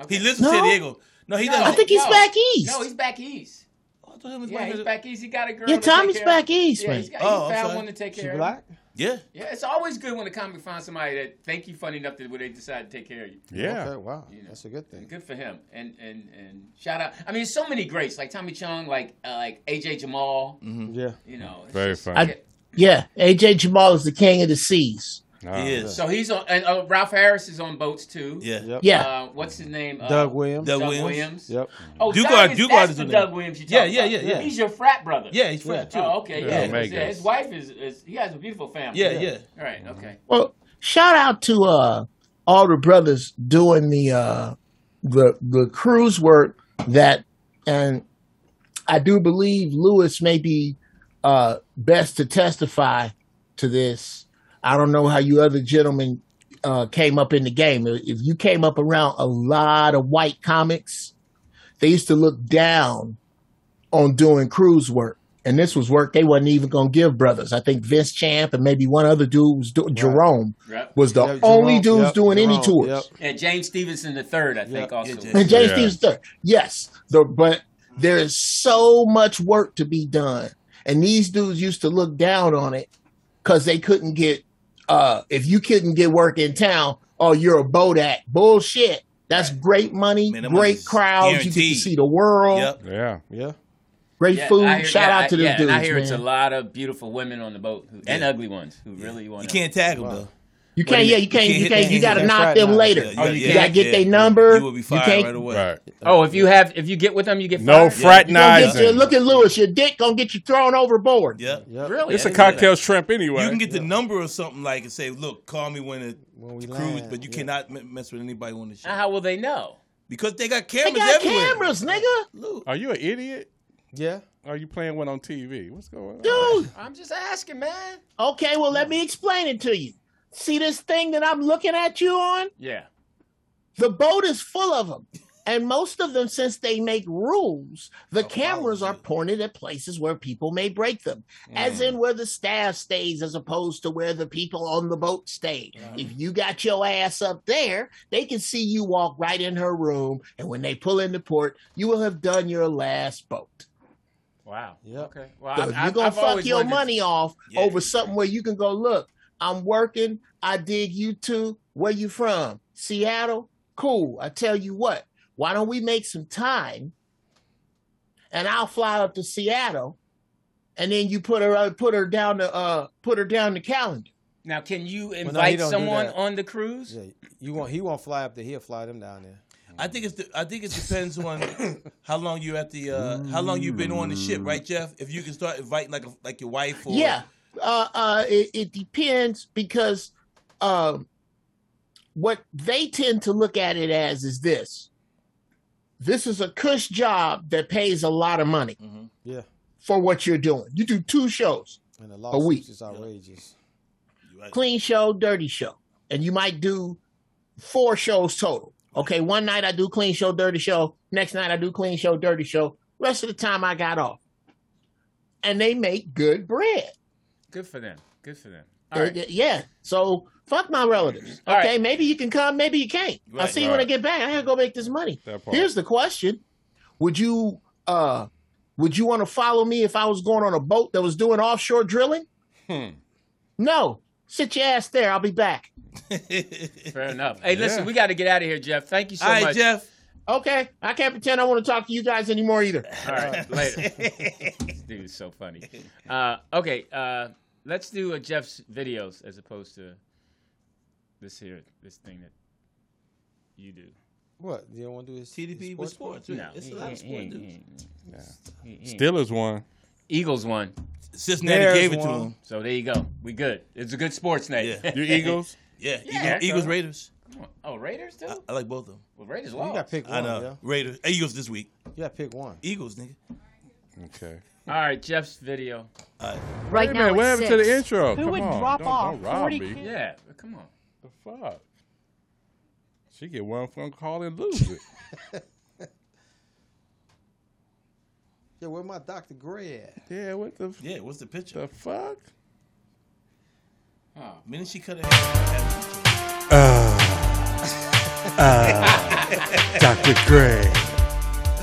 B: Okay.
A: He lives in
J: No.
A: San Diego. No, he doesn't.
J: I think he's
B: No.
J: back east.
B: No, he's back east.
A: Oh, I thought he was
B: Yeah,
A: black.
B: he's back east. He got a girl.
J: Yeah,
B: to take
J: Tommy's
B: care
J: back
B: of.
J: east,
B: Yeah,
J: man.
B: he's got,
A: Oh,
B: he
A: I'm
B: found
A: sorry.
B: one to take
D: She
B: care of.
D: black?
A: Yeah.
B: Yeah, it's always good when a comic finds somebody that think you funny enough that where they decide to take care of you.
C: Yeah.
D: Okay, wow.
B: know.
D: That's a good thing.
B: Good for him. And and and shout out. I mean, so many greats like Tommy Chung, like uh, like AJ Jamal.
D: Yeah.
B: You know, Oh, it's
C: Very
B: just-
C: funny.
J: Yeah, AJ Jamal is the king of the seas.
C: Nah.
A: He is.
B: So he's on. And, uh, Ralph Harris is on boats too.
A: Yeah.
D: Yep.
J: Yeah,
B: Uh, what's his name? Uh,
D: Doug Williams.
B: Doug,
A: Doug Williams.
B: Williams.
D: Yep.
B: Oh,
A: Dugard-
B: Doug is,
A: Dugard
B: that's
A: is
B: the
A: the
B: Doug
A: name.
B: Williams you
A: Yeah,
B: talking
A: yeah,
B: about.
A: yeah, yeah.
B: He's your frat brother.
A: Yeah, he's French too.
B: Oh, okay.
C: Yeah,
B: Yeah.
C: Omega.
B: yeah, His wife is, is. He has a beautiful family.
A: Yeah, yeah.
B: All right.
D: Mm-hmm.
B: Okay.
J: Well, shout out to uh, all the brothers doing the uh, the the cruise work that, and I do believe Lewis may be uh, best to testify to this. I don't know how you other gentlemen uh, came up in the game. If you came up around a lot of white comics, they used to look down on doing cruise work. And this was work they wasn't even gonna give brothers. I think Vince Champ and maybe one other dude was doing Jerome
B: Right.
J: was the
D: Yep,
J: only
D: Jerome,
J: dudes
D: yep,
J: doing any
D: Jerome,
J: tours.
B: Yeah, James Stevenson the third, I think,
D: Yeah,
B: also.
A: yeah,
J: And James
C: Yeah.
J: Stevenson third. Yes, the, but there is so much work to be done, and these dudes used to look down on it because they couldn't get. uh If you couldn't get work in town, oh, you're a Bodak. Bullshit. That's
B: Right.
J: great money,
A: Man, that
J: great
A: money's
J: crowds. You get to
A: guaranteed.
J: see the world,
A: Yep.
C: Yeah.
D: Yeah.
J: great
B: Yeah,
J: food.
B: I hear-
J: Shout
B: yeah,
J: out to
B: I,
J: them
B: yeah,
J: dudes,
B: and I hear
J: man.
B: it's a lot of beautiful women on the boat who, and
A: Yeah.
B: ugly ones who really want
A: You
B: to.
A: can't tag him though.
J: you can't. Yeah, you can't.
A: can't
J: You
A: hit
J: can't.
A: that
J: You got to
D: hand.
J: knock
D: That's
J: them
D: right, nah.
J: later.
A: Yeah,
B: Oh, you
J: You got to
B: can't.
J: get their number.
A: You will be fired
J: can't-
A: right away.
C: Right.
B: Oh, if you have, if you get with them, you get
C: No
A: Yeah.
B: fired?
J: You gonna get
C: fraternizing.
J: your- look at Lewis. Your dick gonna get you thrown overboard.
A: Yep.
D: Yep.
B: Really?
C: It's
B: I
C: a
B: didn't know that.
C: cocktail shrimp anyway.
A: You can get the number or something like and say, "Look, call me when it
D: When we
A: cruise,"
D: land,
A: but you
D: yeah.
A: cannot m- mess with anybody on the ship.
B: Now, how will they know?
A: because they got
J: They
A: cameras
J: got
A: everywhere.
J: cameras, nigga.
C: Are you an idiot?
D: Yeah.
C: Are you playing one on TV? What's going on?
J: Dude.
B: I'm just asking, man.
J: Okay, well, let me explain it to you. See this thing that I'm looking at you on?
B: Yeah.
J: The boat is full of them. And most of them, since they make rules, the cameras are pointed at places where people may break them, as in where the staff stays, as opposed to where the people on the boat stay. If you got your ass up there, they can see you walk right in her room. And when they pull into port, you will have done your last boat.
B: Wow.
D: Yeah.
B: Okay. Well,
J: So
B: I've-
J: if
B: I've-
J: you're gonna
B: I've
J: fuck
B: always
J: your
B: wondered-
J: money off
B: Yeah.
J: over something where you can go, look, I'm working, I dig you too. Where you from? Seattle? Cool. I tell you what, why don't we make some time and I'll fly up to Seattle and then you put her uh, put her down the uh put her down the calendar.
B: Now, can you
D: no, he
B: invite
D: don't do
B: someone
D: that.
B: on the cruise?
D: Yeah, you won't. He won't fly up there. He'll fly them down there.
A: I think it's the, I think it depends on how long you at the uh, how long you've been on the ship,
D: Mm.
A: right, Jeff? If you can start inviting like a, like your wife or
J: Yeah. Uh uh it, it depends because um what they tend to look at it as is this. This is a cush job that pays a lot of money.
D: Yeah,
J: for what you're doing. You do two shows,
D: and the
J: A week.
D: lawsuits is outrageous.
J: clean show, dirty show, and you might do four shows total. Okay, one night I do clean show, dirty show. Next night I do clean show, dirty show. Rest of the time I got off, and they make good bread.
B: Good for them. Good for them. All
J: Uh,
B: right.
J: Yeah. So fuck my relatives.
B: All
J: okay.
B: right.
J: Maybe you can come. Maybe you can't. I'll
B: Right,
J: see you when I
C: right.
J: get back. I gotta go make this money.
C: That part.
J: Here's the question: Would you uh would you want to follow me if I was going on a boat that was doing offshore drilling?
C: Hmm.
J: No. Sit your ass there. I'll be back.
B: Fair enough. Hey, listen,
C: Yeah.
B: we got to get out of here, Jeff. Thank you so
A: All right,
B: much.
A: Jeff.
J: Okay. I can't pretend I want to talk to you guys anymore either.
B: All right, later. this dude is so funny. Uh, okay, uh, let's do uh, Jeff's videos as opposed to this here, this thing that you do.
D: What? You don't want to do his
A: TDP
D: his
A: with
D: sports?
A: sports. right? It's a lot of
B: he
A: sports.
B: ain't- he
A: dudes.
B: ain't-
C: Yeah.
B: he ain't-
C: Steelers won.
B: Eagles won,
A: Cincinnati
D: Bears
A: gave it to
D: won.
A: him.
B: so there you go. We good. It's a good sports night.
A: Yeah.
C: You Eagles.
A: Yeah,
B: Yeah.
A: Eagles, Eagles, Raiders.
B: Come on. Oh, Raiders too.
A: I, I like both of them.
B: well, Raiders
D: You
B: lost.
D: got to pick
A: I
D: one.
A: know
D: Yeah.
A: Raiders, Eagles this week.
D: You got to pick one.
A: Eagles, nigga.
C: Okay.
B: All right, Jeff's video.
C: Right now, what happened to the intro? Who
M: would drop off
C: Don't rob
M: 40
C: me.
M: kids?
B: Yeah, come on.
C: The fuck? She get one phone call and lose it.
D: Yeah, where my Dr. Gray at?
C: yeah. What the f-
A: Yeah, what's the picture?
C: the fuck?
A: minute she cut her hair.
N: Dr. Uh, Gray.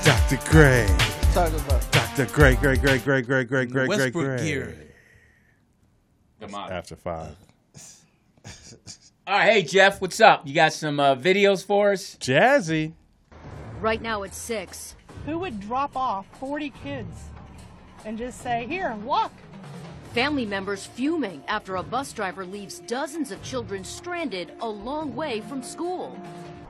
N: Dr. Gray.
D: Talking about
N: Dr. Gray, Gray, Gray, Gray, Gray, Gray, Gray, Gray, Gray.
A: Westbrook gear.
B: The mob.
C: After five.
B: All right, hey Jeff, what's up? You got some uh, videos for us?
C: Jazzy.
M: Right now it's six.
E: Who would drop off 40 kids and just say, here, walk?
M: Family members fuming after a bus driver leaves dozens of children stranded a long way from school.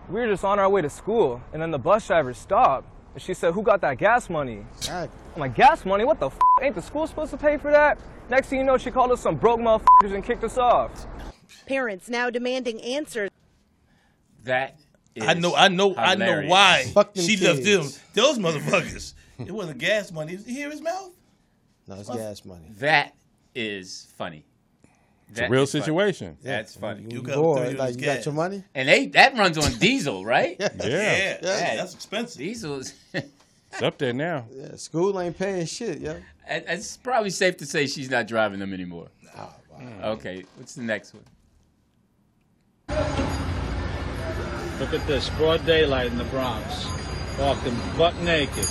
O: We were just on our way to school, and then the bus driver stopped, and she said, "Who got that gas money?"
D: God.
O: I'm like, "Gas money? What the? F-? Ain't the school supposed to pay for that?" Next thing you know, she called us some broke motherfuckers and kicked us off.
P: Parents now demanding answers.
B: That is
A: I know, I know, I know
B: hilarious.
A: why
D: Fuck them
A: she left them.
D: kids.
A: Those motherfuckers. it wasn't gas money. It was hear his mouth.
D: No, it's gas money.
B: That is funny.
C: It's a
B: That
C: real
B: is funny.
C: situation.
B: That's funny.
A: You
D: You
A: got
D: bored,
A: through this
D: like you got
A: gas.
D: your money?
B: And they that runs on diesel, right?
C: Yeah.
A: Yeah,
C: yeah.
A: that's- that's expensive.
B: Diesel is.
C: It's up there now.
D: Yeah, school ain't paying shit, yo.
B: it- it's probably safe to say she's not driving them anymore.
D: Oh, wow.
B: Okay, what's the next one?
Q: Look at this, broad daylight in the Bronx. Walking butt naked.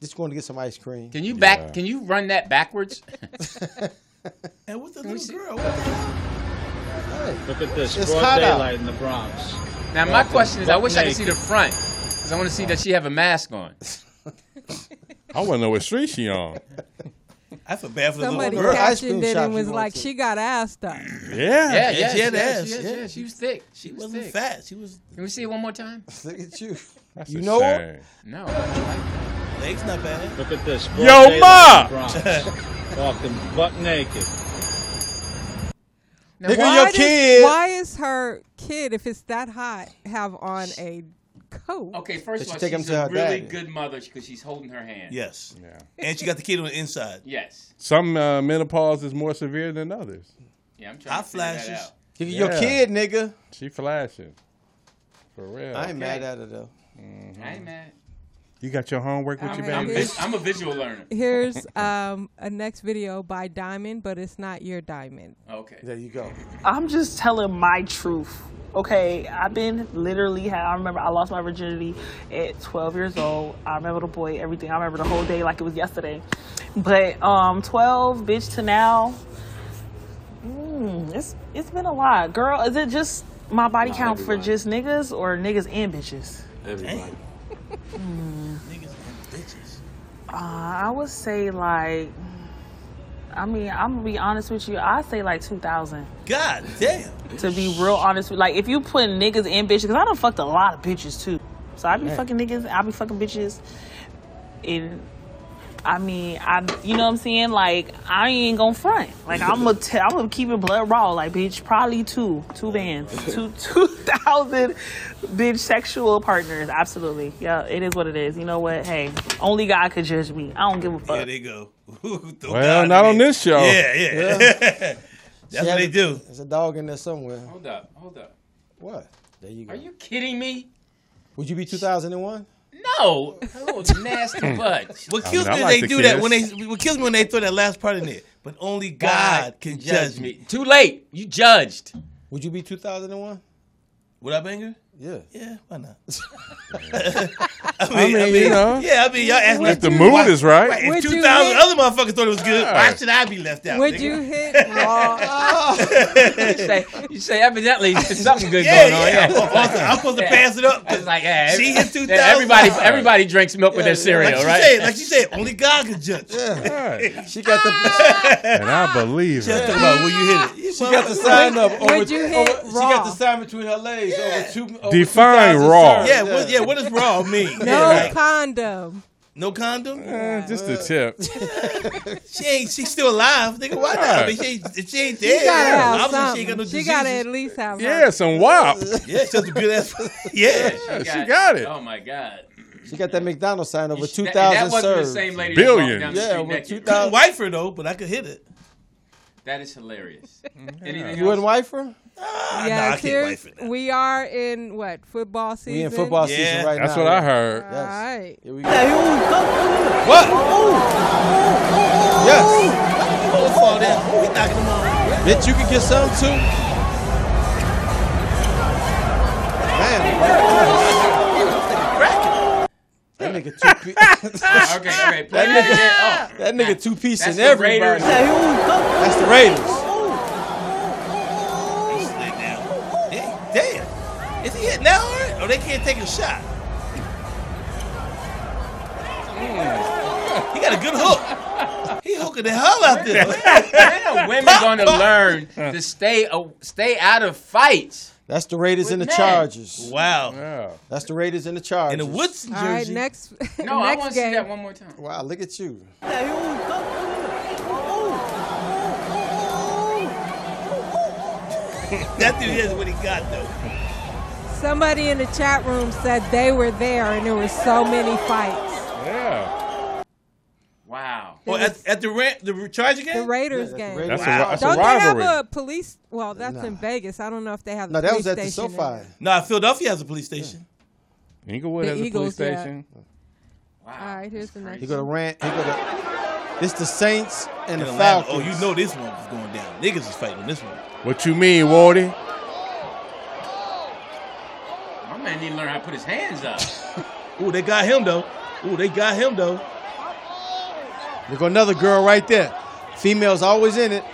D: Just going to get some ice cream.
B: Can you
C: Yeah.
B: back? Can you run that backwards?
A: And with the little girl, what the hell?
D: Hey,
Q: Look at this,
D: It's
Q: broad
D: hot out.
Q: daylight in the Bronx.
B: now my
Q: Walking
B: question is, I
Q: butt
B: wish I could see the
Q: naked.
B: front because I want to see that she have a mask on.
C: I want to know what street she on.
A: I feel bad for the
F: Somebody
A: little girl.
D: got- ice cream
F: captioned it
D: shop
F: and
D: you
F: was
D: going
F: like,
D: to.
F: "She got assed up."
C: Yeah.
B: Yeah, yeah,
A: she had ass,
B: she,
A: E yeah.
B: yeah, she was thick. She,
A: She
B: was
A: wasn't
B: thick.
A: fat. She was
B: Can we see it one more time?
D: Look at you.
C: That's
D: You
C: a
D: know her?
C: shame.
B: No. I like that.
A: legs not bad.
Q: Look at this, broad
C: Yo,
Q: daylight
C: Ma!
Q: in the Bronx. Walking butt naked.
F: Now, why does- Why is her kid, if it's that hot, have on a coat?
B: Okay, first of all,
A: take him
B: she's
A: to
B: a
A: her
B: really
A: dad.
B: good mother because she's holding her hand.
A: Yes. And she got the kid on the inside.
B: Yes.
C: Some uh, menopause is more severe than others.
B: Yeah, I'm trying
A: I
B: to figure that
A: flashes.
B: out.
D: Give your kid, nigga.
C: She flashing. For real.
D: I ain't mad at her though.
A: Mm-hmm.
B: I ain't mad.
C: You got your homework with
F: All
C: you,
F: right,
C: baby?
F: here's-
B: I'm a visual learner.
F: Here's um, a next video by Diamond, but it's not your Diamond.
B: Okay.
D: There you go.
R: I'm just telling my truth. Okay, I've been literally. ha- I remember I lost my virginity at 12 years old. I remember the boy, everything. I remember the whole day like it was yesterday. But um, 12, bitch, to now, mm, it's it's been a lot, girl. Is it just my body
S: Nah,
R: count for
S: everybody.
R: just niggas or niggas and bitches? Hmm.
S: Everybody.
R: Uh, I would say like, I mean, I'm gonna be honest with you. I say like 2,000.
A: God damn.
R: To be real honest with, like, if you put niggas and bitches, because I done fucked a lot of bitches too. So I be
S: Yeah.
R: fucking niggas, I be fucking bitches, and I mean, I, you know what I'm saying? Like, I ain't gonna front. Like, I'm gonna, t- I'm gonna keep it blood raw. Like, bitch, probably two, two bands, two, two thousand, bitch, sexual partners. Absolutely, yeah. It is what it is. You know what? Hey, only God could judge me. I don't give a fuck.
A: There they go.
C: Well, not on this show.
A: Yeah, yeah.
D: She
A: what
D: had
A: they
D: a-
A: do.
D: There's a dog in there somewhere.
B: Hold up, hold up.
D: What? There you go.
B: Are you kidding me?
D: Would you be 2001?
B: No, little nasty butt.
A: What
D: I
A: kills
D: mean, I
A: me
D: like
A: is they
D: the
A: do that when they
D: kids.
A: what kills me when they throw that last part in there. But only God, can judge me.
B: Too late. You judged.
D: Would you be 2001?
A: Would I bang her?
D: Yeah.
A: Yeah, why not?
C: I mean, you know.
A: Yeah, I mean, y'all asked me
C: If the mood is right.
A: Why,
C: Would
A: if
C: you
A: 2,000
C: hit-
A: other motherfuckers thought it was good, why should I be left out?
F: Would
A: nigga?
F: you hit raw?
B: you, say, you say evidently there's something good
A: Yeah,
B: going on.
A: yeah.
B: Yeah.
A: Oh, awesome. I'm supposed to pass it up.
B: It's like, yeah,
A: She hit 2,000.
B: Everybody, everybody drinks milk with their cereal,
A: like you
B: right?
A: Said, like you said, only God can judge.
D: she got
A: the.
C: And I believe
A: Shut
C: it.
A: the fuck. Will you hit it?
D: She got the sign up
A: Would
D: over.
A: you
D: over-
A: hit
D: she
A: raw?
D: got the sign between her legs over two. Over
C: Define
D: 2,000
C: raw.
D: serves.
A: Yeah, what, yeah. What does raw mean?
F: No
A: Yeah, right.
F: condom.
A: No condom?
C: Eh, just the tip.
A: She ain't. She's still alive. Nigga, why not? I mean, she, ain't- if she ain't
F: She
A: dead.
F: gotta have
A: obviously
F: something.
A: she ain't got no
F: she
A: diseases.
F: gotta at least have.
C: Yeah, some wop.
A: Yeah, she has a good ass. Yeah,
B: she, got,
D: it.
B: Oh my god.
D: She got that McDonald's sign over two
B: That, that
D: thousand
B: wasn't
D: serves.
B: the same lady. That walked down the
D: Yeah,
B: street
D: over
B: naked,
D: two
B: right?
D: thousand.
A: Wife her though, but I could hit it.
B: That is hilarious. Anything
D: You wouldn't wife
B: else?
D: her?
F: Yeah, here's- we are in what football season.
D: We in football season right
C: That's
D: now.
C: what I heard.
F: All right.
D: Here we go. What? Yes.
A: fall down. We knocking them off.
D: Bitch, you can get some too. That nigga two piece.
B: Okay, okay, play
D: that
B: that
D: nigga, that nigga two piece
B: That's
D: in
B: the
D: everybody.
B: Raiders.
D: That's the Raiders.
A: Damn, damn. Is he hitting that hard? Or they can't take a shot?
D: Hmm.
A: He got a good hook. He hooking the hell out there.
B: When are women going to learn to stay a, stay out of fights?
D: That's the Raiders and the
B: With men.
D: Chargers.
A: Wow.
D: That's the Raiders and the Chargers. And the
A: Woodson
F: All right, next.
B: No, I
F: next
B: want to see
F: game.
B: that one more time.
D: Wow, look at you.
F: Oh.
A: That dude is what he got though.
F: Somebody in the chat room said they were there and there were so many fights.
C: Yeah.
B: Wow.
A: Well, Oh, at, at the Ra- the Charger game,
F: The Raiders game.
C: That's a- that's a
F: Don't
C: rivalry.
F: they have a police? Well, that's in Vegas. I don't know if they have. the police station in-
A: Nah, Philadelphia has a police station.
C: Inglewood
F: The
C: has
F: Eagles,
C: a police station.
F: All right, here's the next.
D: He gonna rant. He gonna. It's the Saints and, the
A: Atlanta.
D: Falcons.
A: Oh, you know this one was going down. Niggas is fighting on this one.
C: What you mean, Wardy?
B: My man need to learn how to put his hands up.
A: Ooh, they got him though. Ooh, they got him though.
D: There go another girl right there. Females always in it.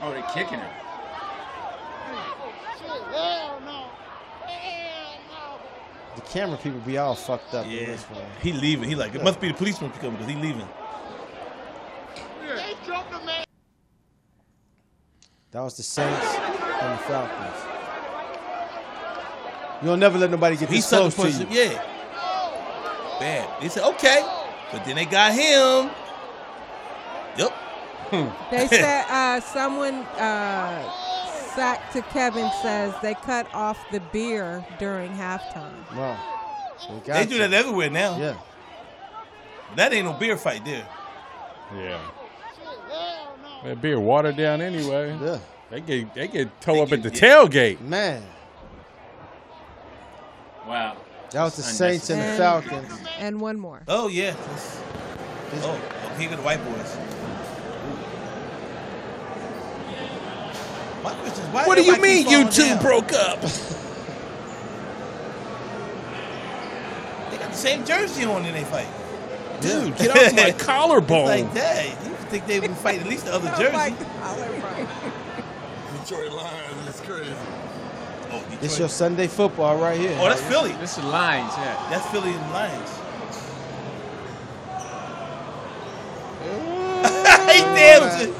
B: Oh, they're kicking him.
D: The camera people be all fucked up. Yeah. This one.
A: He leaving. He like it must be the policeman coming because he leaving.
D: That was the Saints and the Falcons. You'll never let nobody get
A: He
D: this
A: sucker
D: close to
A: punched
D: you.
A: him. Yeah. Bad. They said okay, but then they got him. Yep.
D: Hmm.
F: They said uh, someone uh, sacked to Kevin says they cut off the beer during halftime.
D: Wow.
A: They do that everywhere now.
D: Yeah.
A: That ain't no beer fight there.
C: Yeah. That beer watered down anyway. Yeah. They get they get towed up at the tailgate.
D: Man.
B: Wow.
D: That was the Saints and the Falcons.
F: And one more.
A: Oh yeah. That's- Oh, oh, here go the white boys. My question is, why
D: What do you
A: everybody keep
D: mean you
A: falling
D: two
A: down?
D: broke
A: up? they got the same jersey on in they fight.
C: Dude, get off my collarbone.
A: Like that, you would think they would fight at least the other jersey.
S: Detroit Lions, that's crazy.
D: It's your Sunday football right here.
A: Oh, that's Philly.
B: This is Lions, yeah.
A: That's Philly and Lions. he damn it.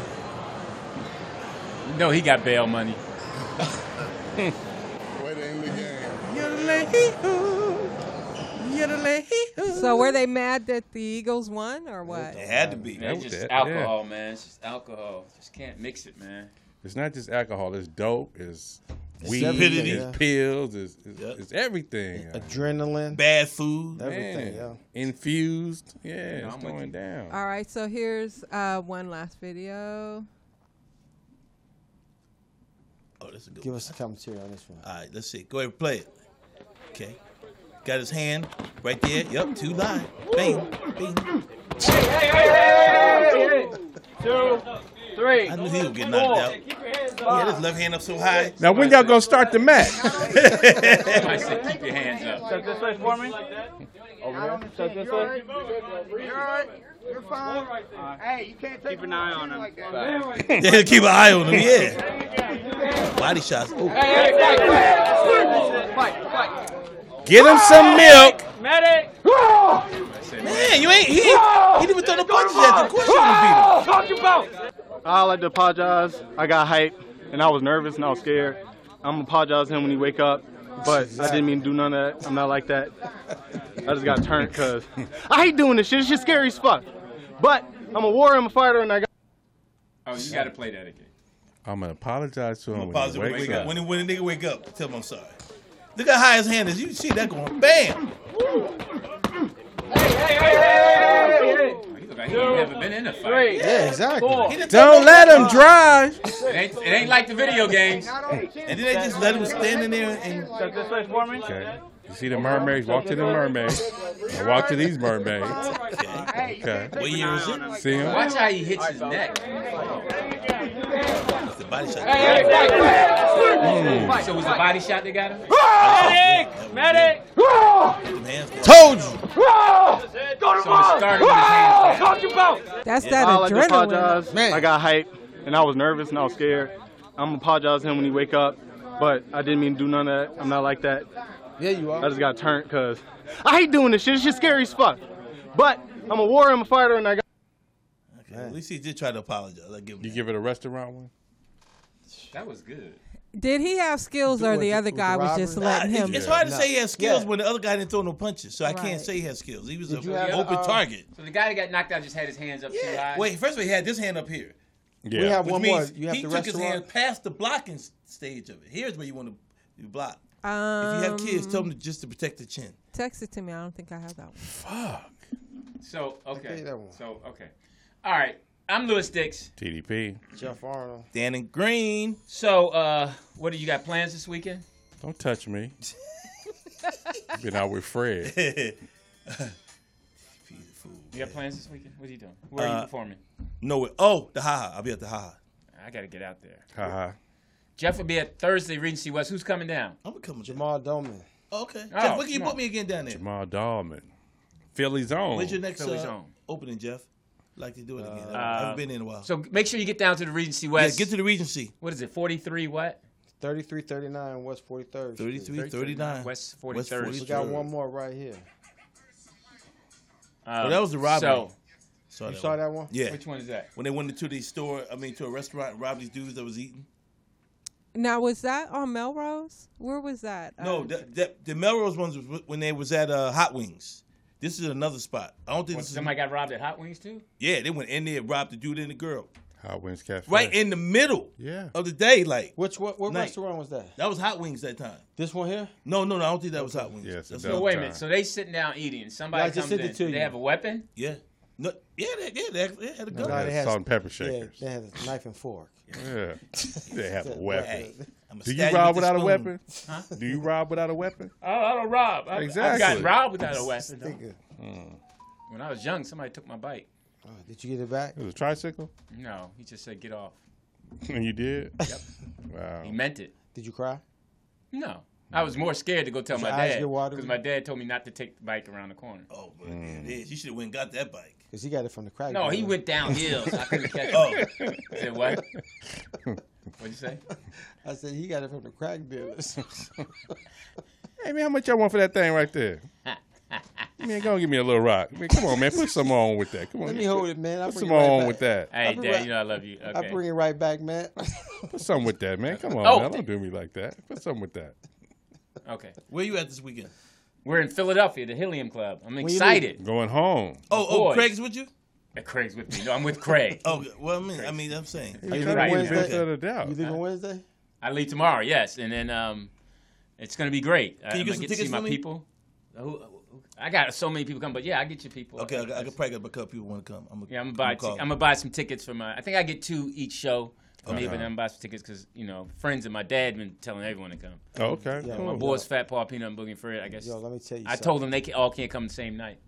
B: No, he got bail money.
S: Way to end the game.
F: So were they mad that the Eagles won or what?
A: It had to be.
B: It's
C: was
B: just
C: it,
B: alcohol, man. It's just alcohol. Just can't mix it, man.
C: It's not just alcohol. It's dope. It's
D: It's
C: weed.
D: everything,
C: It's
D: yeah.
C: pills. It's, it's, it's everything.
D: Adrenaline.
A: Bad food.
D: Everything,
C: Man.
D: yeah.
C: Infused. Yeah,
D: Yeah,
C: it's
D: I'm with
C: going
D: you.
C: down.
F: All right, so here's uh, one last video.
A: Oh, that's a good
D: Give us a commentary on this one.
A: All right, let's see. Go ahead and play it. Okay. Got his hand right there. Yep, two line. Bang, bang.
O: Two, three.
A: I knew he would get knocked out. He had his left hand up so high.
C: Now when y'all gonna start the match?
A: I
B: said keep your hands up.
O: Step this way for me. Over here. Step this way.
T: You're all right. You're fine. Hey, you can't take Keep an eye on him. Like that.
A: Yeah, keep an eye on him. Yeah. Body shots. Oh. Ooh.
B: Oh,
C: Get him some milk.
O: Medic!
A: Man, you ain't. He, he didn't even throw the punches at you. Of course you
B: Oh,
A: didn't
O: beat him. Talk about.
L: I like to apologize. I got hype and I was nervous and I was scared. I'm gonna apologize to him when he wake up, but I didn't mean to do none of that. I'm not like that. I just got turned because I hate doing this shit. It's just scary as fuck. But I'm a warrior, I'm a fighter, and I got.
B: Oh, you got to play that again.
C: I'm gonna apologize to him when
A: Pause
C: he
A: it when,
C: wakes
A: wake up.
C: up.
A: When, the- when the nigga wake up, tell him I'm sorry. Look how high his hand is. You see that going bam.
B: Like, he never been in a fight.
D: Yeah, exactly.
C: Don't let him drive.
B: It ain't, it ain't like the video games.
A: and then they just let him stand in there and.
O: Step this way for me.
C: Okay. You see the mermaids? Walk to the mermaids. I walk to these mermaids. Okay.
A: What year is it?
C: See him?
B: Watch how he hits his neck.
A: The body shot.
B: Mm. So it was a body shot that got him? Oh,
O: Medic! Medic!
D: Told you.
O: Go to
B: ball. started with his hands
O: Talk about.
F: That's
L: Yeah.
F: that
L: I like to
F: adrenaline.
L: apologize. I got hype and I was nervous and I was scared. I'm gonna apologize to him when he wake up, but I didn't mean to do none of that. I'm not like that.
D: Yeah, you are.
L: I just got turned because I hate doing this shit. It's just scary as fuck. But I'm a warrior, I'm a fighter, and I got.
A: Okay, at least he did try to apologize. I give him.
C: You give it a restaurant one.
B: That was good.
F: Did he have skills or the other guy was just letting him?
A: Uh, It's hard to say he has skills when the other guy didn't throw no punches, so I can't say he has skills. He was an
B: you have,
A: open
B: uh,
A: target.
B: So the guy that got knocked out just had his hands up too high.
A: Wait, first of all, he had this hand up here.
C: Yeah. We have
A: Which
D: one more.
A: means
D: You have
A: he
D: the
A: took his
D: restaurant.
A: hand past the blocking s- stage of it. Here's where you want to block. if you have kids, tell them to, just to protect the chin.
F: Um, Text it to me. I don't think I have that one.
A: Fuck.
B: So okay.
D: gave that one.
B: So okay. All right. I'm Lewis Dix.
C: TDP.
D: Jeff Arnold.
A: Dan and Green.
B: So uh, what do you got plans this weekend?
C: Don't touch me. Been out with Fred.
B: You got plans this weekend? What are you doing? Where are you
A: Uh,
B: performing?
A: No way. Oh, the haha. I'll be at the haha.
B: I gotta get out there.
C: Haha.
B: Jeff will be at Thursday Regency West. Who's coming down?
A: I'm gonna come.
D: Jamal Doman.
A: Okay.
B: Oh,
A: Jeff, what can you
B: come
A: put me again down there?
C: Jamal Dahlman. Philly's
B: Oh,
C: own.
A: When's your next
B: Philly's
A: uh,
B: on.
A: opening, Jeff? Like to do it again. I
B: Uh,
A: haven't been there in a while.
B: So make sure you get down to the Regency West.
A: get to the Regency.
B: What is it? Forty three what?
D: 3339 West 43rd.
A: 33, 39.
B: West
D: We
B: 43rd.
D: got one more right here.
B: Um,
A: that was the robbery.
B: So
D: You saw that one?
A: Yeah.
B: Which one is that?
A: When they went into the store, I mean, to a restaurant, and robbed these dudes that was eating.
F: Now was that on Melrose? Where was that?
B: Uh,
A: No,
F: Um,
A: the, the, the Melrose ones was when they was at uh, Hot Wings. This is another spot. I don't think
B: What,
A: this
B: somebody
A: is.
B: got robbed at Hot Wings too.
A: Yeah, they went in there, robbed the dude and the girl.
C: Hot Wings Cafe.
A: Right in the middle.
C: Yeah.
A: Of the day, like
D: which what, what
A: night.
D: restaurant was that?
A: That was Hot Wings that time.
D: This one here?
A: No, no, no. I don't think that was Hot Wings.
C: Yes,
A: That's
B: So
A: not-
B: wait a minute. So they sitting down eating. Somebody
A: Yeah, I just
B: comes
A: sent it
B: in.
A: to
B: They
A: you.
B: have a weapon.
A: Yeah. No, yeah, they, yeah, they, they had a gun.
D: No, they had-
C: salt and pepper
D: Yeah,
C: shakers.
D: they had a knife and fork.
C: Yeah. They have a
D: Hey,
C: weapon.
D: I'ma
C: Do you
D: stab you
C: rob
D: with
C: without
D: the
C: a
D: spoon.
C: weapon?
B: Huh?
C: Do you rob without a weapon?
B: Oh, I don't rob. I,
C: Exactly.
B: I got robbed without a weapon.
D: Nigga.
B: though.
A: Hmm.
B: When I was young, somebody took my bike.
D: Oh, did you get it back?
C: It was a tricycle?
B: No, he just said get off.
C: And you did?
B: Yep.
C: Wow.
B: He meant it.
D: Did you cry?
B: No. I was more scared to go tell
D: Did your
B: my
D: eyes
B: dad
D: get watery?
B: because my dad told me not to take the bike around the corner.
A: Oh, but yeah,
C: Mm.
A: it is. You should have went and got that bike.
D: Cause he got it from the crack.
B: No, he
D: dealer. Oh.
B: went downhill, so I couldn't catch him. Said what? What'd you say?
D: I said he got it from the crack dealers.
C: Hey man, how much y'all want for that thing right there? Man, go and give me a little rock. Man, come on, man, put some on with that. Come on,
D: Let me hold it, man. I'll
C: put
D: bring
C: some
D: it right
C: on
D: back.
C: with that.
D: Hey, I'll be Dad, right-
B: you know I love you.
D: I bring it right back, man.
C: Put something with that, man. Come on,
B: Oh.
C: man. Don't do me like that. Put something with that.
B: Okay.
A: Where you at this weekend?
B: We're in Philadelphia, the Helium Club. I'm
C: you
B: excited.
C: Going home.
A: Oh, oh,
B: Boys.
A: Craig's with you?
B: Uh, Craig's with me. No, I'm with Craig.
A: Oh, well, I mean, I mean, I'm saying.
C: Are
B: you right now.
D: You leaving Wednesday?
B: I leave tomorrow, yes, and then um, it's gonna be great.
A: Can you
B: I'm
A: get
B: gonna
A: some
B: get to see
A: tickets
B: my
A: for me?
B: people. Uh, who- who- I got so many people coming, but yeah, I get you people.
A: Okay, I, I could probably get a couple people want to come. I'm gonna,
B: Yeah, I'm gonna buy. i
A: call.
B: am I'm gonna buy some tickets for my. I think I get two each show. For me,
A: Okay.
B: but then I'm gonna buy some tickets because you know friends and my dad been telling everyone to come.
C: Oh, okay,
B: You know,
C: cool.
B: My boys, Fat Paul, Peanut, and Boogie and Fred. I guess.
D: Yo, let me tell you
B: I
D: something.
B: told them they can, all can't come the same night.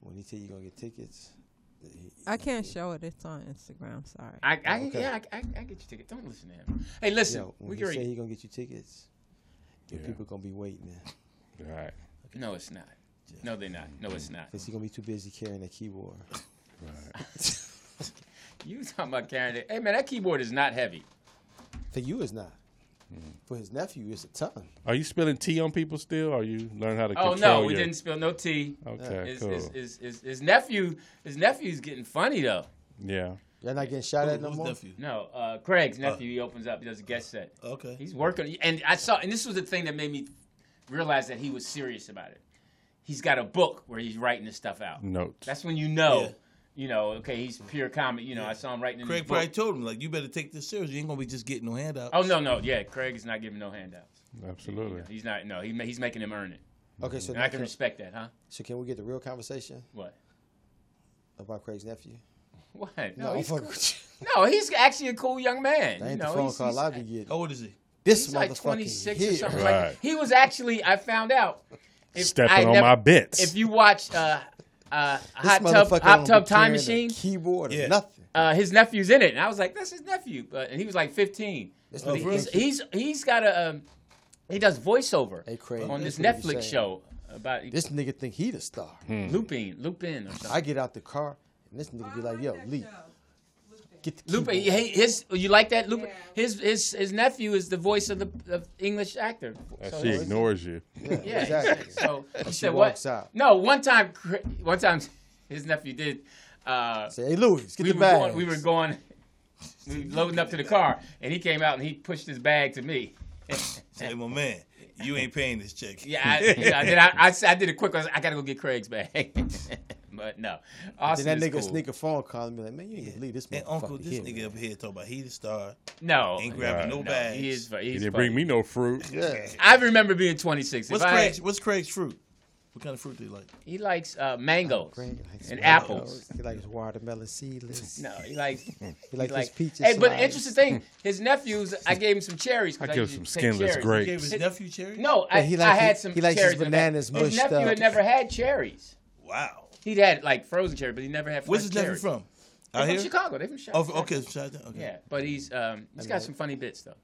D: When he tell you gonna get tickets,
F: I can't show it. It's on Instagram. Sorry.
B: I, I yeah, I, I, I get your ticket. Don't listen to him. Hey, listen,
D: Yo, when
B: we
D: he
B: can.
D: say
B: re-
D: he gonna get you tickets, your
C: Yeah.
D: people gonna be waiting, man.
C: All right.
B: No, it's not. No, they're not. No, it's not.
D: Cause he gonna be too busy carrying that keyboard.
B: You talking about carrying it? Hey man, that keyboard is not heavy.
D: For you, it's not.
C: Mm-hmm.
D: For his nephew, it's a ton.
C: Are you spilling tea on people still? Or you learn how to
B: Oh
C: control
B: no, we
C: your-
B: didn't spill no tea.
C: Okay,
B: his,
C: cool.
B: His, his, his, his nephew, his nephew's getting funny though.
C: Yeah.
D: Y'all not getting shot at no more.
B: No, uh, Craig's nephew. he opens up. He does a guest set.
A: Okay.
B: He's working, and I saw, and this was the thing that made me realize that he was serious about it. He's got a book where he's writing this stuff out.
C: Notes.
B: That's when you know, you know, okay, he's pure comedy. You know, I saw him writing in his
A: Craig
B: book.
A: probably told him like, you better take this serious. You ain't gonna be just getting no handouts.
B: Oh no, no, yeah, Craig is not giving no handouts.
C: Absolutely.
B: He's not. No, he, ma- he's making him earn it.
D: Okay, so
B: And I
D: now
B: can
D: can-
B: respect that, huh?
D: So can we get the real conversation
B: What?
D: about Craig's nephew?
B: What?
D: No,
B: No,
D: I'm
B: he's
D: fucking
B: cool.
D: with
B: no, he's actually a cool young man.
D: That ain't
B: you
D: the
B: know,
D: phone
B: he's,
D: call
B: he's,
D: I be getting.
A: How old is he?
D: This
B: he's
D: motherfucker
B: like 26
D: here.
B: or something
C: Right.
B: like that. He was actually, I found out. If
C: Stepping
B: I
C: on my bits.
B: If you watch uh, uh,
D: This
B: Hot Tub,
D: motherfucker
B: hot
D: don't
B: tub
D: be
B: Time
D: carrying a
B: Machine,
D: keyboard or nothing.
B: Uh, his nephew's in it, and I was like, "That's his nephew," but and he was like 15.
D: That's
B: But
D: not
B: he's,
D: his nephew.
B: he's he's got a um, he does voiceover on this
D: that's what you
B: Netflix
D: saying.
B: show about
D: This nigga think he the star.
B: Lupin, Lupin. Or something.
D: I get out the car and this nigga be like, "Yo, leave." Get the
B: Lupe,
D: keyboard.
B: he- his you like that? Lupe, his his his nephew is the voice of the of English actor.
C: And
B: So
C: she
B: it's-
C: ignores you.
D: Yeah,
B: Yeah,
D: exactly.
B: So
D: And
B: he
D: she
B: said
D: walks
B: what?
D: out.
B: No, one time, Cra- one time, his nephew did. Uh,
D: Say, "Hey, Louis, get
B: we
D: the
B: were
D: bags."
B: Going, we were going, we were loading up to the car, and he came out and he pushed his bag to me.
A: Say, my man, you ain't paying this check.
B: Yeah, I, yeah, then I, I, s- I did a quick. I, was, I gotta go get Craig's bag. but no, Austin
D: then that
B: is
D: nigga
B: cool.
D: sneak a phone call and be like, "Man, you ain't leave this motherfucker
A: And Uncle, this
D: here."
A: nigga up here talking about he the star.
B: No,
A: ain't grabbing
C: Right.
A: no
C: No,
A: bags.
B: he is.
C: He
B: He's
C: didn't
B: funny.
C: bring me no fruit.
D: Yeah.
B: I remember being 26.
A: What's
B: If I-
A: Craig's? What's Craig's fruit? What kind of fruit do you like?
B: He likes uh, mangoes
D: Craig likes
B: and
D: watermelons.
B: apples.
D: He likes watermelon seedless.
B: No, he likes
D: He likes his peaches.
B: Hey, but
D: slices.
B: interesting thing, his nephews. I gave him some cherries. 'cause
C: I give
B: used
C: him
B: to
C: some
B: take
C: skinless
B: cherries.
C: grapes.
A: You gave his nephew cherries?
B: No, I,
D: Yeah, he
B: I
D: likes
B: had
D: his-
B: some.
D: he likes his
B: cherries in the back.
D: bananas
B: His
D: mushed
B: nephew
D: up.
B: had never had cherries.
A: Wow.
B: He'd had like frozen cherry, but he never had.
A: Where's his
B: fresh
A: nephew
B: cherry.
A: from?
B: They're
A: Out
B: from
A: here?
B: Chicago. They from
A: Oh,
B: Chicago.
A: f- okay, Chicago, okay.
B: Yeah, but he's um, he's got
A: Alleged.
B: some funny bits though.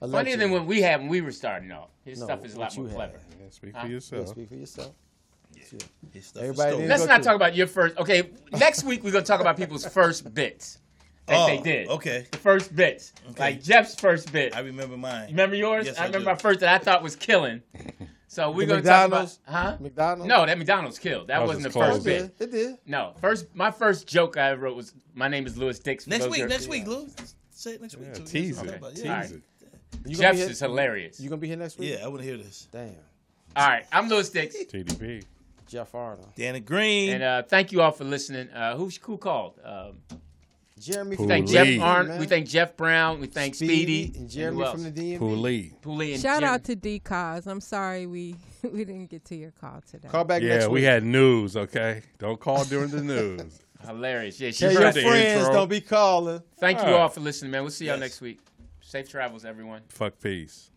B: Funnier
D: Allegedly.
B: than what we had when we were starting off. His
D: No,
B: stuff is a lot
D: what you
B: more
D: had.
B: clever.
C: Yeah, speak
B: Huh?
C: for yourself.
D: Yeah, speak for yourself. Yeah.
A: stuff is
D: Everybody
A: dope.
D: didn't
B: Let's
D: go
B: not
D: through.
B: talk about your first. Okay, next week we're gonna talk about people's first bits that they
A: Oh,
B: did.
A: okay.
B: the first bits,
A: Okay.
B: like Jeff's first bit.
A: I remember mine.
B: You remember yours?
A: Yes,
B: I
A: I
B: remember
A: do.
B: my first that I thought was killing. So we're
D: The
B: gonna
D: McDonald's?
B: talk about huh?
D: McDonald's?
B: No, that McDonald's killed.
C: That
B: That,
C: was
B: wasn't the
C: his
B: first
C: closer.
B: bit.
C: It
D: It did.
B: No, first my first joke I wrote was my name is Lewis Dix. for
A: Next
B: those
A: week,
B: who-
A: next week, Lou. Say it next week. too.
C: tease
A: That's what I'm
C: it.
A: talking about.
C: Tease
A: Yeah.
C: it.
D: You gonna be
B: Jeff's
D: here-
B: is hilarious.
D: You gonna be here next week?
A: Yeah, I want to hear this.
D: Damn.
B: All right, I'm Louis Dix.
C: TDP.
D: Jeff Arnold.
A: Dana Green.
B: And uh, thank you all for listening. Uh, who's who called? Um,
D: Jeremy
B: We thank
C: Pooh Lee.
B: Jeff Arn. We thank Jeff Brown. We thank Speedy,
D: Speedy and Jeremy from the DMV.
C: Pooh Lee.
B: Pooley and
F: Shout
B: Jeremy.
F: out to D Cause. I'm sorry we we didn't get to your call today.
D: Call back
C: yeah,
D: next
C: we
D: week.
C: had news. Okay, don't call during the news.
B: Hilarious. Yeah, she
C: Tell
B: heard
C: your
B: the
C: friends
B: intro.
C: don't
D: be calling.
B: Thank you
C: All right.
B: all for listening, man. We'll see y'all next week. Safe travels, everyone.
C: Fuck peace.